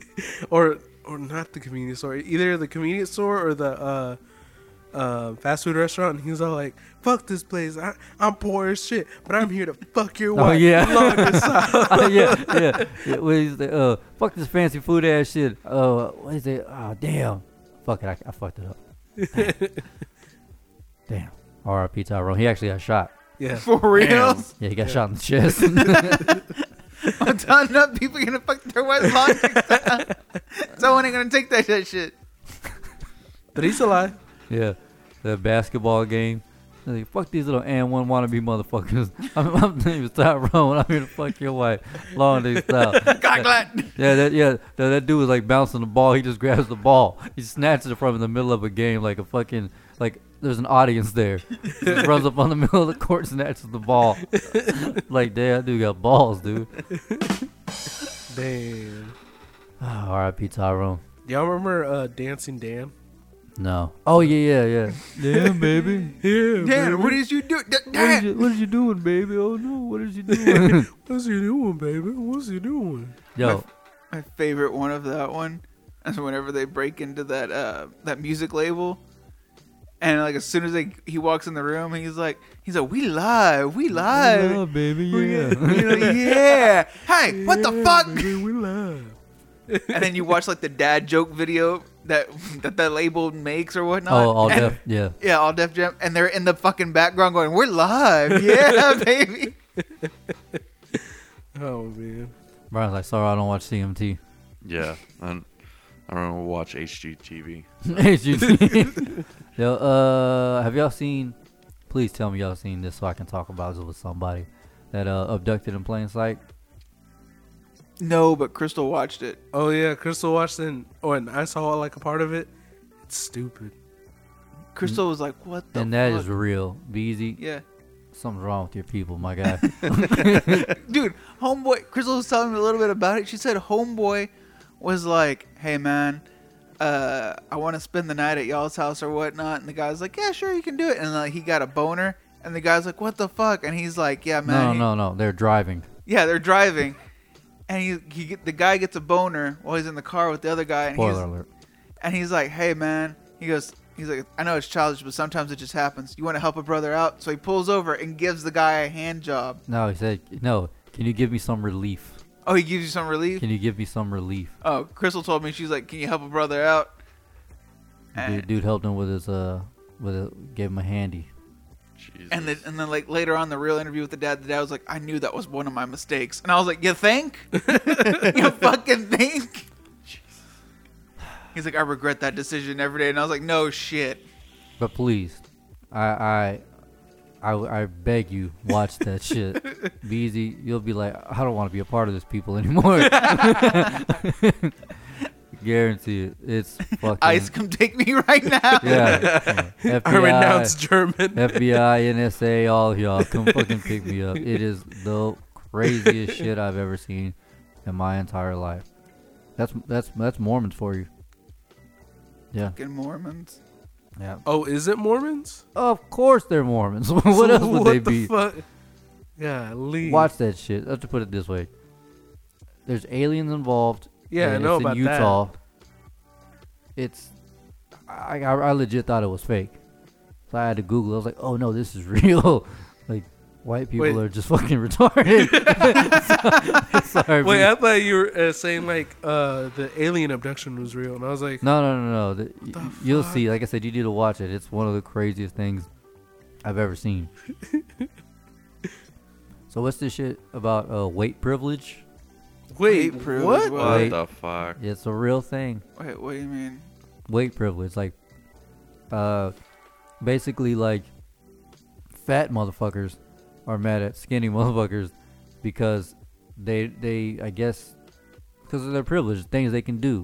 S2: or or not the convenience store, either the convenience store or the uh, uh, fast food restaurant, and he's all like, "Fuck this place, I, I'm poor as shit, but I'm here to fuck your
S1: [laughs] Oh,
S2: wife."
S1: yeah.
S2: Long this out."
S1: Uh, [laughs] yeah, yeah. yeah what is the, uh, fuck this fancy food ass shit. Uh, what is it? Oh, damn. Fuck it. I, I fucked it up. Damn. R.I.P. Tyrone. He actually got shot.
S2: yeah.
S3: [laughs] for real.
S1: Yeah, he got shot in the chest.
S3: I'm telling you, people gonna fuck
S1: [laughs]
S3: their wives long. Someone ain't gonna take that,
S1: [laughs]
S3: that shit.
S2: But he's alive.
S1: yeah. The basketball game. They're Like, fuck these little and one wannabe motherfuckers. [laughs] I'm, I'm name is Tyrone. I'm here to fuck your wife. Long dick style.
S3: God glad.
S1: Yeah, that yeah, that, that dude was like bouncing the ball. He just grabs the ball. He snatches it from him in the middle of a game, like a fucking like there's an audience there. He runs up on the [laughs] middle of the court, snatches the ball. [laughs] like damn, that dude got balls, dude.
S2: Damn.
S1: R.I.P. Tyrone.
S2: Y'all remember uh, Dancing Dan?
S1: No. Oh yeah, yeah, yeah. Damn, baby.
S2: Yeah.
S3: Dan, what is you do? D-
S1: What is,
S3: Dan,
S1: you, what is you doing, baby? Oh no, what is you doing?
S2: What's he doing, baby? What's he doing?
S1: Yo,
S3: my favorite one of that one is whenever they break into that uh that music label and like as soon as they he walks in the room he's like he's like we live we live
S1: oh, baby,
S3: yeah.
S1: yeah.
S3: yeah hey what the
S2: Yeah,
S3: fuck
S2: baby, we live.
S3: and then you watch like the dad joke video that that that label makes or whatnot
S1: oh, all
S3: And-
S1: deaf. Yeah.
S3: [laughs] yeah all def jam and they're in the fucking background going we're live [laughs] yeah baby
S2: Oh man.
S1: Brian's like, sorry, I don't watch CMT.
S4: Yeah. And I don't know, watch HGTV.
S1: HGT. [laughs] Yo, uh, have y'all seen? Please tell me y'all seen this so I can talk about it with somebody that uh abducted in plain sight.
S3: no but crystal watched it
S2: Oh yeah, Crystal Watson. Oh, and I saw like a part of it. It's stupid. [laughs]
S3: crystal was like what the
S1: Mm. and that
S3: fuck?
S1: is real. Be easy.
S3: yeah
S1: Something's wrong with your people, my guy.
S3: Dude, homeboy. Crystal was telling me a little bit about it. She said homeboy was like, "Hey man, uh, I want to spend the night at y'all's house or whatnot." And the guy's like, "Yeah, sure, you can do it." And like, he got a boner. And the guy's like, "What the fuck?" And he's like, "Yeah,
S1: no,
S3: [laughs] man."
S1: no, no. They're driving.
S3: Yeah, they're driving, and he, he get, the guy gets a boner while he's in the car with the other guy, and
S1: Spoiler
S3: he's
S1: alert.
S3: and he's like, "Hey, man," he goes, "He's like, I know it's childish, but sometimes it just happens. You want to help a brother out?" So he pulls over and gives the guy a hand job.
S1: No, he said, no. Can you give me some relief?
S3: Oh, he gives you some relief.
S1: Can you give me some relief?
S3: Oh, Crystal told me she's like, "Can you help a brother out?" And,
S1: Dude, dude helped him with his uh, with a, gave him a handy.
S4: Jesus.
S3: and then and then like later on the real interview with the dad, the dad was like, "I knew that was one of my mistakes," and I was like, "You think? you fucking think?" He's like, "I regret that decision every day," and I was like, "No shit."
S1: But please, I I I, I beg you, watch
S2: [laughs]
S1: that shit. Be easy. You'll be like, I don't want to be a part of this
S2: [laughs]
S1: people anymore. Guarantee it. It's fucking.
S3: Ice, come take me [laughs] right now.
S1: yeah. FBI,
S2: [laughs] I renounce German. [laughs]
S1: FBI, NSA, all of y'all, come fucking pick me up. It is the craziest shit I've ever seen in my entire life. That's that's that's Mormons for you. Yeah,
S3: Fucking Mormons.
S1: yeah.
S2: Oh, is it Mormons?
S1: Of course they're Mormons. [laughs] what
S2: So
S1: else would
S2: what
S1: they
S2: the
S1: be?
S2: Fuck? Yeah, Lee.
S1: Watch that shit. Let's put it this way: there's aliens involved.
S2: Yeah, I
S1: and
S2: know
S1: it's
S2: about
S1: in
S2: that.
S1: Utah. It's, I, I I legit thought it was fake, so I had to Google. it. I was like, oh no, this is [laughs] real. like white people
S2: Wait.
S1: are just fucking [laughs] retarded. So- Sorry.
S2: Wait,
S1: B.
S2: I thought you were uh, saying like uh, the alien abduction was real, and I was like,
S1: no, no, no, no. The- y- you'll see. Like I said, you need to watch it. It's one of the craziest things I've
S2: [laughs]
S1: ever seen. so what's this shit about uh, weight privilege?
S2: wait,
S3: Wait, prove
S2: what?
S3: what?
S4: what
S1: Wait.
S4: the fuck?
S1: It's a real thing.
S3: Wait, what do you mean?
S1: weight privilege. Like, uh, basically, like, fat motherfuckers are mad at skinny [laughs] motherfuckers because they, they, I guess, because of their privilege, things they can do.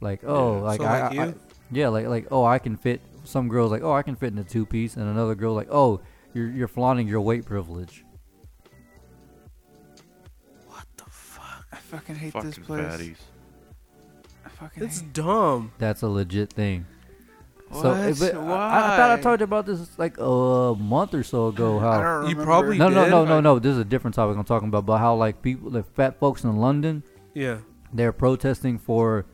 S1: Like, oh,
S2: Yeah,
S1: like,
S2: so
S1: I,
S2: like
S1: I- I-
S2: you?
S1: yeah, like, like, oh, I can fit. Some girls like, oh, I can fit in a two piece, and another girl like, oh, you're you're flaunting your weight privilege.
S3: I fucking hate
S4: Fucking
S3: this place.
S4: fatties.
S3: I fucking
S2: It's
S3: hate
S2: dumb.
S1: That's a legit thing.
S3: what?
S1: So, eh, but
S3: Why?
S1: I, I thought I talked about this like a month or so ago. How
S3: I don't remember.
S2: You probably-
S1: No, no,
S2: did?
S1: no, no, no. This is a different topic I'm talking about, about how like people, the fat folks in London,
S2: Yeah,
S1: they're protesting for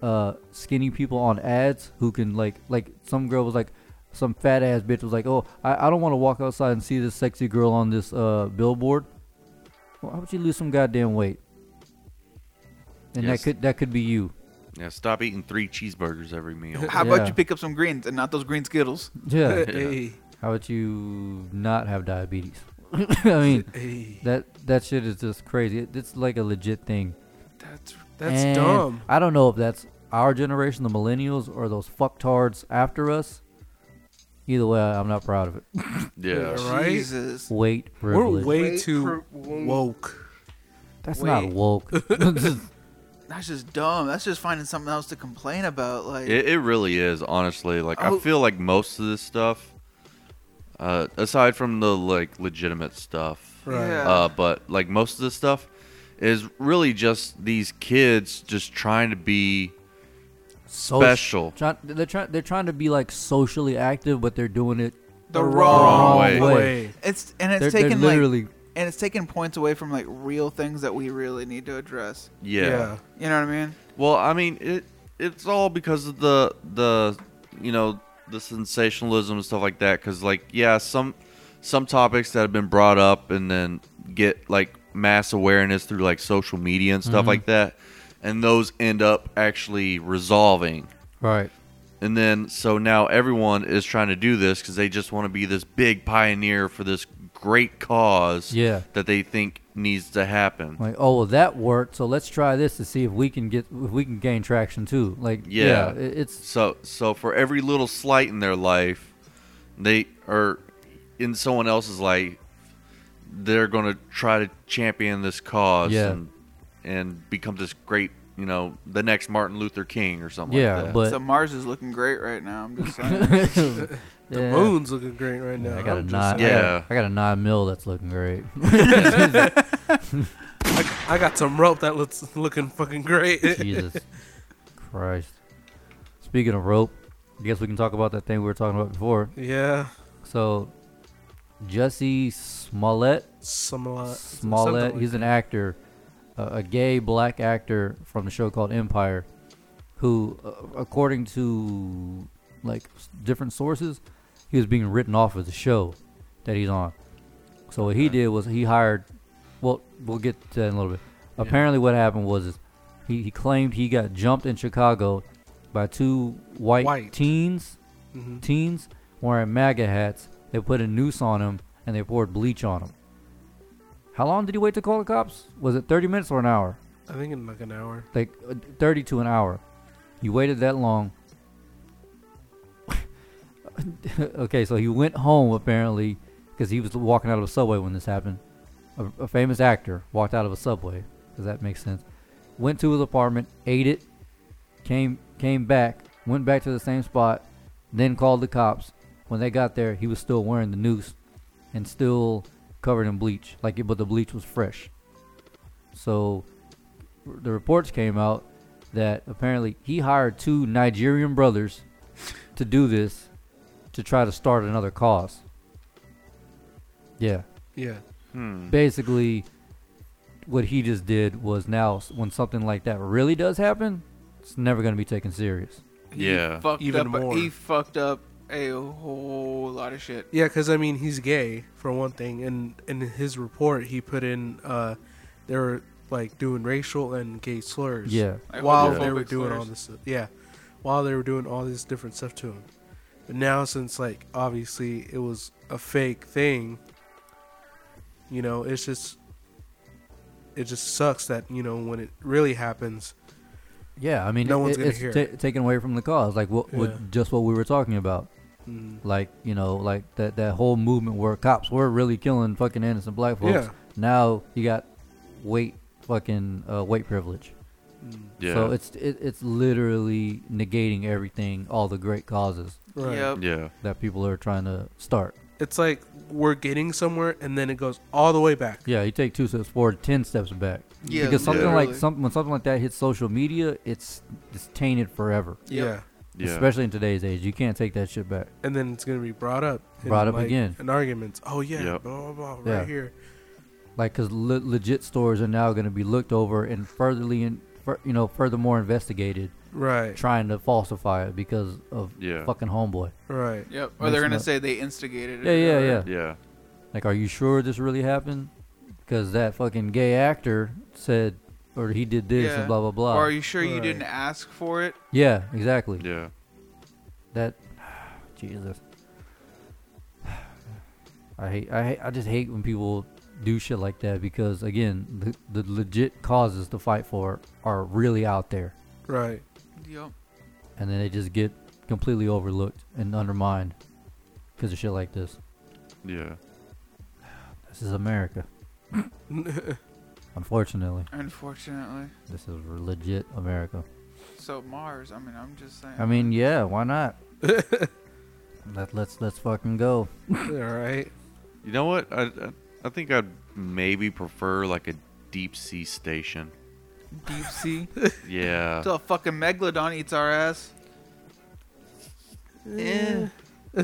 S1: uh skinny people on ads who can like, like some girl was like, some fat ass bitch was like, oh, I, I don't want to walk outside and see this sexy girl on this uh billboard. Well, how about you lose some goddamn weight? And
S4: Yes.
S1: that could that could be you.
S4: Yeah, stop eating three cheeseburgers every meal.
S3: How
S1: Yeah.
S3: about you pick up some greens and not those green Skittles?
S1: Yeah.
S2: hey,
S1: how about you not have diabetes? [laughs] I mean,
S2: hey,
S1: that that shit is just crazy. It, it's like a legit thing.
S3: That's
S2: that's
S1: And
S2: dumb.
S1: I don't know if that's our generation, the millennials, or those fucktards after us. Either way, I'm not proud of it.
S4: yeah.
S2: Yeah, Right?
S3: Jesus.
S1: Weight
S2: We're
S1: privilege.
S2: way
S3: Wait
S2: too
S3: for-
S2: woke.
S1: That's not
S3: Wait.
S1: woke. [laughs]
S3: That's just dumb. That's just finding something else to complain about. Like,
S4: It, it really is, honestly. Like
S3: Oh.
S4: I feel like most of this stuff, uh, aside from the like legitimate stuff,
S2: Right.
S3: Yeah.
S4: uh, but like most of this stuff is really just these kids just trying to be
S1: So-
S4: Special.
S1: Try, they're trying. They're trying to be like socially active, but they're doing it
S3: the wrong.
S4: Wrong way.
S3: It's and it's
S1: They're, they're
S3: taking like
S1: literally.
S3: and it's taking points away from like real things that we really need to address.
S4: yeah.
S2: Yeah.
S3: You know what I mean?
S4: Well, I mean it. It's all because of the the you know the sensationalism and stuff like that. Because like yeah, some some topics that have been brought up and then get like mass awareness through like social media and stuff like that, and those end up actually resolving.
S1: Right.
S4: And then so now everyone is trying to do this because they just want to be this big pioneer for this great cause
S1: Yeah.
S4: that they think needs to happen.
S1: Like, oh, well, that worked. So let's try this to see if we can get if we can gain traction too. Like,
S4: Yeah.
S1: yeah, it- it's
S4: So so for every little slight in their life, they are in someone else's life. They're going to try to champion this cause
S1: Yeah.
S4: and and become this great, you know, the next Martin Luther King or something
S1: yeah,
S4: like that.
S1: but
S3: so Mars is looking great right now. I'm just saying.
S2: The
S1: [laughs] Yeah.
S2: moon's looking great right now.
S1: I got a
S2: I'm just
S1: nine.
S2: saying.
S1: I got-
S4: Yeah.
S1: I got a nine mil that's
S2: [laughs]
S1: looking great. [laughs]
S2: I got some rope that looks looking fucking great. [laughs]
S1: [laughs] Jesus Christ. Speaking of rope, I guess we can talk about that thing we were talking about before.
S2: yeah,
S1: So, Jesse Smollett.
S2: some lot.
S1: Smollett.
S2: something
S1: he's an actor, uh, a gay black actor from the show called Empire, who, uh, according to like s- different sources, he was being written off of the show that he's on. So what he did was he hired. Well, we'll get to that in a little bit. Apparently, what happened was is he, he claimed he got jumped in Chicago by two white,
S2: White.
S1: teens
S2: hmm
S1: teens wearing MAGA hats. They put a noose on him and they poured bleach on him. How long did he wait to call the cops? Was it 30 minutes or an hour?
S2: I think in like an hour.
S1: Like uh, 30 to an hour. He waited that long. [laughs] okay, so he went home apparently because he was walking out of a subway when this happened. A, a famous actor walked out of a subway. Does that make sense? Went to his apartment, ate it, came came back, went back to the same spot, then called the cops. When they got there, he was still wearing the noose and still covered in bleach. Like, it, but the bleach was fresh. So, r- the reports came out that apparently he hired two Nigerian brothers to do this to try to start another cause. Yeah
S2: Yeah,
S4: Hmm.
S1: basically what he just did was now s- when something like that really does happen it's never going to be taken serious
S3: He
S4: [laughs] Yeah.
S3: fucked
S2: Even
S3: up,
S2: more.
S3: He fucked up a whole lot of shit.
S2: yeah. Because I mean, he's gay for one thing, and in his report, he put in uh, they were like doing racial and gay slurs.
S1: yeah
S3: Like,
S2: while
S4: Yeah.
S2: they were
S3: homophobic
S2: doing
S3: slurs.
S2: all this, yeah, while they were doing all this different stuff to him. But now, since like obviously it was a fake thing, you know, it's just it just sucks that you know when it really happens.
S1: yeah i mean
S2: No
S1: it-
S2: one's gonna
S1: it's
S2: hear
S1: ta- taken away from the cause like what,
S2: Yeah.
S1: what just what we were talking about
S2: mm,
S1: like you know like that that whole movement where cops were really killing fucking innocent black folks
S2: Yeah.
S1: now you got weight fucking uh, white privilege
S2: mm,
S4: Yeah.
S1: so it's it, it's literally negating everything all the great causes
S2: right.
S3: Yep.
S4: yeah.
S1: that people are trying to start
S2: It's like we're getting somewhere, and then it goes all the way back.
S1: Yeah, you take two steps forward, ten steps back.
S3: Yeah,
S1: because something like
S3: literally.
S1: some, when something like that hits social media, it's it's tainted forever.
S3: Yep.
S2: Yeah,
S4: Yeah.
S1: Especially in today's age, you can't take that shit back.
S2: and then it's gonna be brought up, in,
S1: Brought up
S2: like,
S1: again.
S2: in arguments. Oh yeah,
S4: Yep.
S2: blah blah blah,
S1: Yeah.
S2: right here.
S1: Like, cause le- legit stories are now going to be looked over and furtherly and fur- you know furthermore investigated,
S2: Right,
S1: trying to falsify it because of
S4: Yeah.
S1: fucking homeboy.
S2: right.
S3: Yep. Or they're
S1: Mixing
S3: gonna
S1: up.
S3: say they instigated it.
S1: Yeah, yeah,
S3: or-
S1: yeah.
S4: Yeah.
S1: Like, are you sure this really happened? Because that fucking gay actor said, or he did this
S3: Yeah.
S1: and blah blah blah.
S3: Or are you sure you
S2: Right.
S3: didn't ask for it?
S1: yeah, exactly.
S4: Yeah.
S1: That [sighs] Jesus. [sighs] I hate I hate, I just hate when people do shit like that because again, the, the legit causes to fight for are really out there
S2: Right. [clears throat]
S3: Yep.
S1: and then they just get completely overlooked and undermined because of shit like this.
S4: Yeah.
S1: This
S2: [laughs]
S1: is America. Unfortunately,
S3: Unfortunately.
S1: this is legit America.
S3: So Mars. I mean, I'm just saying.
S1: I mean, yeah,
S2: [laughs]
S1: why not? Let, let's let's fucking go.
S2: All right.
S4: You know what? I, I I think I'd maybe prefer like a deep sea station.
S3: deep
S1: [laughs]
S3: sea.
S4: Yeah.
S3: Until a fucking megalodon eats our ass. Eh. or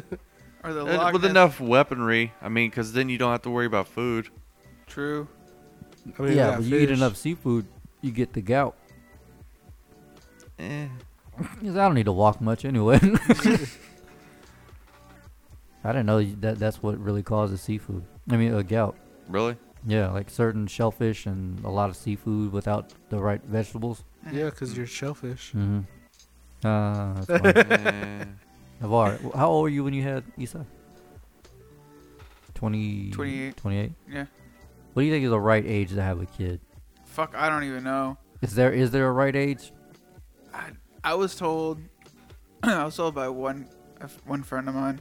S1: [laughs]
S3: the
S4: And
S3: Loch
S4: Uh, with
S3: Ness-
S4: enough weaponry, I mean, because then you don't have to worry about food.
S3: True.
S2: I mean, we
S1: yeah,
S2: got
S1: but you eat
S2: fish.
S1: enough seafood, you get the gout.
S4: Eh.
S1: Because I don't need to walk much anyway. [laughs] I didn't know that that's what really causes seafood. I mean, a gout.
S4: Really?
S1: Yeah, like certain shellfish and a lot of seafood without the right vegetables.
S2: Yeah, because you're shellfish.
S4: Hmm.
S1: Mm-hmm. Uh, that's funny.
S4: [laughs] Eh.
S1: Navarre, wh- how old were you when you had Isa? 20,
S3: 28.
S1: 28?
S3: Yeah.
S1: What do you think is the right age to have a kid?
S3: Fuck. I don't even know.
S1: Is there is there a right age?
S3: I, I was told [clears throat] I was told by one one friend of mine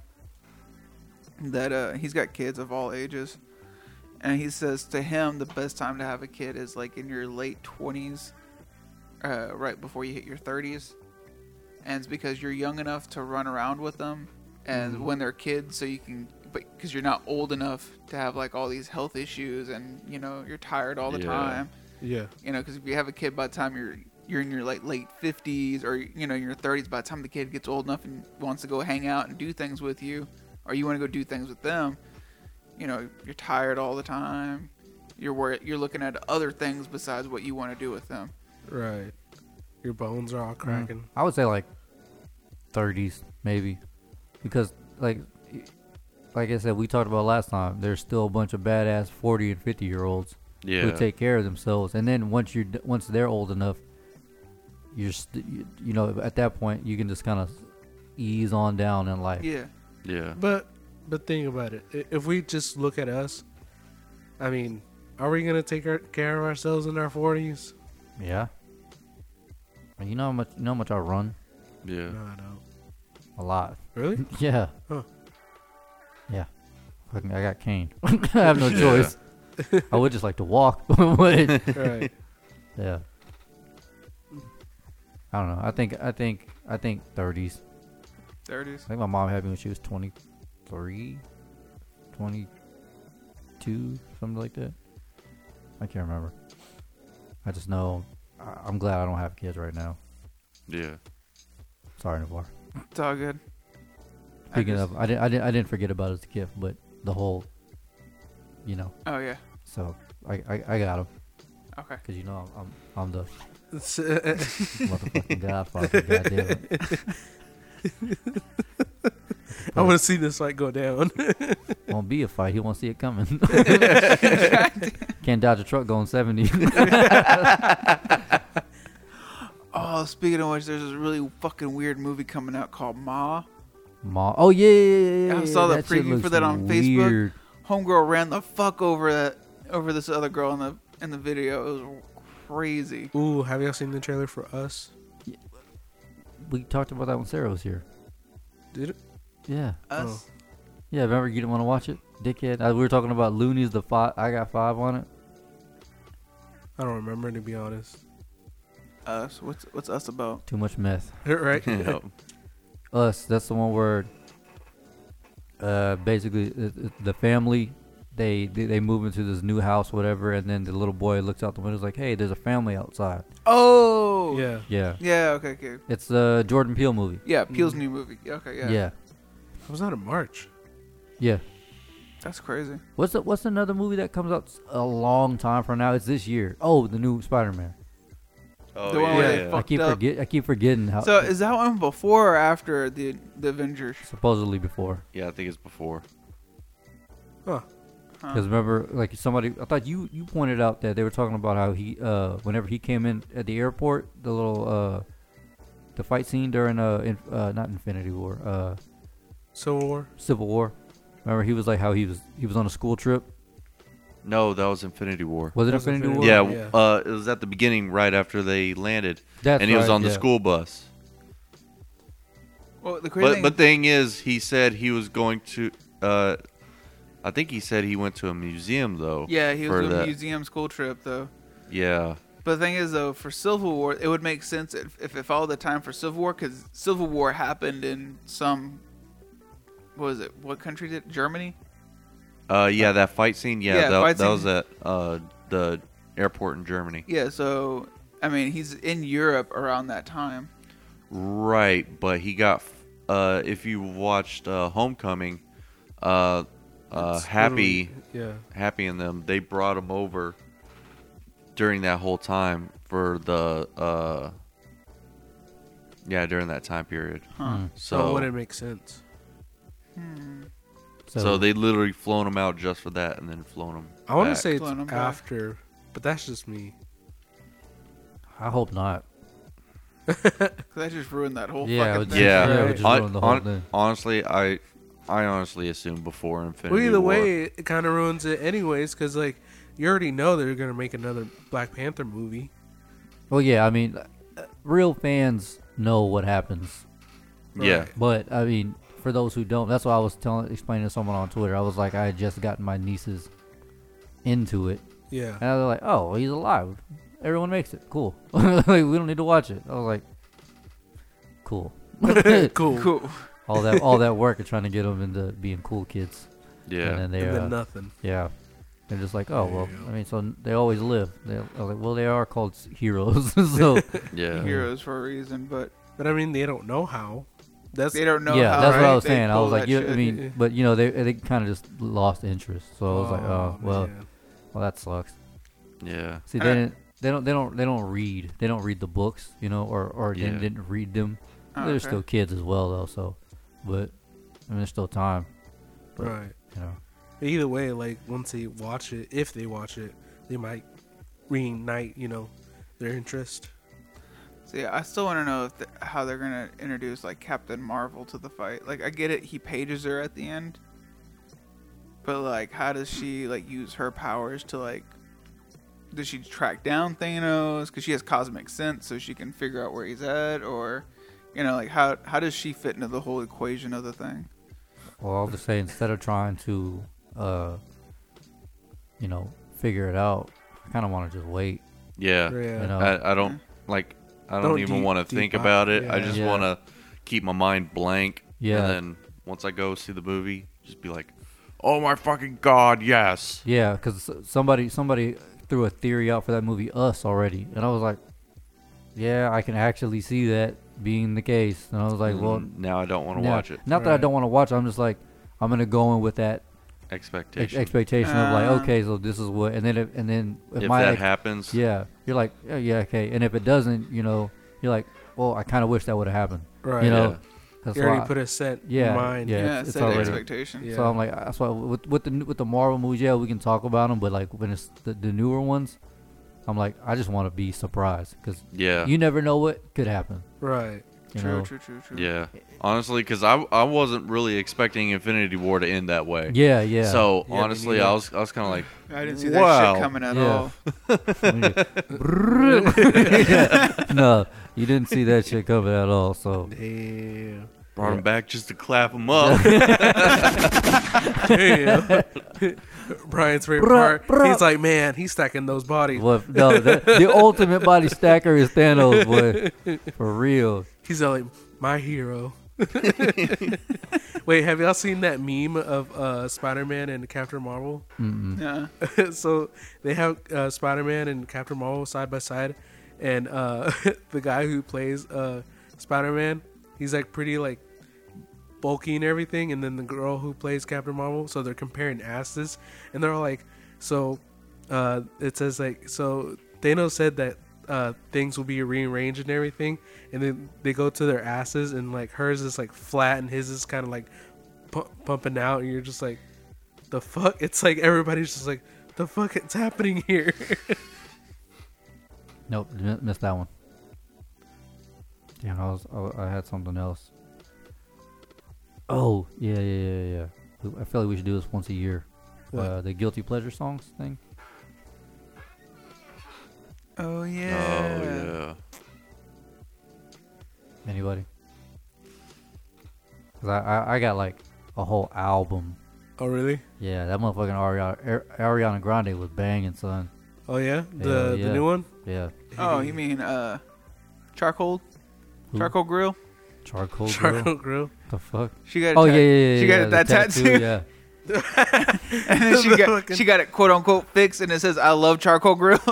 S3: that uh, he's got kids of all ages, and he says to him the best time to have a kid is like in your late twenties, uh, right before you hit your thirties, and it's because you're young enough to run around with them and when they're kids, so you can, but because you're not old enough to have like all these health issues, and you know you're tired all the
S4: Yeah.
S3: time.
S2: Yeah.
S3: You know, because if you have a kid by the time you're you're in your like late 50s or you know your 30s, by the time the kid gets old enough and wants to go hang out and do things with you, or you want to go do things with them, you know you're tired all the time. You're wor- you're looking at other things besides what you want to do with them.
S2: Right. Your bones are all cracking.
S1: I would say like 30s maybe, because like like I said, we talked about last time. There's still a bunch of badass 40 and 50 year olds
S4: Yeah.
S1: who take care of themselves, and then once you are once they're old enough, you're st- you, you know at that point you can just kind of ease on down in life.
S3: Yeah.
S4: yeah.
S2: But but think about it. I- If we just look at us, I mean, are we gonna take our, care of ourselves in our forties?
S1: Yeah. And You know how much you know how much I run?
S4: Yeah.
S2: No, I don't.
S1: A lot.
S4: [laughs]
S2: Really?
S1: [laughs] Yeah.
S2: Huh.
S1: Yeah. Fucking, I got cane. [laughs] I have no
S4: Yeah.
S1: choice. I would just like to walk, [laughs] but
S2: [laughs] right.
S1: yeah. I don't know. I think I think I think 30s.
S3: 30s.
S1: I think my mom had me when she was 23, 22, something like that. I can't remember. I just know I, I'm glad I don't have kids right now.
S4: Yeah.
S1: Sorry, Navar.
S3: It's all good. I
S1: Speaking
S3: just-
S1: of, I didn't, I didn't, I didn't forget about his gift, but the whole, you know,
S3: Oh yeah.
S1: so I, I, I got him
S3: Okay.
S1: because you know I'm, I'm, I'm the
S2: It's, uh,
S3: [laughs]
S1: motherfucking godfather. Goddamn it.
S2: I want to see this fight go down. [laughs]
S1: Won't be a fight. He won't see it
S3: [laughs]
S1: coming. [laughs] Can't dodge a truck going 70.
S3: Oh, speaking of which, there's this really fucking weird movie coming out called Ma.
S1: [laughs] Ma, oh yeah, yeah, yeah, yeah
S3: I saw
S1: yeah,
S3: the
S1: that shit
S3: preview for
S1: looks
S3: that on Facebook.
S1: weird.
S3: Homegirl ran the fuck over that over this other girl in the in the video. It was crazy.
S2: Ooh, have y'all seen the trailer for Us?
S1: We talked about that when Sarah was here.
S2: Did it?
S1: Yeah,
S3: Us.
S1: yeah. Remember you didn't want to watch it, dickhead. Uh, we were talking about Looney's the five. I got five on it.
S2: I don't remember to be honest. [laughs]
S3: Us. What's what's us about?
S1: Too much meth.
S4: [laughs]
S2: right?
S4: Yep.
S1: Us. That's the one where, uh, basically uh, uh, the family, they, they they move into this new house, whatever, and then the little boy looks out the window, is like, hey, there's a family outside.
S3: Oh.
S2: Yeah.
S1: Yeah.
S3: Yeah. Okay. Okay.
S1: It's a Jordan Peele movie.
S3: Yeah. Peel's new movie. Okay. Yeah.
S1: Yeah. yeah.
S2: It was out in March.
S3: That's crazy.
S1: What's the, what's another movie that comes out s- a long time from now? It's this year. Oh, the new Spider-Man.
S4: Oh,
S3: The one where they
S1: I
S3: fuck-
S1: keep
S3: Fucked up.
S1: forget. I keep forgetting how.
S3: So is that one before or after the the Avengers?
S1: supposedly before,
S4: yeah, I think it's before.
S2: Huh.
S1: because remember, like somebody, I thought you you pointed out that they were talking about how he, uh, whenever he came in at the airport, the little uh, the fight scene during uh, in, uh not Infinity War, uh,
S2: Civil War.
S1: Civil War. Remember, he was like how he was he was on a school trip.
S4: No, that was Infinity War.
S1: Was it
S2: That was
S1: Infinity,
S2: Infinity
S1: War?
S4: Yeah,
S2: War, yeah.
S4: Uh, it was at the beginning, right after they landed,
S1: That's
S4: and he was
S1: right,
S4: on the
S1: yeah.
S4: school bus.
S3: Well, the crazy
S4: But
S3: thing
S4: but thing is, he said he was going to. Uh, I think he said he went to a museum though.
S3: Yeah, he was
S4: for
S3: doing a
S4: that.
S3: museum school trip though.
S4: Yeah,
S3: But the thing is, though, for Civil War, it would make sense if, if it followed the time for Civil War, because Civil War happened in some. What was it? What country did Germany?
S4: uh, yeah, that fight scene. Yeah,
S3: Yeah,
S4: that,
S3: fight
S4: that
S3: scene.
S4: was at uh, the airport in Germany.
S3: Yeah, so I mean, he's in Europe around that time.
S4: Right, but he got. f- Uh, if you watched uh, Homecoming, uh, uh,
S2: It's
S4: Happy,
S2: literally- Yeah.
S4: Happy and them, they brought him over during that whole time for the. Uh, yeah, during that time period.
S3: Huh.
S2: So oh,
S4: So,
S2: would it make sense?
S1: So,
S4: so they literally flown him out just for that, and then flown him.
S2: I want to
S4: back.
S2: say it's
S3: Clone 'em back.
S2: after, but that's just me.
S1: I hope not.
S3: 'Cause that just ruined that whole
S1: Yeah, it
S3: fucking
S1: would
S3: thing.
S1: just-
S4: Yeah,
S1: Yeah, we just
S4: hon-
S1: ruined the whole
S4: hon-
S1: thing.
S4: honestly, I, I honestly assume before Infinity
S2: Well, either
S4: War.
S2: way, it kind of ruins it, anyways, because like you already know they're gonna make another Black Panther movie.
S1: Well, yeah, I mean, uh, real fans know what happens
S4: yeah,
S2: Right.
S1: But I mean, for those who don't, that's why I was telling, explaining to someone on Twitter. I was like, I had just gotten my nieces into it,
S2: Yeah.
S1: and they're like, "Oh, he's alive. Everyone makes it. Cool. [laughs] like, we don't need to watch it." I was like, "Cool." [laughs]
S2: cool.
S3: [laughs] Cool.
S1: all that all that work of trying to get them into being cool kids. And
S4: Yeah.
S1: then they
S2: and
S1: uh,
S2: then nothing.
S1: yeah. They're just like, oh well.
S2: Yeah.
S1: I mean, so they always live. They are like, well, they are called s-
S3: [laughs]
S1: heroes. [laughs] so
S4: Yeah.
S3: heroes for a reason, but
S2: But I mean, they don't know how. That's
S3: they don't know.
S1: yeah,
S3: how
S1: that's what
S3: they-
S1: I was
S3: they
S1: saying. I
S3: pull
S1: was like,
S3: that
S1: you, I
S3: shit.
S1: mean, but you know, they they kind of just lost interest. So I was like, oh well,
S2: man.
S1: well that sucks.
S4: Yeah.
S1: See,
S3: I
S1: they
S3: don't-
S1: didn't, they don't they don't they don't read. They don't read the books, you know, or or they
S4: Yeah.
S1: didn't read them.
S3: Oh,
S1: they're
S3: okay.
S1: still kids as well, though. So, but I mean, there's still time. but-
S2: right.
S1: You know,
S2: Either way, like once they watch it, if they watch it, they might reignite, you know, their interest.
S3: See, I still want to know if th how they're gonna introduce like Captain Marvel to the fight. Like, I get it, he pages her at the end, but like, how does she like use her powers to like? Does she track down Thanos because she has cosmic sense, so she can figure out where he's at, or, you know, like how how does she fit into the whole equation of the thing?
S1: well, I'll just say instead of trying to, uh, you know, figure it out, I kind of want to just wait.
S4: Yeah.
S2: Yeah.
S1: You know,
S4: I, I don't like. I don't,
S2: Don't
S4: even
S2: deep-
S4: want
S2: deep
S4: to think
S2: dive,
S4: about it. I
S2: yeah.
S4: just
S1: Yeah.
S4: want to keep my mind blank.
S1: Yeah.
S4: And then once I go see the movie, just be like, "Oh my fucking god, yes."
S1: Yeah, because somebody somebody threw a theory out for that movie Us already, and I was like, yeah, I can actually see that being the case. And I was like,
S4: And
S1: well,
S4: Mm, now I don't want to
S1: yeah,
S4: watch it.
S1: Not that I
S2: Right.
S1: don't want to watch. it, I'm just like, I'm gonna go in with that ex-
S4: Expectation.
S1: expectation of like,
S3: Uh.
S1: okay, so this is what, and then if, and then if,
S4: if
S1: my
S4: that
S1: ex-
S4: happens,
S1: yeah, you're like, yeah, yeah, okay, and if it doesn't, you know, you're like, well, I kind of wish that would have happened,
S2: Right.
S1: you know.
S4: Yeah.
S1: That's
S2: you already
S1: why-
S2: put a set
S1: yeah,
S2: mind.
S1: yeah,
S3: Yeah,
S1: it's- it's
S3: set
S1: already-
S3: expectation.
S2: Yeah.
S1: So I'm like, that's why with, with the new- with the Marvel movies, yeah, we can talk about them, but like when it's the, the newer ones, I'm like, I just want to be surprised because
S4: yeah,
S1: you never know what could happen. [laughs]
S2: Right.
S1: You
S3: True,
S1: know?
S3: true, true, true.
S4: yeah. Honestly, because I I wasn't really expecting Infinity War to end that way.
S1: Yeah, yeah.
S4: So
S2: Yeah, me
S4: honestly,
S2: neither.
S4: I was I was kind of like,
S3: I didn't see that
S4: Wow.
S3: shit coming at
S1: Yeah.
S3: all.
S1: no, you didn't see that shit coming at all. So
S2: Damn. [laughs]
S4: brought
S1: Yeah.
S4: him back just to clap
S1: [laughs]
S4: him up. Oh,
S2: Damn. Brian's favorite
S1: Bruh,
S2: part.
S1: bruh.
S2: He's like, man, he's stacking those bodies.
S1: what? No, the, the ultimate body stacker is Thanos, boy, for real.
S2: He's all like, my hero. [laughs] Wait, have y'all seen that meme of uh, Spider-Man and Captain Marvel?
S1: Mm-mm.
S3: Yeah.
S4: [laughs]
S2: [laughs] so they have uh, Spider Man and Captain Marvel side by side, and uh, [laughs] the guy who plays uh, Spider Man, he's like pretty like bulky and everything, and then the girl who plays Captain Marvel. So they're comparing asses, and they're all like, so uh, it says like so Thanos said that. Uh, things will be rearranged and everything, and then they go to their asses, and like hers is like flat, and his is kind of like pu- pumping out, and you're just like, the fuck? It's like everybody's just like, the fuck it's happening here. [laughs]
S1: Nope, mi- missed that one. Damn, I was I, I had something else. Oh yeah yeah yeah yeah. We- I feel like we should do this once a year.
S2: What?
S1: Uh, the guilty pleasure songs thing.
S3: Oh
S4: oh
S3: yeah.
S4: yeah.
S1: Anybody? 'Cause I, I I got like a whole album.
S2: oh really?
S1: Yeah, that motherfucking Ariana Ariana Grande was banging son.
S2: Oh yeah, the
S1: Hell yeah.
S2: the new one.
S1: Yeah,
S3: Oh, you mean uh, charcoal,
S1: Mm-hmm. Who?
S3: charcoal grill?
S1: charcoal.
S2: Charcoal
S1: Girl?
S2: Grill?
S1: The fuck?
S3: She got. A
S1: Oh
S3: tat-
S1: yeah yeah yeah.
S3: She
S1: yeah,
S3: got that
S1: the
S3: tattoo,
S1: Yeah.
S3: [laughs] and then
S1: [laughs]
S3: she
S2: The
S3: got
S2: fucking-
S3: she got it quote unquote fixed, and it says "I love charcoal grill." [laughs]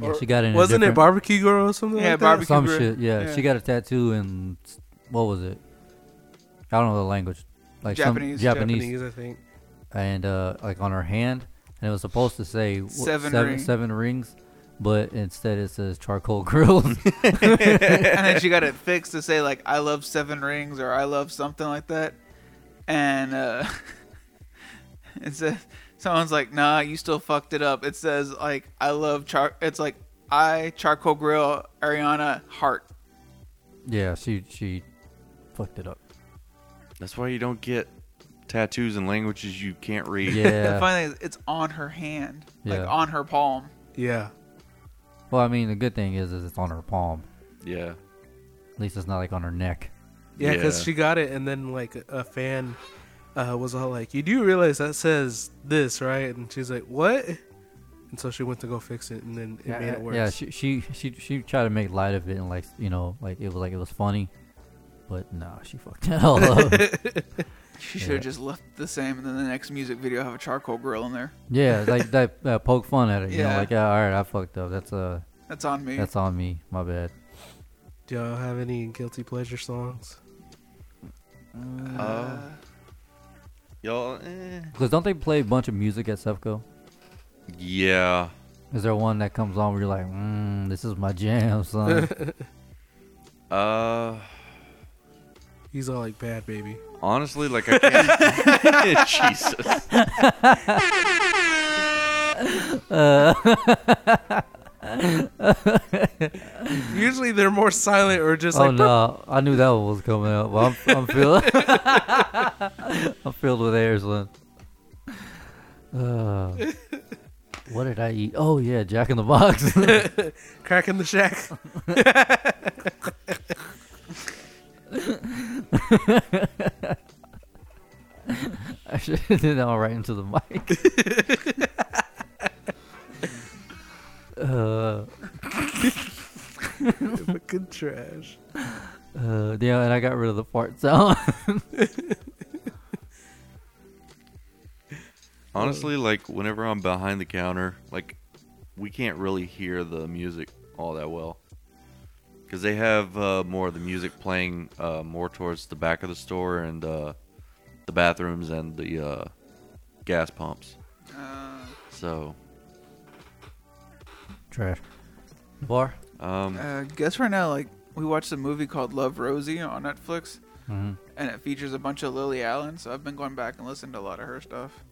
S1: Yeah, she got it. in a
S2: Wasn't it
S1: different-
S2: Barbecue Girl or something?
S3: Yeah,
S2: like that?
S3: barbecue.
S1: some
S3: grill.
S1: shit. Yeah.
S3: Yeah.
S1: she got a tattoo in what was it? I don't know the language. Like some
S3: Japanese,
S1: Japanese,
S2: Japanese, I think.
S1: and uh, like on her hand, and it was supposed to say wh-
S3: Seven
S1: seven,
S3: ring.
S1: seven rings, but instead it says charcoal
S3: [laughs]
S1: grills.
S3: and then she got it fixed to say like "I love Seven Rings" or "I love something like that," and uh, [laughs] it says someone's like, "Nah, you still fucked it up." It says like "I love char." It's like "I charcoal grill Ariana heart."
S1: yeah, she she fucked
S3: [laughs]
S1: it up.
S4: That's why you don't get tattoos in languages you can't read.
S3: The
S1: Yeah.
S3: funny thing is, it's on her hand,
S1: Yeah.
S3: like on her palm.
S2: Yeah.
S1: well, I mean, the good thing is, is it's on her palm.
S4: Yeah.
S1: At least it's not like on her neck.
S2: Yeah, because
S4: Yeah.
S2: she got it, and then like a- a fan uh, was all like, "You do realize that says this, right?" And she's like, "What?" And so she went to go fix it, and then it made it worse.
S1: Yeah, she, she she she tried to make light of it and like you know like it was like it was funny, But no, she [laughs] fucked it all up.
S3: She should have just left the same, and then the next music video have a charcoal grill in there.
S1: yeah, like that uh, poke fun at it. You
S3: Yeah.
S1: know, like, yeah, all right, I fucked up. That's uh,
S3: That's on me.
S1: that's on me. My bad.
S2: Do y'all have any guilty pleasure songs?
S3: uh,
S4: Y'all, eh.
S1: Because don't they play a bunch of music at Sefco?
S4: Yeah.
S1: Is there one that comes on where you're like, mm, this is my jam, son?
S4: Uh,
S2: He's all like bad baby.
S4: honestly, like I can't. Jesus.
S2: Uh. [laughs] Usually they're more silent or just
S1: oh
S2: like
S1: no, I knew that one was coming up. Well, I'm, I'm filled. [laughs] I'm filled with airs, Lynn. Uh, what did I eat? Oh yeah, Jack in the Box. [laughs]
S2: cracking the shack. [laughs]
S1: I should have did that one right into the mic. [laughs] uh,
S2: Fucking trash.
S1: uh, yeah, and I got rid of the fart sound. [laughs]
S4: Honestly, like whenever I'm behind the counter, like we can't really hear the music all that well because they have uh, more of the music playing uh, more towards the back of the store and uh, the bathrooms and the uh, gas pumps.
S3: uh,
S4: So,
S1: Trash. Bar.
S4: um,
S3: uh, guess right now, like we watched a movie called Love Rosie on Netflix,
S1: Mhm.
S3: and it features a bunch of Lily Allen. So I've been going back and listening to a lot of her stuff,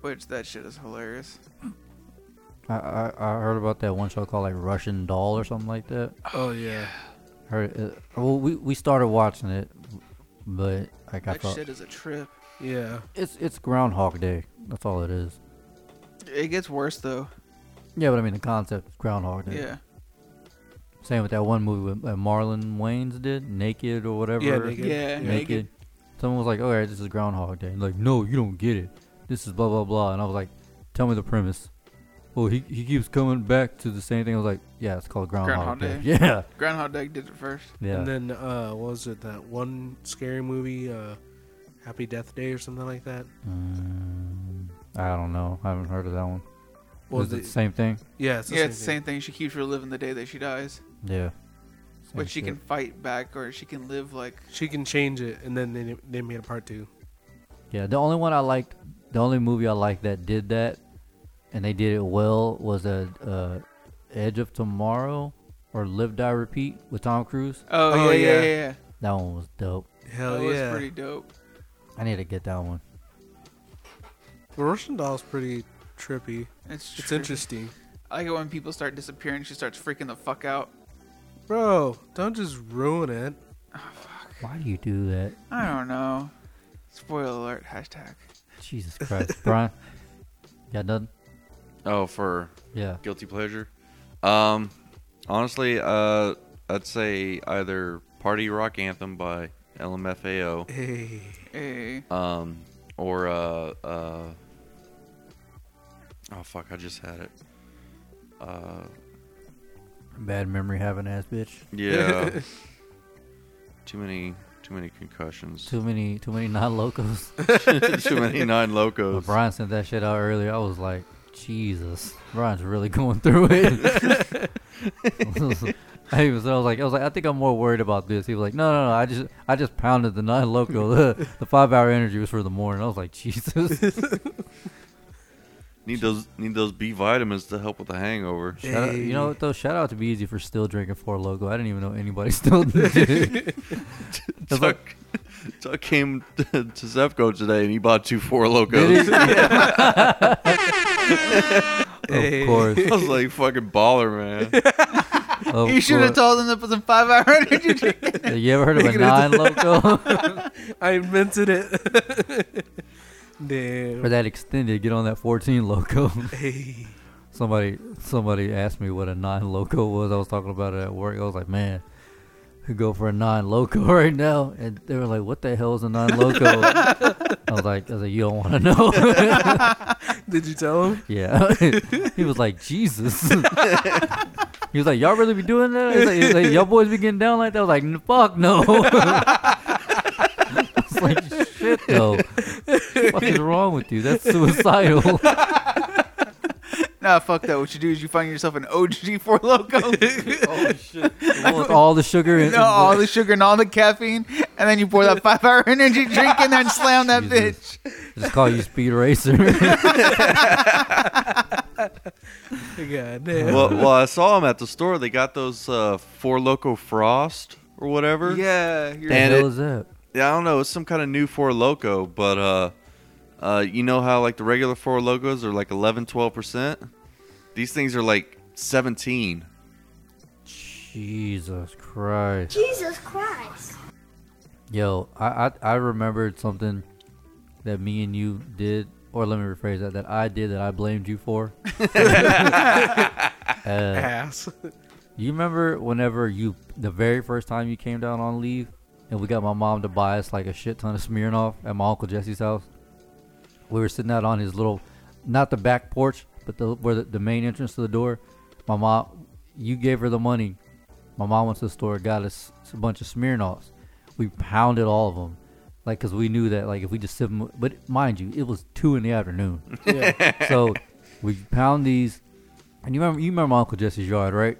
S3: which that shit is hilarious.
S1: I, I I heard about that one show called like Russian Doll or something like that.
S2: Oh yeah.
S1: Heard it, uh, well, we we started watching it, but like I
S3: That
S1: thought
S3: shit is a trip.
S2: Yeah.
S1: it's it's Groundhog Day. That's all it is.
S3: It gets worse though.
S1: Yeah, but I mean the concept is Groundhog Day.
S3: Yeah.
S1: Same with that one movie with, uh, Marlon Wayans did, Naked or whatever.
S2: Yeah, Naked.
S3: Yeah. Naked.
S1: Naked. Someone was like, "All right, this is Groundhog Day." And like, no, you don't get it. This is blah blah blah. And I was like, "Tell me the premise." Well, he he keeps coming back to the same thing. I was like, "Yeah, it's called Groundhog,
S3: Groundhog
S1: Day."
S3: Day.
S1: [laughs] Yeah,
S3: Groundhog Day did it first.
S1: yeah.
S2: And then uh what was it that one scary movie uh Happy Death Day or something like that?
S1: Mm, I don't know. I haven't heard of that one.
S2: What
S1: is
S2: was
S1: it
S2: it?
S1: the same thing?
S2: Yeah, it's the
S3: yeah,
S2: same
S3: it's the
S2: thing.
S3: same thing. She keeps reliving the day that she dies,
S1: Yeah.
S3: but she
S1: shit.
S3: can fight back or she can live like.
S2: She can change it and then they, they made a part 2.
S1: Yeah, the only one I liked, the only movie I liked that did that, and they did it well, was a uh, Edge of Tomorrow or Live Die Repeat with Tom Cruise.
S3: Oh,
S2: Oh,
S3: yeah, yeah,
S2: yeah.
S3: yeah. yeah.
S1: That one was dope.
S2: Hell
S3: that
S2: yeah.
S3: was pretty dope.
S1: I need to get that one.
S2: The Russian doll's pretty trippy.
S3: It's
S2: It's
S3: trippy.
S2: interesting.
S3: I like it when people start disappearing. She starts freaking the fuck out.
S2: Bro, don't just ruin it.
S1: Why do you do that?
S3: I don't know. Spoiler alert. Hashtag.
S1: Jesus Christ, [laughs] Brian. Got nothing?
S4: oh, for
S1: Yeah.
S4: guilty pleasure. Um, honestly, uh, I'd say either "Party Rock Anthem" by LMFAO.
S2: Hey.
S3: Hey.
S4: Um, or uh, uh, oh fuck, I just had it. Uh,
S1: Bad memory having ass bitch.
S4: yeah. too many, too many concussions.
S1: [laughs] Too many, too many non locals.
S4: [laughs] too many nine
S1: But
S4: locos.
S1: Brian sent that shit out earlier. I was like, Jesus, Brian's really [laughs] going through it. [laughs] I was, I was like, I was like, I think I'm more worried about this. He was like, No, no, no. I just, I just pounded the non local. [laughs] the, five hour energy was for the morning. I was like, Jesus.
S4: Need those, need those B vitamins to help with the hangover.
S1: Shout out, you know what though? Shout out to Be Easy for still drinking four local. I didn't even know anybody [laughs] still did. it.
S4: Tuck, [laughs] Tuck came to Zefco today and he bought two four locos.
S1: of [laughs]
S2: Hey.
S1: course.
S4: I was like, fucking baller, man.
S1: Of
S3: you should have
S1: course.
S3: told them to put some five hour energy drink.
S1: You ever heard of a
S2: Negative.
S1: non local? [laughs]
S2: I invented it. [laughs] Damn.
S1: for that extended, get on that 14 loco.
S2: Hey.
S1: Somebody somebody asked me what a non loco was. I was talking about it at work. I was like, man, could go for a non loco [laughs] right now. And they were like, what the hell is a non loco? I was like, I was like, you don't want to know. [laughs]
S2: Did you tell him?
S1: yeah. he was like, Jesus. [laughs] He was like, "Y'all really be doing that?" He's like, he's like, "Y'all boys be getting down like that?" I was like, "N- "Fuck no." [laughs] It's like shit though. What is wrong with you? That's
S3: [laughs]
S1: suicidal.
S3: Nah, fuck that. What you do is you find yourself an OG Four Loco.
S1: oh shit! With all the sugar and
S3: No, all the sugar and all the caffeine, and then you pour that five-hour energy drink in there and slam that
S1: Jesus.
S3: bitch.
S1: just call you Speed Racer. [laughs]
S2: God damn.
S4: well, well, I saw them at the store. They got those uh, Four Loco Frost or whatever.
S3: Yeah, you're,
S4: And
S1: the
S4: it-
S1: hell is that?
S4: Yeah, I don't know. It's some kind of new Four Loco, but uh, uh, you know how like the regular Four Locos are like 11, 12 percent. These things are like seventeen.
S1: Jesus Christ.
S5: Jesus Christ.
S1: Yo, I, I I remembered something that me and you did, or let me rephrase that, that I did that I blamed you [laughs] for. uh,
S2: Ass. [laughs]
S1: you remember whenever you, the very first time you came down on leave, and we got my mom to buy us like a shit ton of Smirnoff at my uncle Jesse's house. We were sitting out on his little, not the back porch, but the where the, the main entrance to the door. My mom, you gave her the money. My mom went to the store, got us a bunch of Smirnoffs. We pounded all of them, like because we knew that like if we just sip them. But mind you, it was two in the afternoon,
S2: Yeah.
S1: so we pound these. And you remember you remember Uncle Jesse's yard, right?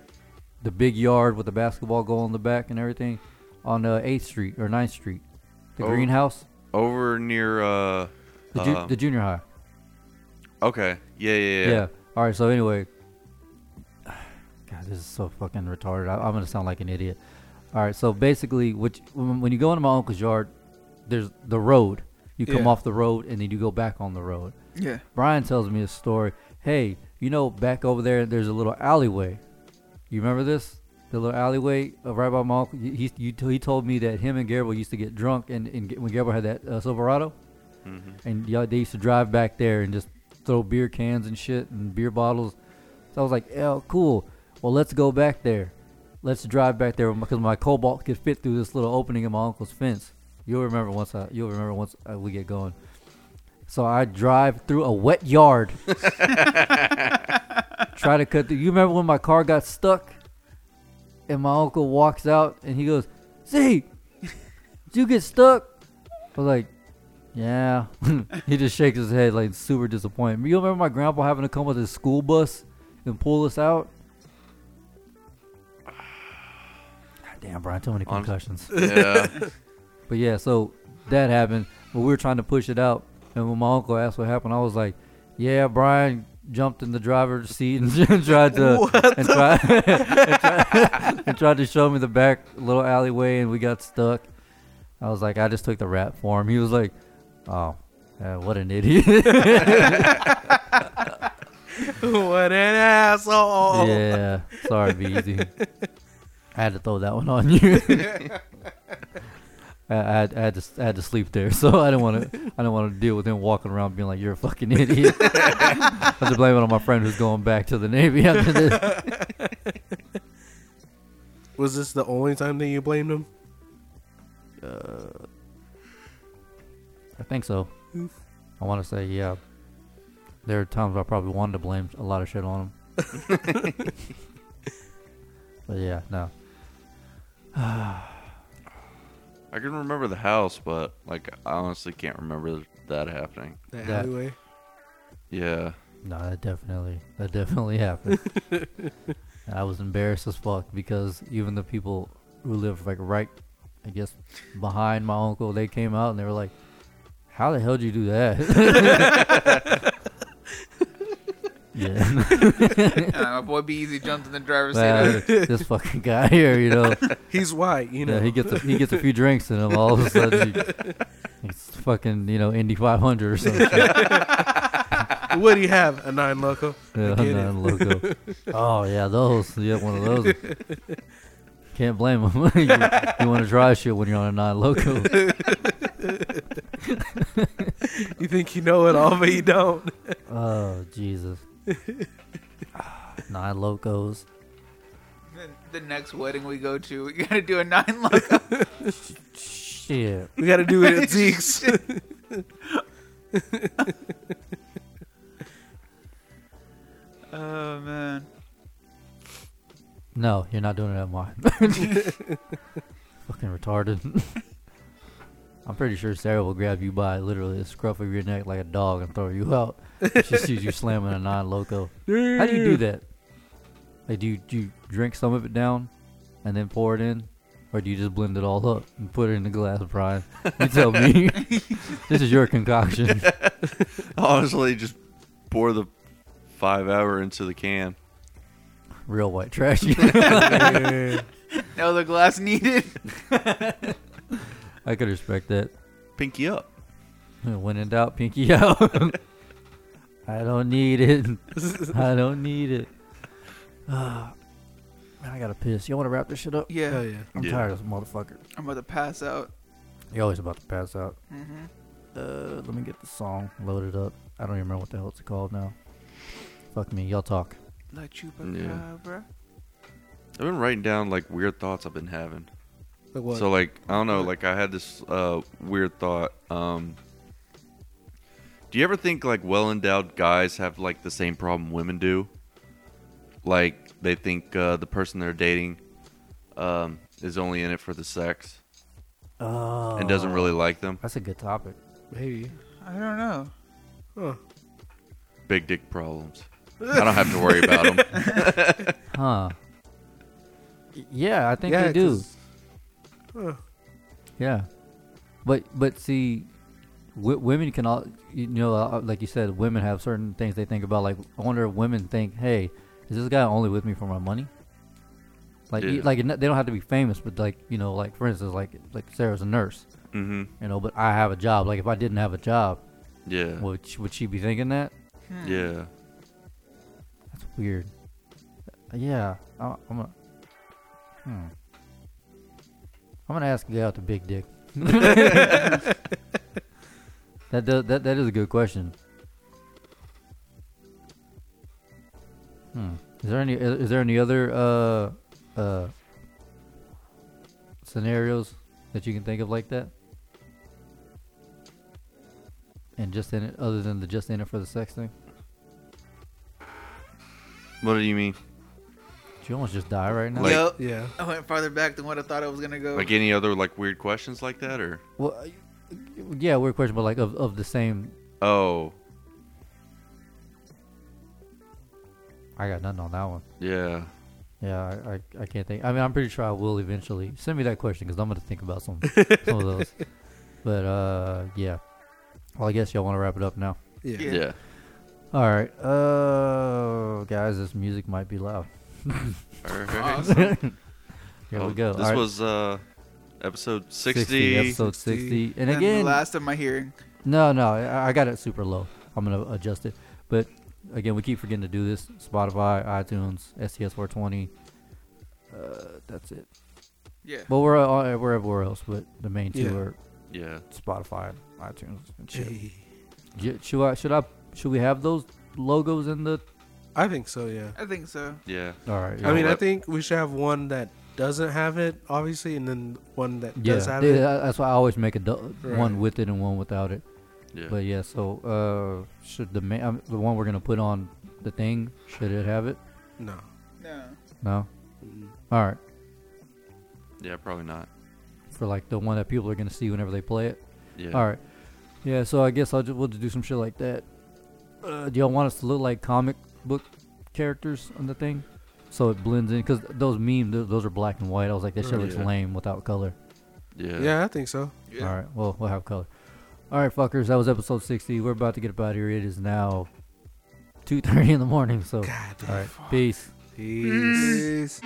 S1: The big yard with the basketball goal in the back and everything on uh, 8th Street or 9th Street. The
S4: Oh.
S1: greenhouse,
S4: Over near. Uh,
S1: the, ju-
S4: um,
S1: the junior high.
S4: okay. Yeah, yeah,
S1: Yeah.
S4: yeah.
S1: All right. So anyway, [sighs] God, this is so fucking retarded. I, I'm gonna sound like an idiot. All right. So basically, which when, when you go into my uncle's yard, there's the road. You come
S2: Yeah.
S1: off the road and then you go back on the road.
S3: yeah.
S1: Brian tells me a story. Hey, you know, back over there, there's a little alleyway. You remember this? The little alleyway uh, right by my uncle. He, he, you t- he told me that him and Garibaldi used to get drunk, and, and get- when Garibaldi had that uh, Silverado, and y'all, they used to drive back there and just throw beer cans and shit and beer bottles. So I was like, oh, cool. Well, let's go back there. Let's drive back there because my Cobalt could fit through this little opening in my uncle's fence. You'll remember once I, you'll remember once uh, we get going. So I drive through a wet yard. [laughs] try to cut through. You remember when my car got stuck? And my uncle walks out and he goes, Z, did you get stuck? I was like, yeah. [laughs] he just shakes his head like super disappointed. You remember my grandpa having to come with his school bus and pull us out? [sighs] God damn, Brian, too many
S4: Honest-
S1: concussions.
S4: yeah.
S1: But yeah, so that happened. But we were trying to push it out, and when my uncle asked what happened, I was like, "Yeah, Brian jumped in the driver's seat and [laughs] tried to and, tried, [laughs] and, tried, and tried to show me the back little alleyway, and we got stuck." I was like, "I just took the rap for him." He was like, "Oh, uh, what an idiot!" [laughs]
S2: what an asshole.
S1: yeah, sorry, BZ. I had to throw that one on you. I, I, had, I had to I had to sleep there, so I didn't want to I didn't want to deal with him walking around being like you're a fucking idiot. I had to blame it on my friend who's going back to the navy after this.
S2: Was this the only time that you blamed him?
S1: I think so. I want to say yeah. There are times I probably wanted to blame a lot of shit on him. but yeah, no.
S4: I can remember the house, but like I honestly can't remember that happening.
S2: The
S1: That-
S2: alleyway?
S4: Yeah.
S1: No, that definitely that definitely
S2: [laughs]
S1: happened. and I was embarrassed as fuck because even the people who live like right, I guess, behind my uncle, they came out and they were like, "How the hell did you do that?" [laughs]
S2: [laughs]
S1: yeah,
S3: Uh, my boy Be Easy jumped in the driver's seat.
S1: Well, this fucking guy here, you know,
S2: He's white, [laughs] you know.
S1: yeah, he gets a, he gets a few drinks in him. All of a
S2: [laughs]
S1: sudden, he, he's fucking you know Indy 500 or something.
S2: [laughs] what do you have? A nine loco.
S1: Yeah,
S2: get it.
S1: non logo. [laughs] oh yeah, those. Yeah, one of those. Can't blame them. [laughs] you want to try shit when you're on a non loco.
S2: You think you know it all, but you don't.
S1: Oh Jesus. Nine locos.
S3: [laughs] The next wedding we go to, we gotta do a nine loco.
S1: Shit.
S2: We got to do it
S1: [laughs]
S2: at Zeke's.
S3: oh man.
S1: No, you're not doing it at [laughs] mine. Fucking retarded. [laughs] I'm pretty sure Sarah will grab you by literally the scruff of your neck like a dog and throw you out. if She sees you slamming a non-loco. How do you do that? Like, do you, do you drink some of it down and then pour it in? Or do you just blend it all up and put it in the glass, Brian? You tell me. [laughs] this is your concoction.
S4: Honestly, just pour the five hour into the can.
S1: Real white trash. [laughs]
S2: Man.
S3: No, the glass needed.
S1: I could respect that.
S4: Pinky up.
S1: When in doubt, pinky [laughs] out. I don't need it. I don't need it. [sighs] Ah, man, I gotta piss. You want to wrap this shit up?
S3: Yeah.
S2: Hell yeah.
S1: I'm
S4: Yeah.
S1: tired of this motherfucker.
S3: I'm about to pass out.
S1: He always about to pass out.
S3: hmm
S1: Uh, let me get the song loaded up. I don't even remember what the hell it's called now. Fuck me. Y'all talk.
S3: La chupacabra.
S4: I've been writing down like weird thoughts I've been having.
S2: Like what?
S4: So like I don't know, like I had this uh, weird thought. Um, do you ever think like well endowed guys have like the same problem women do? Like they think uh, the person they're dating um, is only in it for the sex
S1: Oh.
S4: and doesn't really like them.
S1: That's a good topic.
S2: Maybe.
S3: I don't know.
S2: Huh.
S4: Big dick problems. I don't have to worry about them.
S1: Huh. Y- Yeah, I think
S2: Yeah,
S1: they do.
S2: 'cause- Huh.
S1: Yeah, but but see, w- women can all you know, uh, like you said, women have certain things they think about. Like, I wonder if women think, "Hey, is this guy only with me for my money?" Like, e
S4: Yeah.
S1: like it- they don't have to be famous, but like you know, like for instance, like like Sarah's a nurse,
S4: hmm
S1: you know, but I have a job. Like, if I didn't have a job,
S4: Yeah.
S1: would she, would she be thinking that?
S4: Yeah.
S1: That's weird. Uh, Yeah, I, I'm gonna. Hmm. I'm gonna ask you out the big dick. that does, that that is a good question. Hmm. Is there any is there any other uh uh scenarios that you can think of like that? And just in it, other than the just in it for the sex thing,
S4: What do you mean?
S1: Did you almost just die right now.
S4: Like-
S3: yep.
S2: Yeah.
S3: I went farther back than what I thought I was gonna go.
S4: Like any other like weird questions like that or?
S1: Well, I- yeah, weird question, but like of, of the same.
S4: Oh,
S1: I got nothing on that one.
S4: yeah.
S1: Yeah, I, I, I can't think. I mean, I'm pretty sure I will eventually. Send me that question because I'm gonna think about some some of those. But uh, yeah. Well, I guess y'all want to wrap it up now.
S2: Yeah.
S3: Yeah.
S4: Yeah.
S1: All right, uh, guys, this music might be loud. [laughs]
S4: All right. [laughs]
S3: Awesome.
S1: Here
S4: Oh,
S1: we go.
S4: This
S1: All right,
S4: was uh, episode 60.
S1: 60, episode 60, and
S3: And
S1: again,
S3: the last of my hearing.
S1: No, no, I, I got it super low. I'm gonna adjust it. But again, we keep forgetting to do this. Spotify, iTunes, STS420. Uh, that's it.
S3: Yeah.
S1: Well, we're all, we're everywhere else, but the main two
S2: Yeah.
S1: are
S4: Yeah.
S1: Spotify, iTunes, and shit.
S2: Hey.
S1: Yeah, should I should I should we have those logos in the?
S2: I think so. Yeah.
S3: I think so.
S4: Yeah.
S1: All right.
S2: I
S1: yeah.
S2: mean, I
S4: let-
S2: think we should have one that doesn't have it, obviously, and then one that does
S1: yeah,
S2: have
S1: they-
S2: it.
S1: that- that's why I always make a du-
S2: Right.
S1: one with it and one without it.
S4: Yeah.
S1: But yeah, so uh, should the ma- um, the one we're gonna put on the thing should it have it?
S2: No.
S3: No.
S1: No.
S2: Mm.
S1: All right.
S4: yeah, probably not.
S1: For like the one that people are gonna see whenever they play it.
S4: Yeah.
S1: All right. Yeah, so I guess I'll just, we'll just do some shit like that. Uh, do y'all want us to look like comic book characters on the thing? So it blends in because those memes, tho- those are black and white. I was like, that shit looks
S4: Yeah.
S1: lame without color.
S4: Yeah.
S2: Yeah. I think so.
S1: All right, well, we'll have color. All right, fuckers, that was episode 60. We're about to get up out of here. It is now 2.30 in the morning, so.
S2: God damn.
S1: All right, peace.
S2: Peace.